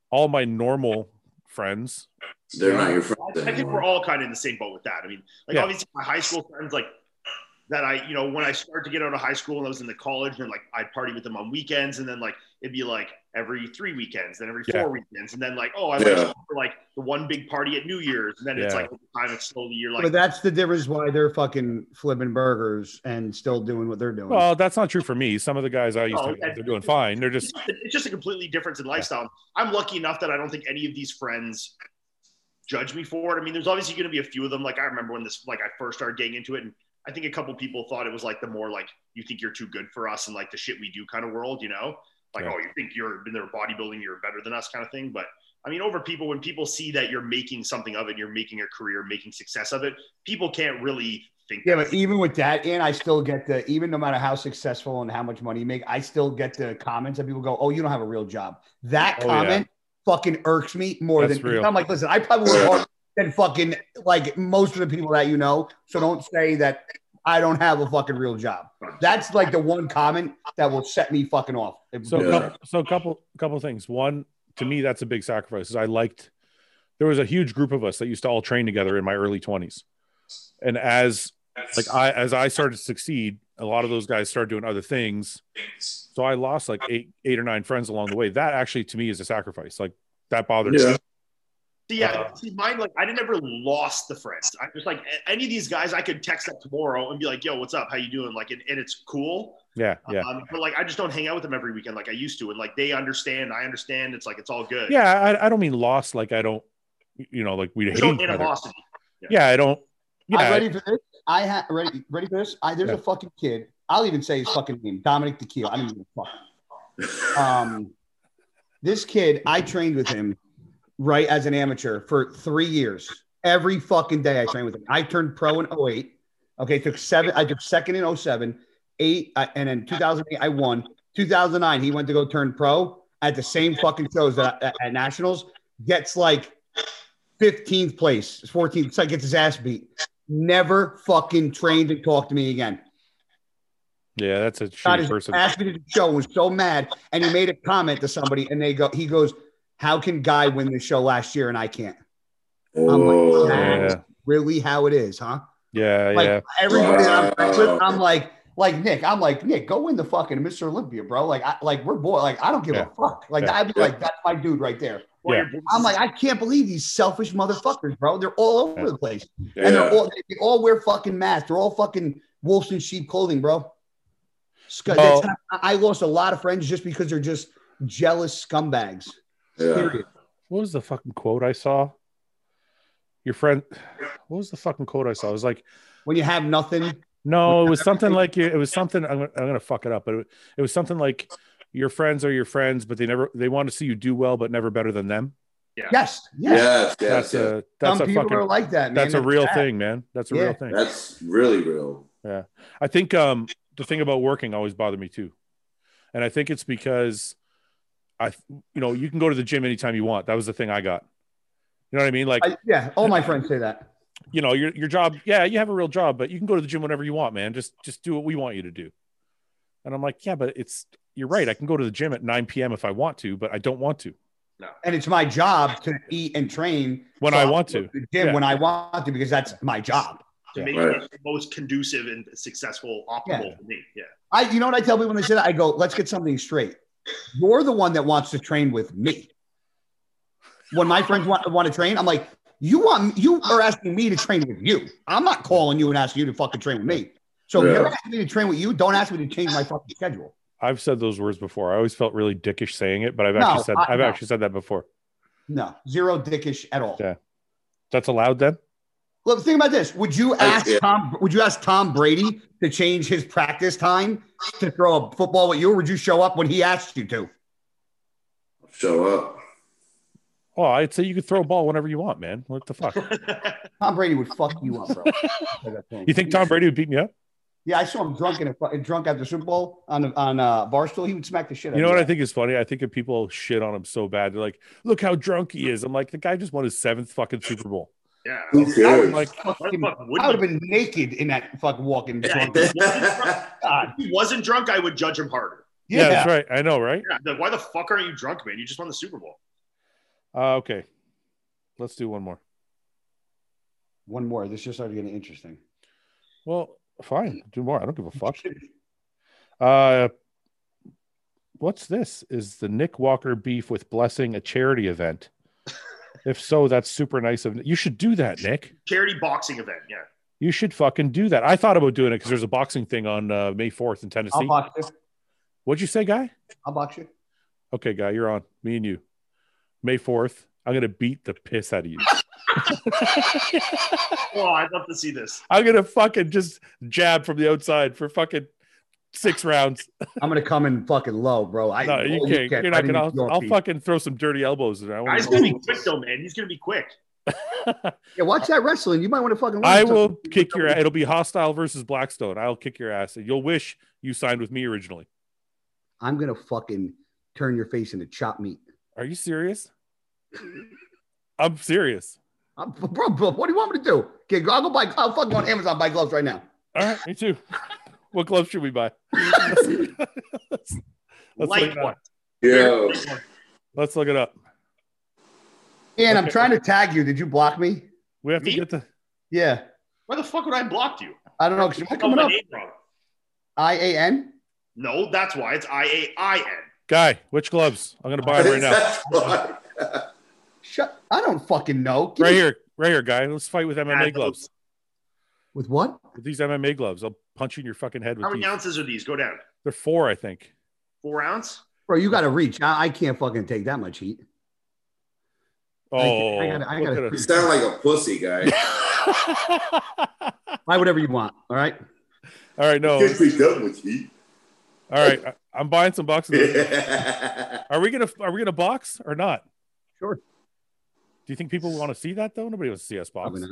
S2: all my normal friends.
S1: they're not your friends
S3: I think we're
S1: anymore.
S3: all kind of in the same boat with that. I mean, like
S2: Yeah.
S3: obviously my high school friends, like that I, you know, when I started to get out of high school and I was in the college and like I'd party with them on weekends and then like it'd be like every three weekends, then every
S2: Yeah.
S3: four weekends, and then like, oh, I went
S1: Yeah.
S3: for like the one big party at New Year's, and then it's
S2: Yeah.
S3: like over time it's slowly you're like
S5: but that's the difference why they're fucking flipping burgers and still doing what they're doing.
S2: Well, that's not true for me. Some of the guys I used
S3: Oh,
S2: to,
S3: yeah.
S2: they're doing fine. They're
S3: it's
S2: just
S3: just, it's just a completely difference in lifestyle. I'm lucky enough that I don't think any of these friends judge me for it. I mean, there's obviously going to be a few of them. Like I remember when this, like I first started getting into it, and I think a couple people thought it was like the more like you think you're too good for us and like the shit we do kind of world, you know, like
S2: Yeah.
S3: oh you think you're in there bodybuilding, you're better than us kind of thing. But I mean, over people when people see that you're making something of it, you're making a career, making success of it, people can't really think.
S5: Yeah,
S3: that.
S5: but even with that, and I still get the even no matter how successful and how much money you make, I still get the comments that people go, "Oh, you don't have a real job." That
S2: Oh, yeah.
S5: comment fucking irks me more
S2: That's
S5: than
S2: real.
S5: I'm like, listen, I probably work harder than fucking like most of the people that you know. So don't say that I don't have a fucking real job. That's like the one comment that will set me fucking off.
S2: So,
S1: Yeah.
S2: couple, so couple couple things. One, to me, that's a big sacrifice. Is I liked there was a huge group of us that used to all train together in my early twenties, and as like I as I started to succeed, a lot of those guys started doing other things. So I lost like eight eight or nine friends along the way. That actually to me is a sacrifice. Like that bothered me.
S1: Yeah,
S3: See, yeah,
S2: Uh,
S3: see, mine like I didn't ever lost the friends. I just like a- any of these guys I could text up tomorrow and be like, "Yo, what's up? How you doing?" Like, and, and it's cool.
S2: Yeah, yeah,
S3: Um, but like, I just don't hang out with them every weekend like I used to, and like they understand, I understand. It's like it's all good.
S2: yeah. I, I don't mean lost. Like I don't, you know, like we hate
S3: There's no
S2: each other.
S3: animosity.
S2: Yeah, I don't.
S5: I'm
S2: Yeah,
S5: ready for this. I have ready ready for this. I, there's
S2: Yeah.
S5: a fucking kid. I'll even say his fucking name, Dominic Tequila. I don't even fuck. um, this kid, I trained with him right as an amateur for three years. Every fucking day I trained with him. I turned pro in 08. Okay, took seven. I took second in 07, eight, I, and then 2008 I won. 2009 he went to go turn pro at the same fucking shows that at, at nationals. Gets like 15th place, 14th. It's like gets his ass beat. Never fucking trained and talked to me again
S2: yeah. That's a shitty
S5: got his
S2: person.
S5: ass beat at the show and was so mad, and he made a comment to somebody, and they go, he goes, "How can Guy win the show last year and I can't?"
S1: Oh,
S5: That's
S2: Yeah.
S5: really how it is, huh?
S2: Yeah,
S5: Like
S2: yeah.
S5: everybody that I'm friends with,
S1: Wow.
S5: I'm like, like Nick, I'm like Nick, go win the fucking Mr. Olympia, bro. Like, I, like we're boy, like I don't give
S2: Yeah.
S5: a fuck. Like
S2: Yeah.
S5: I'd be like, that's my dude right there.
S3: Well,
S2: Yeah.
S3: you're-
S5: I'm like, I can't believe these selfish motherfuckers, bro. They're all over
S2: Yeah.
S5: the place, and they're
S1: yeah.
S5: all they all wear fucking masks. They're all fucking wolves in sheep clothing, bro. Scu-
S2: Well-
S5: that's how- I I lost a lot of friends just because they're just jealous scumbags.
S1: yeah.
S5: Period.
S2: what was the fucking quote I saw? Your friend, what was the fucking quote I saw? It was like,
S5: When you have nothing,
S2: no, it was something like you. It was something. I'm, gonna- I'm gonna fuck it up, but it, it was something like your friends are your friends, but they never they want to see you do well, but never better than them.
S5: yes, yes.
S1: Yes, yes, yes.
S2: That's a that's
S5: Some
S2: a
S5: people
S2: fucking
S5: are like that. Man.
S2: that's a real
S5: bad.
S2: thing, man. That's a
S5: Yeah.
S2: real thing.
S1: That's really real.
S2: I think um the thing about working always bothered me too. and I think it's because I, you know, you can go to the gym anytime you want. That was the thing I got. You know what I mean? Like,
S5: I, yeah, all my friends say that.
S2: you know, your your job. Yeah, you have a real job, but you can go to the gym whenever you want, man. Just just do what we want you to do. And I'm like, yeah, but it's you're right. I can go to the gym at 9 p.m. if I want to, but I don't want to
S5: And it's my job to eat and train
S2: when
S5: so
S2: I
S5: I'll
S2: want
S5: go
S2: to.
S5: the gym
S2: Yeah.
S5: when I want to because that's my job.
S3: to
S5: Yeah.
S3: make
S1: Right.
S3: it the most conducive and successful optimal for me. Yeah.
S5: I, you know what I tell people when they say that? I go, let's get something straight. You're the one that wants to train with me. When my friends want, want to train, I'm like, you want you are asking me to train with you. I'm not calling you and asking you to fucking train with me. So if
S1: Yeah.
S5: you're asking me to train with you. Don't ask me to change my fucking schedule.
S2: I've said those words before. I always felt really dickish saying it, but I've actually
S5: No,
S2: said
S5: I-
S2: I've
S5: no.
S2: actually said that before.
S5: No, zero dickish at all.
S2: Yeah. That's allowed then?
S5: Look, think about this. Would you ask
S1: yeah.
S5: Tom? Would you ask Tom Brady to change his practice time to throw a football at you, or would you show up when he asked you to?
S1: Show up.
S2: Oh, I'd say you could throw a ball whenever you want, man. What the fuck?
S5: Tom Brady would fuck you up, bro.
S2: You think Tom Brady would beat me up?
S5: Yeah, I saw him drunk in a fu- drunk after Super Bowl on on uh, Barstool. He would smack the shit. out
S2: You know
S5: of
S2: what I think is funny? I think if people shit on him so bad, they're like, "Look how drunk he is." I'm like, the guy just won his seventh fucking Super Bowl.
S3: Yeah.
S1: Who
S2: I'm
S1: cares?
S2: like,
S3: Why the
S5: Fucking-
S3: fuck
S5: I would
S3: wouldn't
S5: have been naked in that fucking walking.
S3: Yeah.
S5: drunk.
S3: he?
S5: God,
S3: If he wasn't drunk, I would judge him harder.
S2: yeah. that's right. I know, right?
S3: Yeah. Like, why the fuck aren't you drunk, man? You just won the Super Bowl.
S2: Uh, okay, let's do one more.
S5: One more. This just started getting interesting.
S2: Well, fine, do more. I don't give a fuck. Uh, what's this? Is the Nick Walker beef with Blessing a charity event? If so, that's super nice of you. Should do that, Nick.
S3: Charity boxing event. Yeah.
S2: You should fucking do that. I thought about doing it because there's a boxing thing on uh, May 4th in
S5: I'll
S2: Tennessee.
S5: box you.
S2: What'd you say, guy?
S5: I'll box you.
S2: Okay, guy, you're on. Me and you. May 4th, I'm going to beat the piss out of you.
S3: Oh, I'd love to see this.
S2: I'm going to fucking just jab from the outside for fucking six rounds.
S5: I'm gonna come in fucking low, bro. I
S2: No, you
S5: holy
S2: can't.
S5: shit,
S2: You're not
S5: I
S2: going
S5: didn't
S2: to.
S5: even see your
S2: I'll, I'll
S5: feet.
S2: fucking throw some dirty elbows. in there. I,
S3: Guy's
S2: won't-
S3: gonna be quick though, man. He's gonna be quick.
S5: Yeah, watch that wrestling. You might want to fucking. learn
S2: I
S5: something.
S2: will kick your ass. It'll be hostile versus Blackstone. I'll kick your ass. And you'll wish you signed with me originally.
S5: I'm gonna fucking turn your face into chopped meat.
S2: Are you serious? I'm serious.
S5: I'm, bro, bro, what do you want me to do? Okay, I'll go buy. I'll fucking go on Amazon buy gloves right now.
S2: All right, me too. what gloves should we buy? let's, let's look
S3: Light
S2: it up.
S3: one.
S1: Yo.
S2: let's look it up.
S5: And I'm
S2: Okay.
S5: trying to tag you. Did you block me?
S2: We have
S3: Me?
S2: to get the.
S5: Yeah.
S3: Why the fuck would I block you?
S5: I don't know because you're
S3: Oh,
S5: coming
S3: my
S5: up.
S3: name wrong.
S5: I A N.
S3: No, that's why it's I A I N.
S2: Guy, which gloves? I'm gonna buy them right now.
S1: That's why.
S5: Shut. I don't fucking know. Give
S2: Right
S5: me-
S2: here, right here, guy. Let's fight with MMA
S3: those-
S2: gloves.
S5: With what?
S2: With these MMA gloves, I'll punch you in your fucking head
S3: How
S2: with
S3: many
S2: these.
S3: ounces are these? Go down.
S2: They're four, I think.
S3: Four ounce.
S5: Bro, you got to reach. I, I can't fucking take that much heat.
S2: Oh,
S5: I gotta- I
S2: look
S5: gotta-
S1: You
S2: at
S1: sound like a pussy, guy.
S2: us.
S5: Buy whatever you want. All right.
S2: All right, no.
S1: Can't be done with you.
S2: All right, I- I'm buying some boxes.
S1: Yeah.
S2: Are we gonna Are we gonna box or not?
S5: Sure.
S2: Do you think people want to see that though? Nobody wants to see us box.
S5: Probably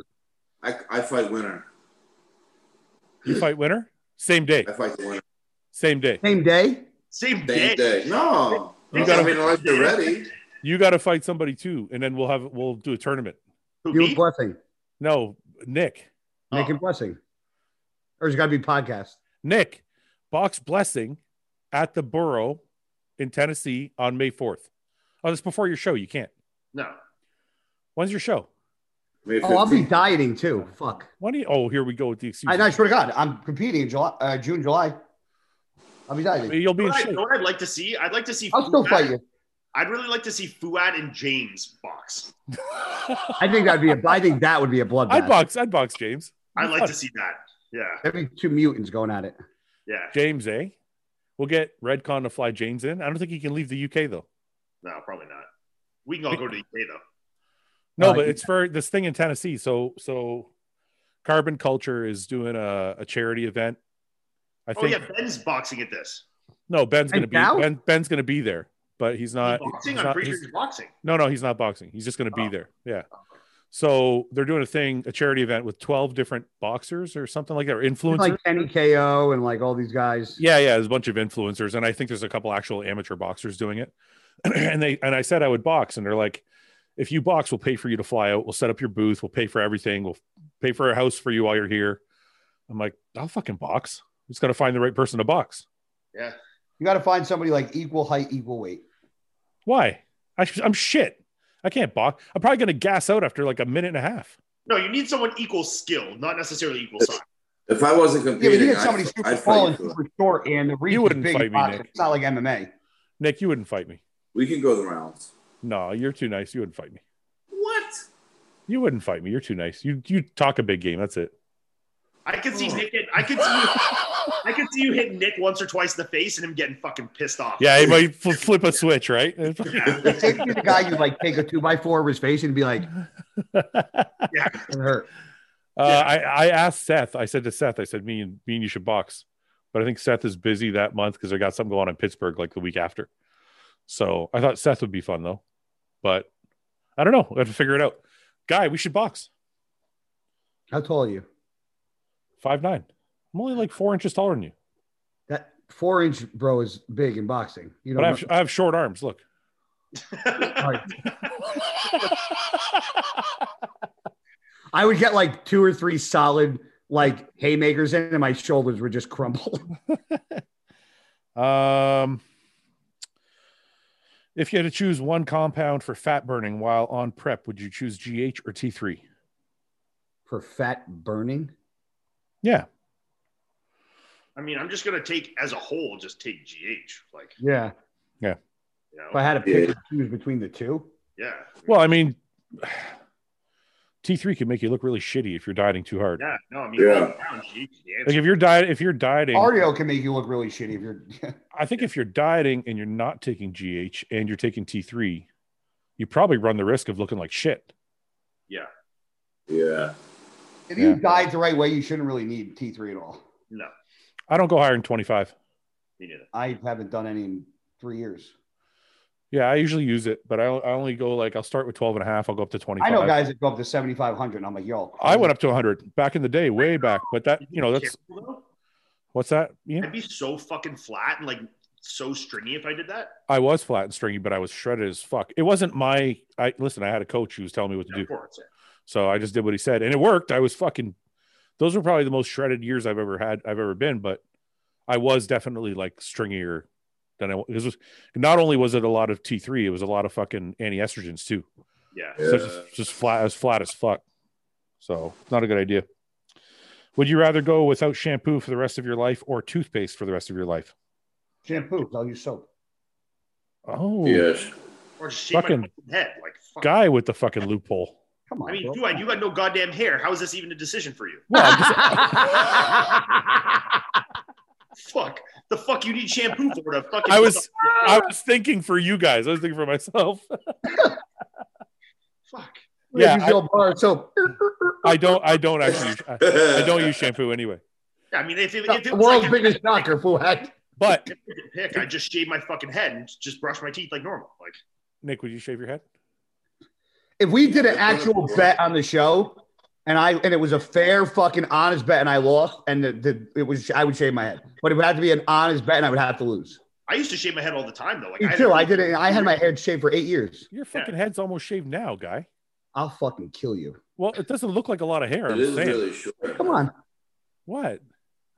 S5: not.
S1: I, I fight winner.
S2: You fight winner, same day,
S1: I fight the winner.
S2: same day.
S5: Same day.
S3: Same
S1: Same
S3: day.
S1: day. No.
S2: You
S1: You
S2: gotta-
S1: got to unless you're ready.
S2: You got to fight somebody too, and then we'll have we'll do a tournament.
S3: Who,
S5: You
S3: me?
S5: and blessing.
S2: No, Nick,
S5: Nick
S3: Oh.
S5: and blessing. Or it's got to be podcast.
S2: Nick, box blessing at the borough in Tennessee on May 4th. Oh, that's before your show. You can't.
S3: No.
S2: When's your show?
S1: May
S5: Oh, I'll be
S1: 15th.
S5: dieting too. Fuck.
S2: When do you, oh, here we go with the excuse.
S5: I, I swear to God, I'm competing in July, uh, June, July. I'll be dieting.
S2: You'll be
S3: You
S2: in
S3: know what I-
S2: shape.
S3: you know what I'd like to see? I'd like to see.
S5: I'll still
S3: Fuad-
S5: fight you.
S3: I'd really like to see Fuad and James box.
S5: I think that'd be a. I think that would be a bloodbath.
S2: I'd box. I'd box James.
S3: I'd like to see that. Yeah.
S5: That'd be two mutants going at it.
S3: Yeah.
S2: James, eh? We'll get Redcon to fly James in. I don't think he can leave the UK though.
S3: No, probably not. We can all go to the UK though.
S2: No,
S5: Uh,
S2: but it's for this thing in Tennessee. So, so Carbon Culture is doing a, a charity event. I
S3: Oh
S2: think
S3: yeah, Ben's boxing at this.
S2: no, Ben's
S5: Ben
S2: gonna be
S5: Dow?
S2: ben, Ben's gonna be there, but he's not.
S5: Uh,
S3: He's boxing.
S2: he's
S3: I'm
S2: not-
S3: pretty sure Oh.
S2: he's-
S3: he's boxing.
S2: No, no, he's not boxing. He's just going to be there. Yeah. So they're doing a thing, a charity event with 12 different boxers or something like that, or influencers.
S5: Like Kenny KO and like all these guys.
S2: Yeah, yeah, there's a bunch of influencers, and I think there's a couple actual amateur boxers doing it. and they and I said I would box, and they're like, "If you box, we'll pay for you to fly out. We'll set up your booth. We'll pay for everything. We'll pay for a house for you while you're here." I'm like, "I'll fucking box. Just gotta find the right person to box."
S3: Yeah.
S5: You got to find somebody like equal height, equal weight.
S2: Why? I, sh- I'm shit. I can't box. I'm probably gonna gas out after like a minute and a half.
S3: No, you need someone equal skill, not necessarily equal size.
S1: If I wasn't
S5: Yeah, but
S1: competing,
S5: you get
S1: I'd-
S5: somebody
S1: I'd,
S5: super
S1: fight
S5: tall
S1: you
S5: and
S1: for it.
S5: super short and the reach
S2: You
S5: is
S2: wouldn't
S5: big
S2: fight
S5: in
S2: me,
S5: boxing.
S2: Nick.
S5: It's not like MMA.
S2: Nick, you wouldn't fight me.
S1: We can go the rounds.
S2: No, you're too nice. You wouldn't fight me.
S1: What?
S2: You wouldn't fight me. You're too nice. You you talk a big game. That's it.
S3: I could see Nick. Hit, I could see. You, I could see you hit Nick once or twice in the face and him getting fucking pissed off.
S2: Yeah, he might fl- flip a switch, right?
S5: Take the guy you like take a two by four of his face and be like, it hurt.
S2: Uh, I, I asked Seth. I said to Seth, I said, "Me and me and you should box," but I think Seth is busy that month because I got something going on in Pittsburgh like the week after. So I thought Seth would be fun though, but I don't know. We have to figure it out. Guy, we should box
S5: How tall are you?
S2: five nine. I'm only like four inches taller than you,
S5: That four inch bro is big in boxing. You
S2: but I
S5: don't
S2: have, I have short arms. Look,
S5: know. Like, I would get like two or three solid like haymakers in, and my shoulders would just crumble.
S2: um, if you had to choose one compound for fat burning while on prep, would you choose GH or T3?
S5: For fat burning,
S2: Yeah,
S3: I mean, I'm just gonna take as a whole. Just take GH. Like,
S5: yeah.
S3: you
S5: If
S3: know,
S5: I had to pick and choose between the two,
S3: yeah.
S2: Well, I mean, T3 can make you look really shitty if you're dieting too hard.
S3: Yeah. No, I mean,
S1: Yeah.
S3: all around GH is the answer.
S2: Like if you're diet, if you're dieting,
S5: cardio can make you look really shitty if you're.
S2: I think if you're dieting and you're not taking GH and you're taking T3, you probably run the risk of looking like shit.
S1: Yeah.
S5: If you
S2: Yeah.
S5: died the right way, you shouldn't really need T three at all.
S3: No,
S2: I don't go higher than 25.
S3: me neither.
S5: I haven't done any in three years.
S2: Yeah, I usually use it, but I, I only go like I'll start with 12 and a half. I'll go up to 25.
S5: I know guys that go up to seventy five hundred. I'm like, yo,
S2: I went up to 100 back in the day, way back. But that, you know, that's
S3: Careful, though.
S2: what's that? Ian?
S3: I'd be so fucking flat and like so stringy if I did that.
S2: I was flat and stringy, but I was shredded as fuck. It wasn't my. I listen. I had a coach who was telling me what to do.
S3: Of course.
S2: So I just did what he said, and it worked. I was fucking. Those were probably the most shredded years I've ever had. I've ever been, but I was definitely like stringier than I wa- this was. Not only was it a lot of T three, it was a lot of fucking anti estrogens too.
S3: Yeah.
S1: Yeah.
S2: So it's just, just flat as flat as fuck. So it's not a good idea. Would you rather go without shampoo for the rest of your life or toothpaste for the rest of your life?
S5: shampoo. I'll use soap.
S2: Oh,
S1: Yes.
S3: Or just shave
S2: Fucking
S3: my fucking head. Like, fuck.
S2: guy with the fucking loophole.
S5: Come on.
S3: I mean,
S5: bro.
S3: dude, you got no goddamn hair. How is this even a decision for you?
S2: Well, I'm just-
S3: Fuck. The fuck you need shampoo for to fucking.
S2: I was I was thinking for you guys. I was thinking for myself.
S3: Fuck.
S2: yeah,
S5: Use the old bar of soap.
S2: I don't. I don't actually. use- I, I don't use shampoo anyway.
S3: Yeah, I mean, if it, if it
S5: The
S3: was
S5: world's
S3: like
S5: biggest knocker, fool. Heck.
S2: But
S3: a fucking pick, I just shave my fucking head and just brush my teeth like normal. Like,
S2: Nick, would you shave your head?
S5: If we did an actual bet on the show, and I and it was a fair fucking honest bet, and I lost, and the, the it was I would shave my head, but it would have to be an honest bet, and I would have to lose.
S3: I used to shave my head all the time though. Like,
S5: Me
S3: had-
S5: too. I did it. I had my head shaved for eight years.
S2: Your fucking head's almost shaved now, guy.
S5: I'll fucking kill you.
S2: Well, it doesn't look like a lot of hair.
S1: It
S2: I'm
S1: is
S2: saying.
S1: really short.
S5: Come on.
S2: What?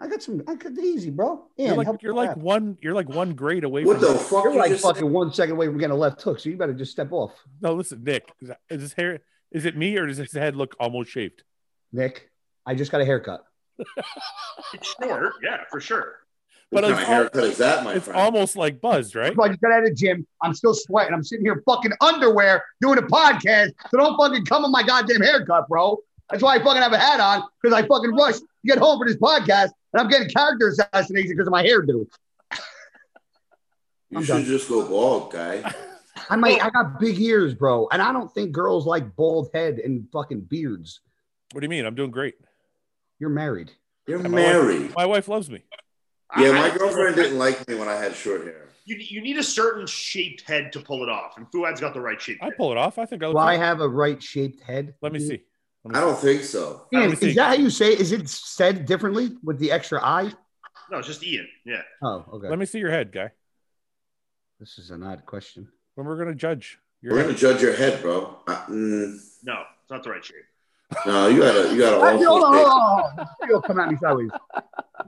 S5: I got some. I got easy, bro.
S2: You're
S5: Yeah,
S2: like you're like one. You're like one grade away
S1: What
S2: from.
S1: the fuck?
S5: you're
S1: you
S5: like
S1: just
S5: fucking one second away from getting a left hook, so you better just step off,
S2: No, listen, Nick. Is his hair? Is it me or does his head look almost shaved?
S5: Nick. I just got a haircut.
S3: It's short. Yeah, for sure.
S1: What
S2: But
S1: kind
S2: it's
S1: of
S2: al-
S1: haircut is that, my
S2: It's
S1: friend?
S2: almost like buzzed, right?
S5: I just got out of the gym. I'm still sweating. I'm sitting here fucking underwear doing a podcast. So don't fucking come on my goddamn haircut, bro. That's why I fucking have a hat on because I fucking rushed to get home for this podcast and I'm getting character assassination because of my hairdo.
S1: you
S5: I'm
S1: should
S5: done.
S1: just go bald, guy.
S5: I might, I got big ears, bro. And I don't think girls like bald head and fucking beards.
S2: What do you mean? I'm doing great.
S5: You're married.
S1: You're
S2: my wife-
S1: married.
S2: My wife loves me.
S1: Yeah,
S3: I-
S1: my girlfriend didn't like me when I had short hair.
S3: you, you need a certain shaped head to pull it off, and Fuad's got the right shape.
S2: I pull it off. I think I
S5: Do
S2: look.
S5: I
S2: good.
S5: have a right shaped head?
S2: Let me see. Let me
S1: I don't think so.
S2: Let me
S5: Ian,
S2: see.
S5: is that how you say? Is it said differently with the extra I?
S3: No, it's just Ian. Yeah.
S5: Oh, okay.
S2: Let me see your head, guy.
S5: this is an odd question.
S2: When we're gonna judge your
S1: We're
S2: head.
S1: gonna judge your head, bro. Uh, mm,
S3: No, it's not the right shape.
S1: no, you gotta, you gotta
S5: Hold on, hold on,
S1: also.
S5: hold on. You'll come at me sideways.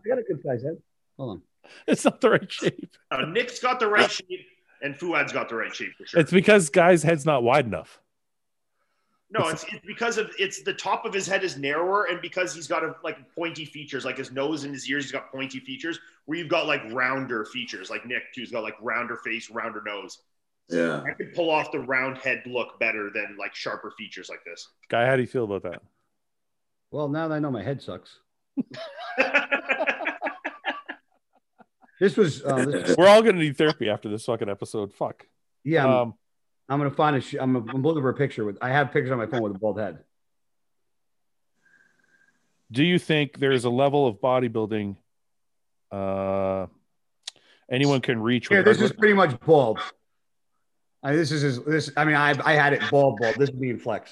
S5: You got a good size head. Hold on.
S2: It's not the right shape.
S3: No, Uh, Nick's got the right shape, and Fuad's got the right shape for sure.
S2: It's because guy's head's not wide enough.
S3: no, it's, it's because of it's the top of his head is narrower, and because he's got a, like pointy features, like his nose and his ears, he's got pointy features. Where you've got like rounder features, like Nick too's got like rounder face, rounder nose.
S1: Yeah,
S3: I could pull off the round head look better than like sharper features like this.
S2: Guy, how do you feel about that?
S5: Well, now that I know my head sucks. This was, uh, this was-
S2: We're all gonna need therapy after this fucking episode. Fuck.
S5: yeah. I'm,
S2: Um,
S5: I'm gonna find a. Sh- I'm, gonna- I'm looking for a picture with. I have pictures on my phone with a bald head.
S2: do you think there's a level of bodybuilding uh, anyone can reach?
S5: Here,
S2: with
S5: this is
S2: hard-
S5: pretty much bald. I, this is his, this. I mean, I I had it bald, bald. This is being flex.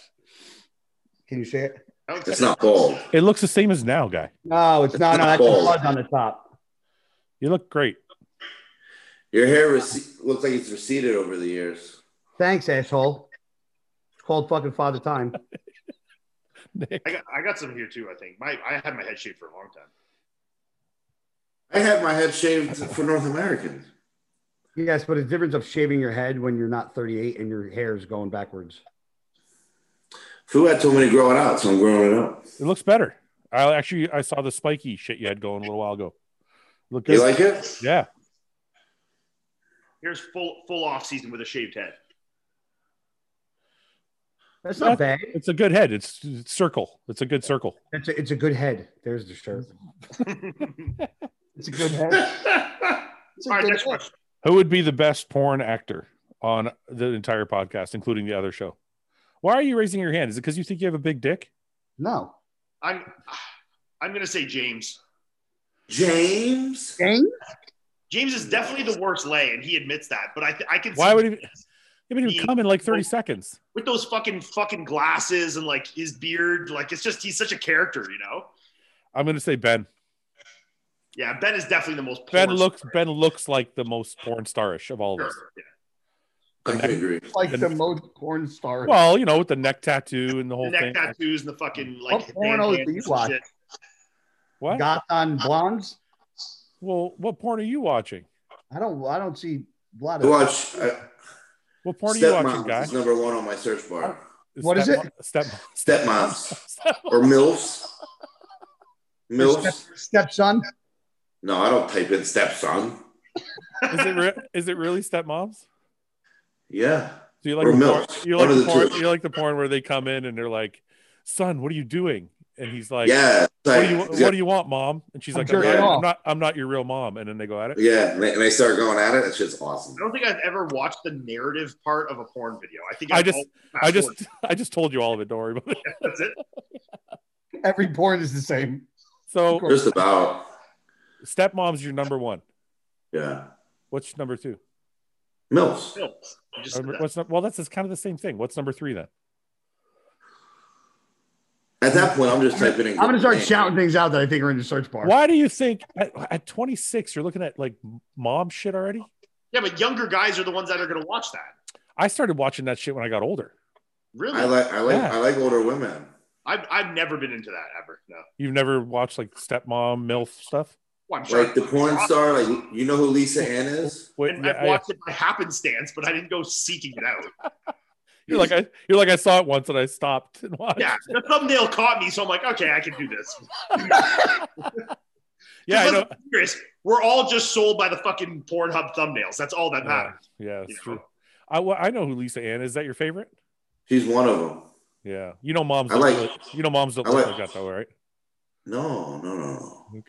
S5: Can you see it?
S3: I don't
S1: it's
S3: think-
S1: not bald.
S2: it looks the same as now, guy.
S5: No, it's not. No, that's the
S1: Bald.
S5: fuzz on the top.
S2: You look great.
S1: Your hair rece- looks like it's receded over the years.
S5: Thanks, asshole. It's called fucking father time.
S2: Nick.
S3: I got, I got some here too. I think my I had my head shape for a long time.
S1: I had my head shaved for North Americans.
S5: Yes, but the difference of shaving your head when you're not 38 and your hair is going backwards.
S1: Fuad told me to grow it out, so I'm growing it out.
S2: It looks better. I actually I saw the spiky shit you had going a little while ago. Look
S1: You
S2: good.
S1: like it?
S2: yeah.
S3: Here's full full off season with a shaved head.
S5: That's not bad.
S2: It's a good head. It's, it's circle. It's a good circle.
S5: It's a, it's a good head. There's the shirt. It's a good head. It's a
S3: All right,
S5: good
S3: next
S5: head.
S3: question.
S2: Who would be the best porn actor on the entire podcast, including the other show? Why are you raising your hand? Is it because you think you have a big dick?
S5: No.
S3: I'm I'm gonna say James.
S1: James?
S3: James is definitely the worst lay, and he admits that. But I th- I can.
S2: Why
S3: see
S2: would he- It didn't
S3: Yeah.
S2: even come in like 30 seconds.
S3: with those fucking fucking glasses and like his beard? Like it's just he's such a character, you know.
S2: I'm gonna say Ben.
S3: Yeah, Ben is definitely the most.
S2: Ben
S3: porn
S2: looks
S3: star.
S2: Ben looks like the most porn starish of all of us.
S3: Sure,
S1: I
S3: yeah.
S1: can agree.
S5: Like the most porn star.
S2: Well, you know, with the neck tattoo and the
S3: The
S2: whole
S3: neck
S2: thing.
S3: tattoos and the fucking like.
S5: What pornos
S3: hand
S5: do you
S3: hands and
S5: watch?
S3: shit.
S2: What?
S5: got on blondes.
S2: Well, what porn are you watching?
S5: I don't. I don't see a lot
S1: I
S5: of.
S1: watch uh,
S2: What porn are you watching,
S1: Stepmoms
S2: guy?
S1: is number one on my search bar.
S5: What is
S2: Stepmo- Stepmo-
S1: Stepmoms
S2: Stepmo-
S1: or MILFs. MILFs.
S5: Stepson.
S1: No, I don't type in stepson.
S2: Is it re- is it really stepmoms?
S1: Yeah.
S2: Do you like
S1: Or
S2: the porn?
S1: milk.
S2: You
S1: One
S2: like the
S1: of the
S2: porn?
S1: two.
S2: You like the porn where they come in and they're like, "Son, what are you doing?" And he's like,
S1: yeah. it's
S2: "What
S1: like-
S2: do you
S1: it's
S2: What do you want, mom?" And she's
S5: I'm
S2: like, I'm
S1: jerking
S2: not,
S5: off."
S2: I'm not. I'm not your real mom." And then they go at it.
S1: got- Yeah, and they, and they start going at it. That shit's awesome.
S3: I don't think I've ever watched the narrative part of a porn video. I think
S2: I
S3: I've
S2: just-
S3: always-
S2: I just I just told you all of it. Don't worry about it.
S3: That's it.
S5: Every porn is the same.
S2: So
S1: Just about.
S2: stepmom's your number one.
S1: Yeah.
S2: What's number two?
S1: MILFs.
S3: You just
S2: Or
S3: said that.
S2: What's nu- well? That's just kind of the same thing. What's number three then?
S1: At that point, I'm just typing in.
S5: I'm gonna start shouting things out that I think are in the search bar.
S2: Why do you think at, at 26 you're looking at like mom shit already?
S3: Yeah, but younger guys are the ones that are going to watch that.
S2: I started watching that shit when I got older.
S3: Really,
S1: I like. I like.
S2: Yeah.
S1: I like older women.
S3: I've, I've never been into that ever. No.
S2: You've never watched like stepmom milf stuff?
S3: Well, I'm sure.
S1: Like the porn star. Like you know who Lisa Ann is?
S2: Wait,
S3: I've,
S2: yeah, I-
S3: watched it by happenstance, but I didn't go seeking it out.
S2: You're like I you're like I saw it once and I stopped and watched.
S3: Yeah, the thumbnail caught me, so I'm like, okay, I can do this.
S2: yeah, I
S3: Because
S2: know.
S3: let's be serious, we're all just sold by the fucking Pornhub thumbnails. That's all that
S2: Yeah,
S3: matters.
S2: yeah, it's
S3: You
S2: true.
S3: know?
S2: I well, I know who Lisa Ann is. Is That your favorite?
S1: She's one of them.
S2: Yeah, you know moms.
S1: I
S2: Don't
S1: like-
S2: really, you know moms don't
S1: I
S2: look like
S1: like-
S2: that though, right?
S1: No, no, no, no.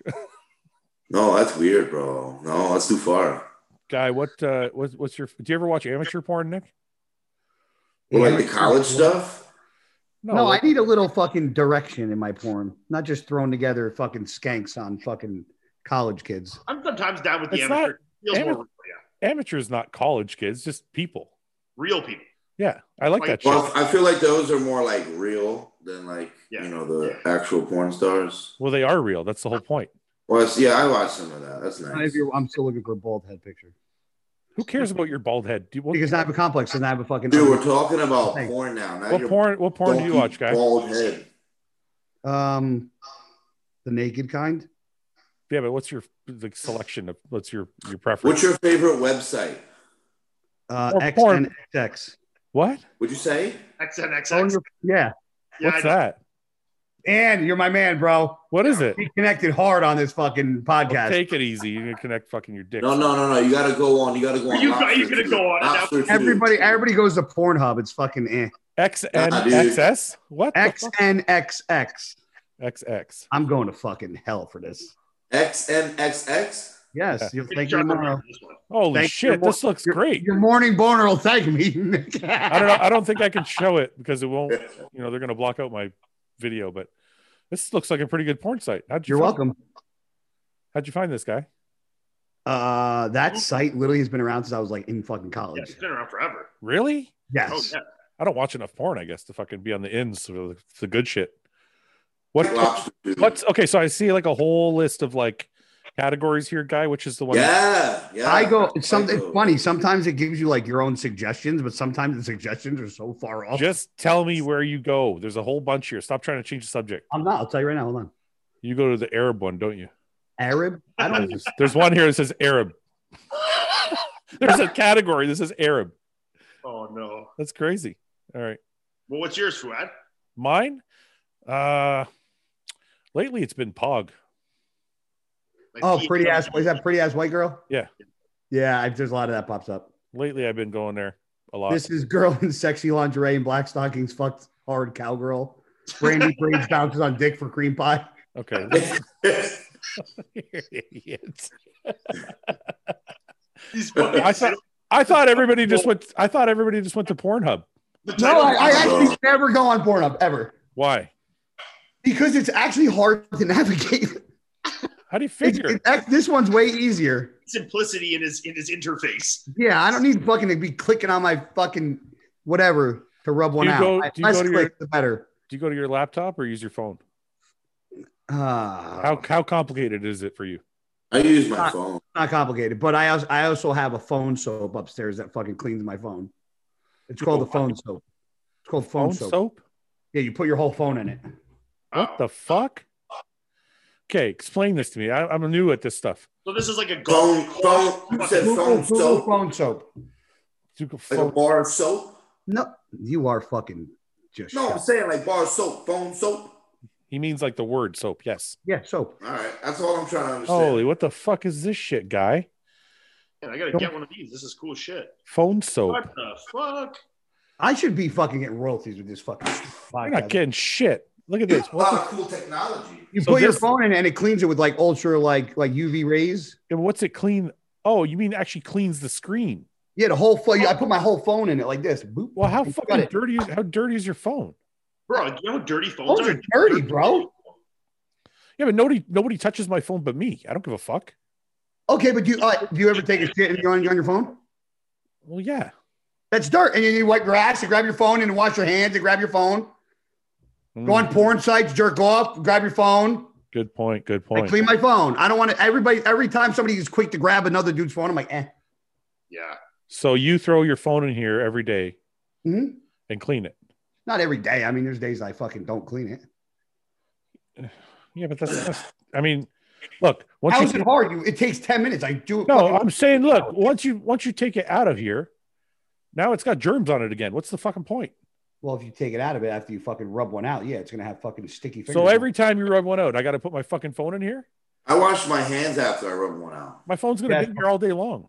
S1: No, that's weird, bro. No, that's too far.
S2: Guy, what uh, what's what's your? Do you ever watch amateur porn, Nick?
S1: Well, like the college stuff.
S5: No, I
S2: like-
S5: need a little fucking direction in my porn, not just throwing together fucking skanks on fucking college kids.
S3: I'm sometimes down with the
S2: It's
S3: amateur. It feels
S2: amateur-
S3: more real, yeah.
S2: amateurs, not college kids, just people.
S3: Real people.
S2: Yeah, I like that. shit.
S1: Well, I feel like those are more like real than like
S3: Yeah.
S1: you know the actual porn stars.
S2: Well, they are real. That's the whole point.
S1: Well, it's- yeah, I watched some of that. That's nice.
S5: I'm still looking for a bald head picture
S2: Who cares about your bald head? Do you, what,
S5: because I have a complex and I have a fucking.
S1: Dude, we're talking about
S5: Thanks.
S1: porn now. Not
S2: what
S1: your
S2: porn? What porn do you
S1: bulky
S2: watch, guy?
S1: Bald head.
S5: um, the naked kind.
S2: Yeah, but what's your the selection of what's your your preference?
S1: What's your favorite website?
S5: Uh,
S2: Or
S5: X
S2: porn.
S5: and XX.
S2: what?
S1: Would you say?
S3: XNXX.
S5: Yeah,
S3: Yeah,
S2: What's
S3: I-
S2: that?
S5: and you're my man, bro.
S2: What is it?
S5: We connected hard on this fucking
S2: Well,
S5: podcast.
S2: take it easy. You can connect fucking your dick.
S1: No, no, no, no. You gotta go on. You gotta go
S3: Are
S1: on.
S3: you- are you
S1: Lobster
S3: gonna
S1: Tube.
S3: go on?
S1: Lobster Tube.
S5: Everybody, everybody goes to Pornhub. It's fucking eh.
S1: Nah, dude.
S2: XNXS? What? the
S5: X
S2: fuck?
S5: and XX.
S2: XX.
S5: I'm going to fucking hell for this.
S1: XNXX.
S5: Yes,
S2: Yeah.
S5: you'll
S3: Good
S5: thank me
S3: job on
S5: tomorrow.
S3: this one.
S2: Holy
S5: Thank you.
S2: shit, this looks
S5: Your-
S2: great.
S5: Your morning boner will thank me. Nick.
S2: I don't know. I don't think I can show it because it won't, you know, they're gonna block out my video, but this looks like a pretty good porn site. How'd you
S5: You're
S2: find-
S5: welcome.
S2: How'd you find this guy?
S5: Uh, that site literally has been around since I was like in fucking
S3: Yeah,
S5: college.
S3: it's been around forever.
S2: Really?
S3: Oh,
S5: Yes.
S3: yeah.
S2: I don't watch enough porn, I guess, to fucking be on the ends for the, the good shit. What
S1: Lobster Tube.
S2: what's okay, so I see like a whole list of like categories here, guy, which is the one
S1: Yeah, yeah.
S5: I go. It's something
S1: I go.
S5: funny. Sometimes it gives you like your own suggestions, but sometimes the suggestions are so far off.
S2: just tell me where you go. There's a whole bunch here. Stop trying to change the subject.
S5: I'm not. I'll tell you right now. Hold on.
S2: You go to the Arab one, don't you?
S5: Arab. I don't.
S2: There's, there's one here that says Arab. there's a category that says Arab.
S3: Oh no.
S2: That's crazy. All right.
S3: Well, what's yours, Fuad?
S2: Mine? Uh lately it's been Pog.
S3: Like,
S5: Oh,
S3: he-
S5: pretty ass. Is that pretty ass white girl?
S2: Yeah.
S5: Yeah. I, there's a lot of that pops up.
S2: Lately I've been going there a lot.
S5: This is girl in sexy lingerie and black stockings, fucked hard cowgirl. Brandy Brains bounces on dick for cream pie.
S2: okay. Idiots.
S3: He's fucking-
S2: I thought I thought everybody just went I thought everybody just went to Pornhub.
S3: the
S5: No,
S3: title-
S5: I,
S2: uh,
S5: I actually never go on Pornhub ever
S2: Why?
S5: because it's actually hard to navigate.
S2: How do you
S5: It's,
S2: figure?
S5: it's act- this one's way easier.
S3: simplicity in his in his interface.
S5: Yeah, I don't need fucking to be clicking on my fucking whatever to rub one
S2: you
S5: out.
S2: go-
S5: I-
S2: do you
S5: less
S2: go to your-
S5: click, the better.
S2: do you go to your laptop or use your phone?
S5: Uh,
S2: How how complicated is it for you?
S1: I use my phone.
S5: not complicated, but I also, I also have a phone soap upstairs that fucking cleans my phone. It's called the phone soap. It's called phone,
S2: Phone
S5: soap.
S2: soap?
S5: Yeah, you put your whole phone in it.
S2: What the fuck? Okay, explain this to me. I, I'm new at this stuff.
S3: So this is like a golf
S1: Phone, phone. You said phone soap.
S5: phone soap.
S2: You can
S1: Like a
S2: phone-
S1: bar of soap?
S5: No, you are fucking just.
S1: No, I'm
S5: shut-
S1: saying like bar of soap, phone soap.
S2: He means like the word soap. Yes.
S5: Yeah, soap.
S1: All right, that's all I'm trying to understand.
S2: Holy, what the fuck is this shit, guy?
S3: Man, I gotta get one of these. This is cool shit.
S2: Phone
S5: Oh.
S2: soap.
S3: What the fuck?
S5: I should be fucking getting royalties with this fucking
S2: You're
S5: podcast.
S2: not getting shit. Look at
S1: There's
S2: this.
S1: a lot
S2: What the,
S5: Ah.
S1: of cool technology.
S5: you
S2: So
S5: put your
S2: this-
S5: phone in it and it cleans it with like ultra like like UV rays.
S2: and what's it clean? Oh, you mean actually cleans the screen?
S5: Yeah, the whole phone. I put my whole phone in it like this. Boop.
S2: Well, how
S5: You got
S2: fucking
S5: it.
S2: dirty? Is, how dirty is your phone?
S3: Bro, do you know how dirty phones
S5: Phones are dirty, bro.
S2: Yeah, but nobody nobody touches my phone but me. I don't give a fuck.
S5: Okay, but do you uh, do you ever take a shit and you're on, you're on your phone?
S2: Well, yeah.
S5: That's dirt. And then you wipe your ass and grab your phone and wash your hands and grab your phone. Go on
S2: Mm,
S5: porn sites, jerk off, grab your phone.
S2: Good point. Good
S5: I
S2: point.
S5: clean my phone. I don't want to. Everybody, every time somebody is quick to grab another dude's phone, I'm like, eh.
S3: Yeah.
S2: So you throw your phone in here every day
S5: Mhm.
S2: and clean it.
S5: Not every day. I mean, there's days I fucking don't clean it.
S2: Yeah, but that's. that's I mean, look. Once
S5: How
S2: you
S5: is it hard? You, it takes ten minutes. I do. it
S2: No,
S5: fucking-
S2: I'm saying, look, once you once you take it out of here, now it's got germs on it again. What's the fucking point?
S5: well, if you take it out of it after you fucking rub one out, yeah, it's gonna have fucking sticky fingers.
S2: So every time you rub one out, I got to put my fucking phone in here.
S1: I wash my hands after I rub one out.
S2: My phone's gonna
S5: Yeah.
S2: be in here all day long.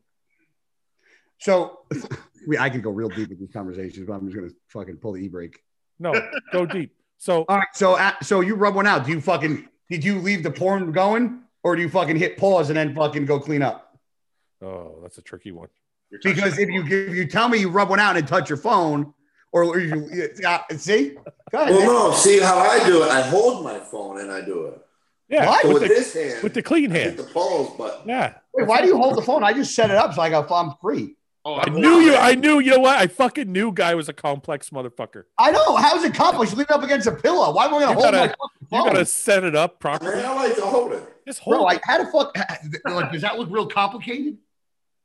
S5: so, we, I could go real deep with these conversations, but I'm just gonna fucking pull the e brake.
S2: No, go deep. So
S5: All right, so uh, so you rub one out. Do you fucking did you leave the porn going, or do you fucking hit pause and then fucking go clean up?
S2: oh, that's a tricky one.
S3: You're touching-
S5: Because if you if you tell me you rub one out and touch your phone, or, or you uh, see, go ahead.
S1: Well, no, see how I do it. I hold my phone and I do it.
S2: Yeah,
S5: What?
S1: So
S2: With,
S1: with,
S2: the,
S1: this hand,
S2: with the clean
S1: I hit
S2: hand.
S1: the pause button.
S2: Yeah,
S5: Wait, why do you hold the phone? I just set it up so I go, I'm free.
S3: Oh,
S2: I knew you. I knew. You know what? I fucking knew guy was a complex motherfucker.
S5: I know. How's it accomplished? Leave it up against a pillow. Why am I going
S2: You
S5: to hold my
S2: gotta-
S5: fucking
S2: You
S5: phone?
S2: gotta set it up
S1: Man,
S2: properly.
S1: I like to hold it.
S2: Just hold.
S5: Bro,
S2: it.
S5: I, how the fuck? Like, does that look real complicated?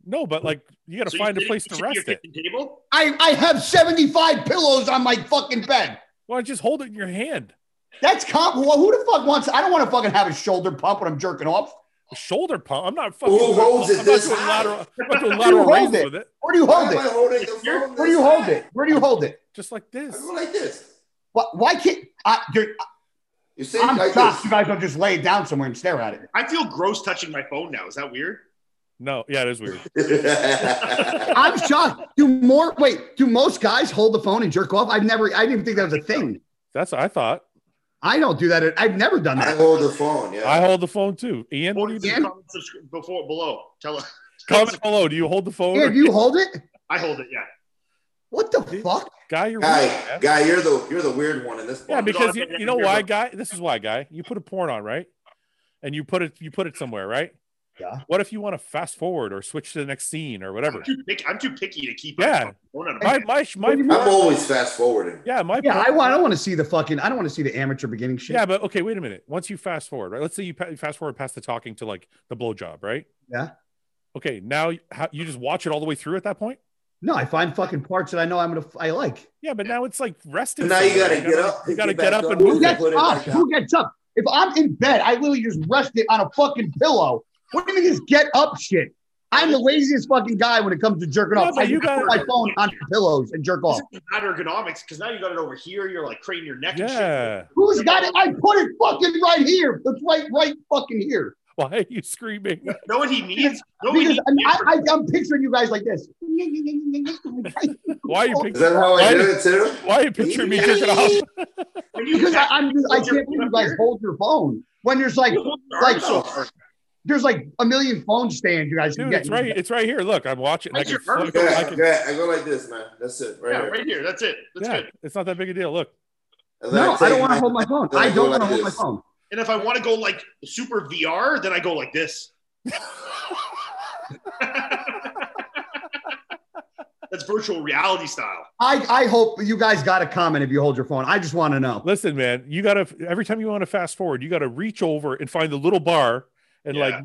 S2: no, but like you gotta
S3: So you
S2: find a
S3: did it
S2: place to
S3: your
S2: rest it.
S3: kitchen Table?
S5: I, I have 75 pillows on my fucking bed.
S2: Why just hold it in your hand?
S5: That's comp. Well, who the fuck wants? I don't want to fucking have a shoulder pump when I'm jerking off.
S2: A shoulder pump. I'm not fucking.
S1: Who holds it
S2: I'm
S1: this
S2: not doing
S1: high?
S2: lateral. I'm not doing
S5: You
S2: lateral
S5: hold
S2: raises
S5: it.
S2: with it.
S5: Where do you
S1: Why
S5: hold
S1: am I
S5: it?
S1: holding the phone?
S5: Where do
S1: this
S5: you hold
S1: high?
S5: it? Where do you hold it?
S2: Just like
S1: I
S2: this.
S1: go like this.
S5: Why, why can't I? You're,
S1: You see,
S5: I'm
S1: like
S5: shocked.
S1: this.
S5: You guys don't just lay it down somewhere and stare at it.
S3: I feel gross touching my phone now. Is that weird?
S2: No, yeah, it is weird.
S5: I'm shocked. Do more? Wait, do most guys hold the phone and jerk off? I've never. I didn't think that was a thing.
S2: That's what I thought.
S5: I don't do that. I've never done
S1: I
S5: that.
S1: hold the phone. Yeah.
S2: I hold the phone too. Ian, what do you do?
S5: Yeah.
S3: Comment subscri- before below. Tell us.
S2: Comment below. Do you hold the phone?
S5: Yeah,
S2: or-
S5: do you hold it?
S3: I hold it. Yeah.
S5: What the fuck?
S2: guy, you're
S1: guy,
S2: weird, man.
S1: guy, you're the you're the weird one in this.
S2: Yeah,
S1: one.
S2: because you,
S3: I've been
S2: you know
S3: here,
S2: why,
S3: bro.
S2: guy. This is why, guy. You put a porn on, right? And you put it you put it somewhere, right?
S5: Yeah.
S2: What if you want to fast forward or switch to the next scene or whatever?
S3: I'm too picky, I'm too picky to keep.
S2: Yeah.
S3: My phone on
S2: My
S3: my
S2: my
S5: What do
S2: my
S5: you
S1: I'm always fast forwarding.
S2: yeah my
S5: Yeah, I,
S2: porn-
S5: want- I don't want to see the fucking. I don't want to see the amateur beginning shit.
S2: yeah, but okay, wait a minute. Once you fast forward, right? Let's say you pa- fast forward past the talking to like the blowjob, right?
S5: Yeah.
S2: Okay, now you- how, you just watch it all the way through at that point.
S5: No, I find fucking parts that I know I'm gonna. I like.
S2: Yeah, but now it's like resting.
S1: But now you
S2: somewhere.
S1: gotta get
S2: gotta-
S1: up,
S2: You
S1: get
S2: gotta
S1: back
S2: get up
S1: up.
S2: and
S5: Who
S2: move.
S1: Yeah.
S2: it.
S5: gets
S1: Put it
S5: up?
S1: back
S5: Who gets up? If I'm in bed, I literally just rest it on a fucking pillow. What do you mean this get up shit? I'm the laziest fucking guy when it comes to jerking
S2: Yeah,
S5: off.
S2: but
S5: I
S2: you
S5: just
S2: gotta-
S5: put my phone on pillows and jerk off.
S3: This is not ergonomics because now you got it over here. You're like craning your neck and
S2: Yeah.
S5: Who's got it? I put it fucking right here. It's right, right fucking here.
S2: Why are you screaming?
S3: shit. You know what he needs? No, he
S5: Because
S3: needs
S5: I'm, I, I, I'm picturing you guys like this.
S2: Why are you
S1: Is
S2: picturing?
S1: that how I
S2: Why
S1: did
S2: did-
S1: it too?
S2: Why are you picturing me jerking off?
S3: when you
S5: Because I,
S3: back-
S5: I'm just, I can't believe you guys hold your phone when there's like
S3: you hold your
S5: like
S3: arms
S5: so-
S3: over.
S5: there's like a million phone stands you guys can
S2: Dude,
S5: get.
S2: it's right. It's right here. Look, I'm watching. I
S3: Where's
S2: can
S3: your arm?
S2: flip it. I
S1: Yeah,
S2: can-
S1: yeah, I go like this, man. That's it, right
S3: Yeah,
S1: here.
S3: right here. That's it. That's
S2: yeah,
S3: good.
S2: it's not that big a deal. Look,
S1: And then
S5: No, I
S1: take
S5: don't want
S1: my-
S5: to hold my phone.
S1: Then I
S5: I don't
S1: go
S5: want to
S1: like
S5: hold my
S1: this.
S5: phone.
S3: And if I want to go like super VR, then I go like this. That's virtual reality style.
S5: I, I hope you guys got a comment if you hold your phone. I just want to know.
S2: listen, man. You gotta every time you want to fast forward, you gotta reach over and find the little bar and
S3: Yeah.
S2: like,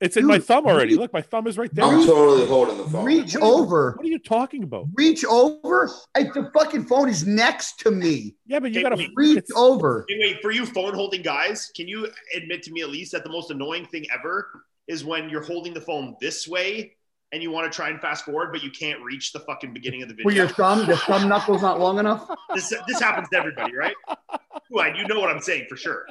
S2: it's in
S5: Dude,
S2: my thumb already.
S5: reach-
S2: Look, my thumb is right there.
S1: I'm totally holding the phone.
S5: Reach
S2: What are you-
S5: over.
S2: What are you talking about?
S5: Reach over. I, the fucking phone is next to me.
S2: Yeah, but you
S3: Hey,
S2: gotta
S3: wait.
S5: Reach
S2: it's-
S5: over.
S3: Anyway, for you phone holding guys, can you admit to me at least that the most annoying thing ever is when you're holding the phone this way and you want to try and fast forward, but you can't reach the fucking beginning of the
S5: For
S3: video.
S5: your thumb, the thumb knuckle's not long enough.
S3: this, this happens to everybody, right? Right, you know what I'm saying for sure.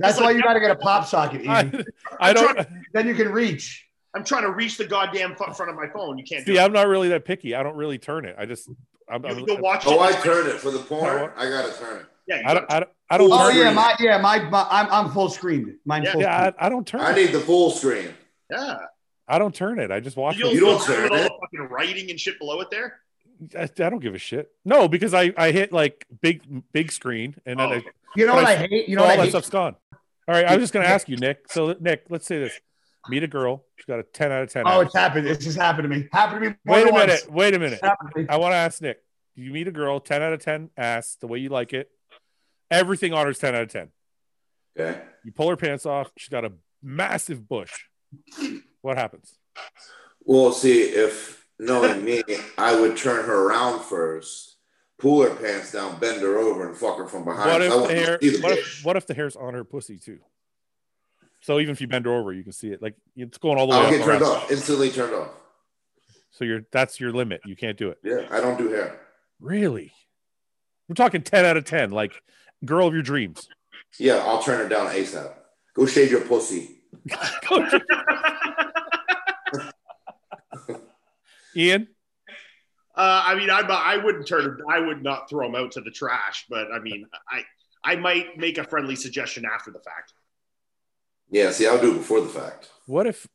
S5: That's why you got to get a pop socket, Ian.
S2: I, I don't
S5: then you can reach.
S3: I'm trying to reach the goddamn fu- front of my phone. You can't do
S2: see.
S3: it.
S2: I'm not really that picky. I don't really turn it. I just I'm,
S3: You
S2: I'm,
S3: can go watch
S1: Oh, I
S3: it.
S1: turn it for the porn.
S2: No.
S1: I gotta turn it.
S3: yeah, you
S2: I don't
S3: gotta-
S2: I don't I don't
S5: Oh
S2: turn.
S5: yeah, my yeah, my, my I'm, I'm full screened. Mine's
S3: Yeah.
S5: full
S2: Yeah,
S5: screen.
S2: I, I don't turn.
S1: I
S2: it.
S1: need the full screen.
S3: yeah.
S2: I don't turn it. I just watch.
S3: You'll,
S2: it.
S1: You
S3: you
S1: don't
S3: don't
S1: turn
S3: all
S1: it.
S3: the fucking writing and shit below it there.
S2: I, I don't give a shit. No, because I I hit like big big screen and then
S3: Oh,
S2: I,
S3: okay.
S5: You know
S2: But
S5: what
S2: I-
S5: I hate? You know
S2: all
S5: what I
S2: that
S5: hate?
S2: stuff's gone. All right, I was just gonna ask you, Nick. So Nick, let's say this: meet a girl. She's got a ten out of ten.
S5: Oh,
S2: ass.
S5: it's happened. This just happened to me. Happened to me. more
S2: wait a
S5: than
S2: minute.
S5: once.
S2: Wait a minute.
S5: Happened to me.
S2: I want to ask Nick. You meet a girl, ten out of ten ass, the way you like it. Everything on her's ten out of ten.
S1: Okay.
S2: You pull her pants off. She's got a massive bush. What happens?
S1: Well, see, if knowing me, I would turn her around first, pull her pants down, bend her over, and fuck her from behind.
S2: What if
S1: I
S2: the
S1: want to
S2: hair?
S1: see the
S2: What
S1: bitch.
S2: if, what if the hair's on her pussy too? So even if you bend her over, you can see it. Like it's going all the way
S1: I'll
S2: up.
S1: get turned
S2: around.
S1: off. Instantly turned off.
S2: So you're that's your limit. You can't do it.
S1: Yeah, I don't do hair.
S2: Really? We're talking 10 out of 10, like girl of your dreams.
S1: Yeah, I'll turn her down ASAP. Go shave your pussy.
S2: Ian,
S3: Uh, I mean, I'm, I wouldn't turn. I would not throw them out to the trash. But I mean, I I might make a friendly suggestion after the fact.
S1: Yeah, see, I'll do it before the fact.
S2: what if I-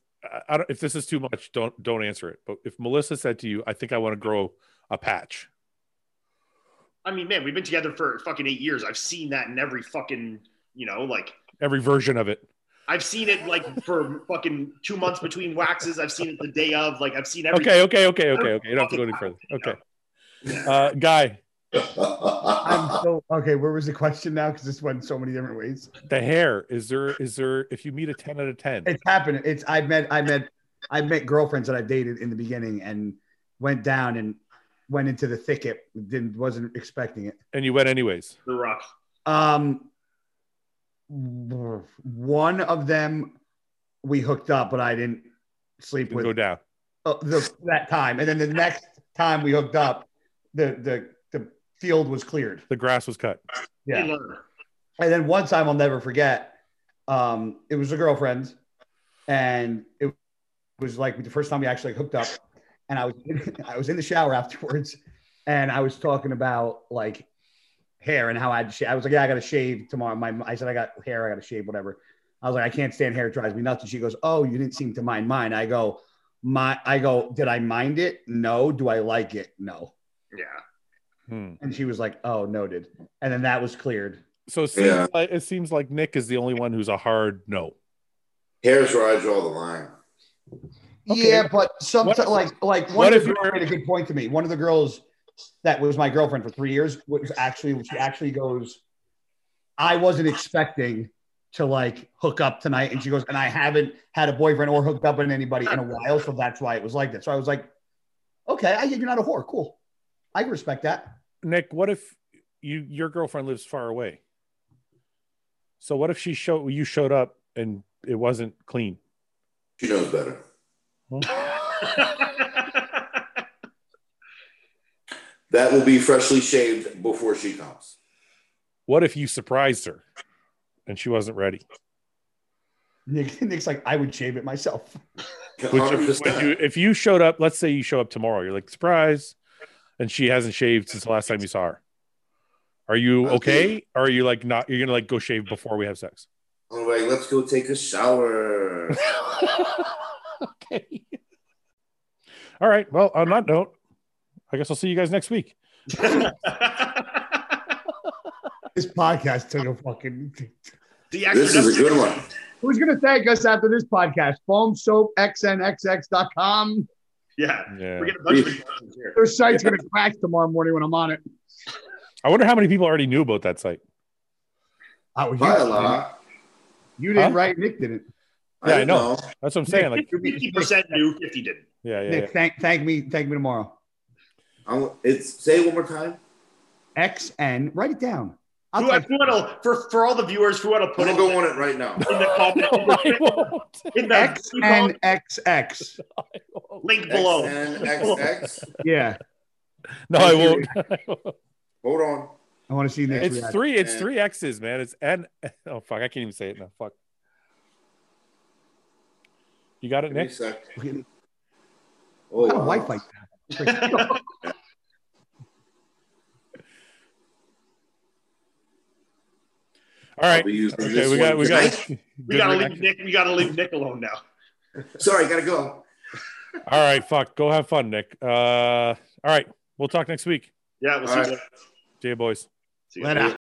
S2: I don't, if this is too much, don't don't answer it. But if Melissa said to you, I think I want to grow a patch.
S3: I mean, man, we've been together for fucking eight years. I've seen that in every fucking you know, like
S2: Every version of it.
S3: I've seen it like for fucking two months between waxes. I've seen it the day of. Like I've seen everything.
S2: Okay, okay, okay, okay, okay. You don't have to go any further. Okay. Uh, guy,
S5: I'm so okay. Where was the question now? Because this went so many different ways.
S2: the hair is there? Is there? If you meet a ten out of ten,
S5: It's happened. It's I met I met I met girlfriends that I've dated in the beginning and went down and went into the thicket. Didn't wasn't expecting it.
S2: and you went anyways,
S3: The rock.
S5: Um, one of them we hooked up, but I didn't sleep
S2: didn't go
S5: with
S2: down.
S5: uh, the, that time. And then the next time we hooked up, the the the field was cleared.
S2: The grass was cut.
S5: Yeah.
S3: Hey, look.
S5: And then one time I'll never forget, um, it was a girlfriend, and it was like the first time we actually hooked up. And I was I was in the shower afterwards, and I was talking about like hair and how I had to shave. I was like, yeah, I got to shave tomorrow. My I said I got hair, I got to shave, whatever. I was like, I can't stand hair; it drives me nuts. And she goes, Oh, you didn't seem to mind mine. I go, my I go, did I mind it? No. Do I like it? No.
S3: Yeah.
S2: Hmm.
S5: And she was like, Oh, noted. And then that was cleared.
S2: So it seems,
S1: Yeah.
S2: like, it seems like Nick is the only one who's a hard no.
S1: Here's where I draw the line.
S2: Okay.
S5: Yeah, but sometimes
S2: What-
S5: like like one
S2: what
S5: of
S2: if
S5: the girls
S2: you're-
S5: made a good point to me. One of the girls that was my girlfriend for three years was actually she actually goes, I wasn't expecting to like hook up tonight, and she goes, and I haven't had a boyfriend or hooked up with anybody in a while, so that's why it was like that. So I was like, okay, I you're not a whore, cool, I can respect that.
S2: Nick, what if you your girlfriend lives far away? So what if she showed you showed up and it wasn't clean?
S1: She knows better. That will be freshly shaved before she comes.
S2: What if you surprised her and she wasn't ready?
S5: Nick, Nick's like, I would shave it myself.
S2: Would you-
S1: 100%.
S2: would you- if you showed up, let's say you show up tomorrow, you're like surprise, and she hasn't shaved since the last time you saw her. Are you okay? Or are you like not? You're gonna like go shave before we have sex?
S1: I'm like, let's go take a shower.
S2: okay. All right. Well, on that note, I guess I'll see you guys next week.
S5: This podcast took a fucking.
S3: the
S1: this is a good one.
S5: Who's gonna thank us after this podcast? FoamSoapXNXX.com.
S3: Yeah.
S2: Yeah.
S3: We're getting a bunch of instructions here.
S5: Their site's gonna crash tomorrow morning when I'm on it.
S2: I wonder how many people already knew about that site.
S5: Oh, you,
S1: Bye, Alana.
S5: you didn't
S2: Huh?
S5: write. Nick didn't.
S2: Yeah, I
S1: didn't
S2: know. That's what I'm saying. Like,
S3: 50% new, 50 didn't.
S2: yeah, yeah, yeah.
S5: Nick, thank thank me. Thank me tomorrow.
S1: I'm, it's say it one more time.
S5: XN. Write it down. I'll
S3: Who,
S5: type-
S3: who wanna- for, for all the viewers, who want to
S1: I'm
S3: put
S1: gonna
S3: it
S1: go on it right now.
S3: in the comment?
S2: No, I won't.
S3: in the
S5: XN XX.
S3: link below.
S1: XNXX.
S5: Yeah,
S2: No, I won't. I won't.
S1: Hold on.
S5: I want to see Nick's
S2: It's
S5: reaction.
S2: three. It's
S1: Yeah.
S2: three X's, man. It's N. Oh fuck, I can't even say it now. Fuck. You got it,
S1: Give me a
S2: Nick.
S1: sec.
S5: Look
S1: Oh,
S5: at my
S1: wow.
S5: wife like that.
S2: All right.
S1: I'll be using
S2: Okay,
S1: this
S2: we got.
S1: one
S2: We got.
S1: tonight.
S3: We
S2: good
S3: gotta
S2: reaction.
S3: leave Nick. We gotta leave Nick alone now.
S1: Sorry, gotta go.
S2: All right. Fuck. Go have fun, Nick. Uh. All right. We'll talk next week.
S3: Yeah,
S1: All
S3: we'll see
S1: right.
S3: you later.
S2: See you, boys.
S3: See you
S5: Let
S3: later.
S5: out.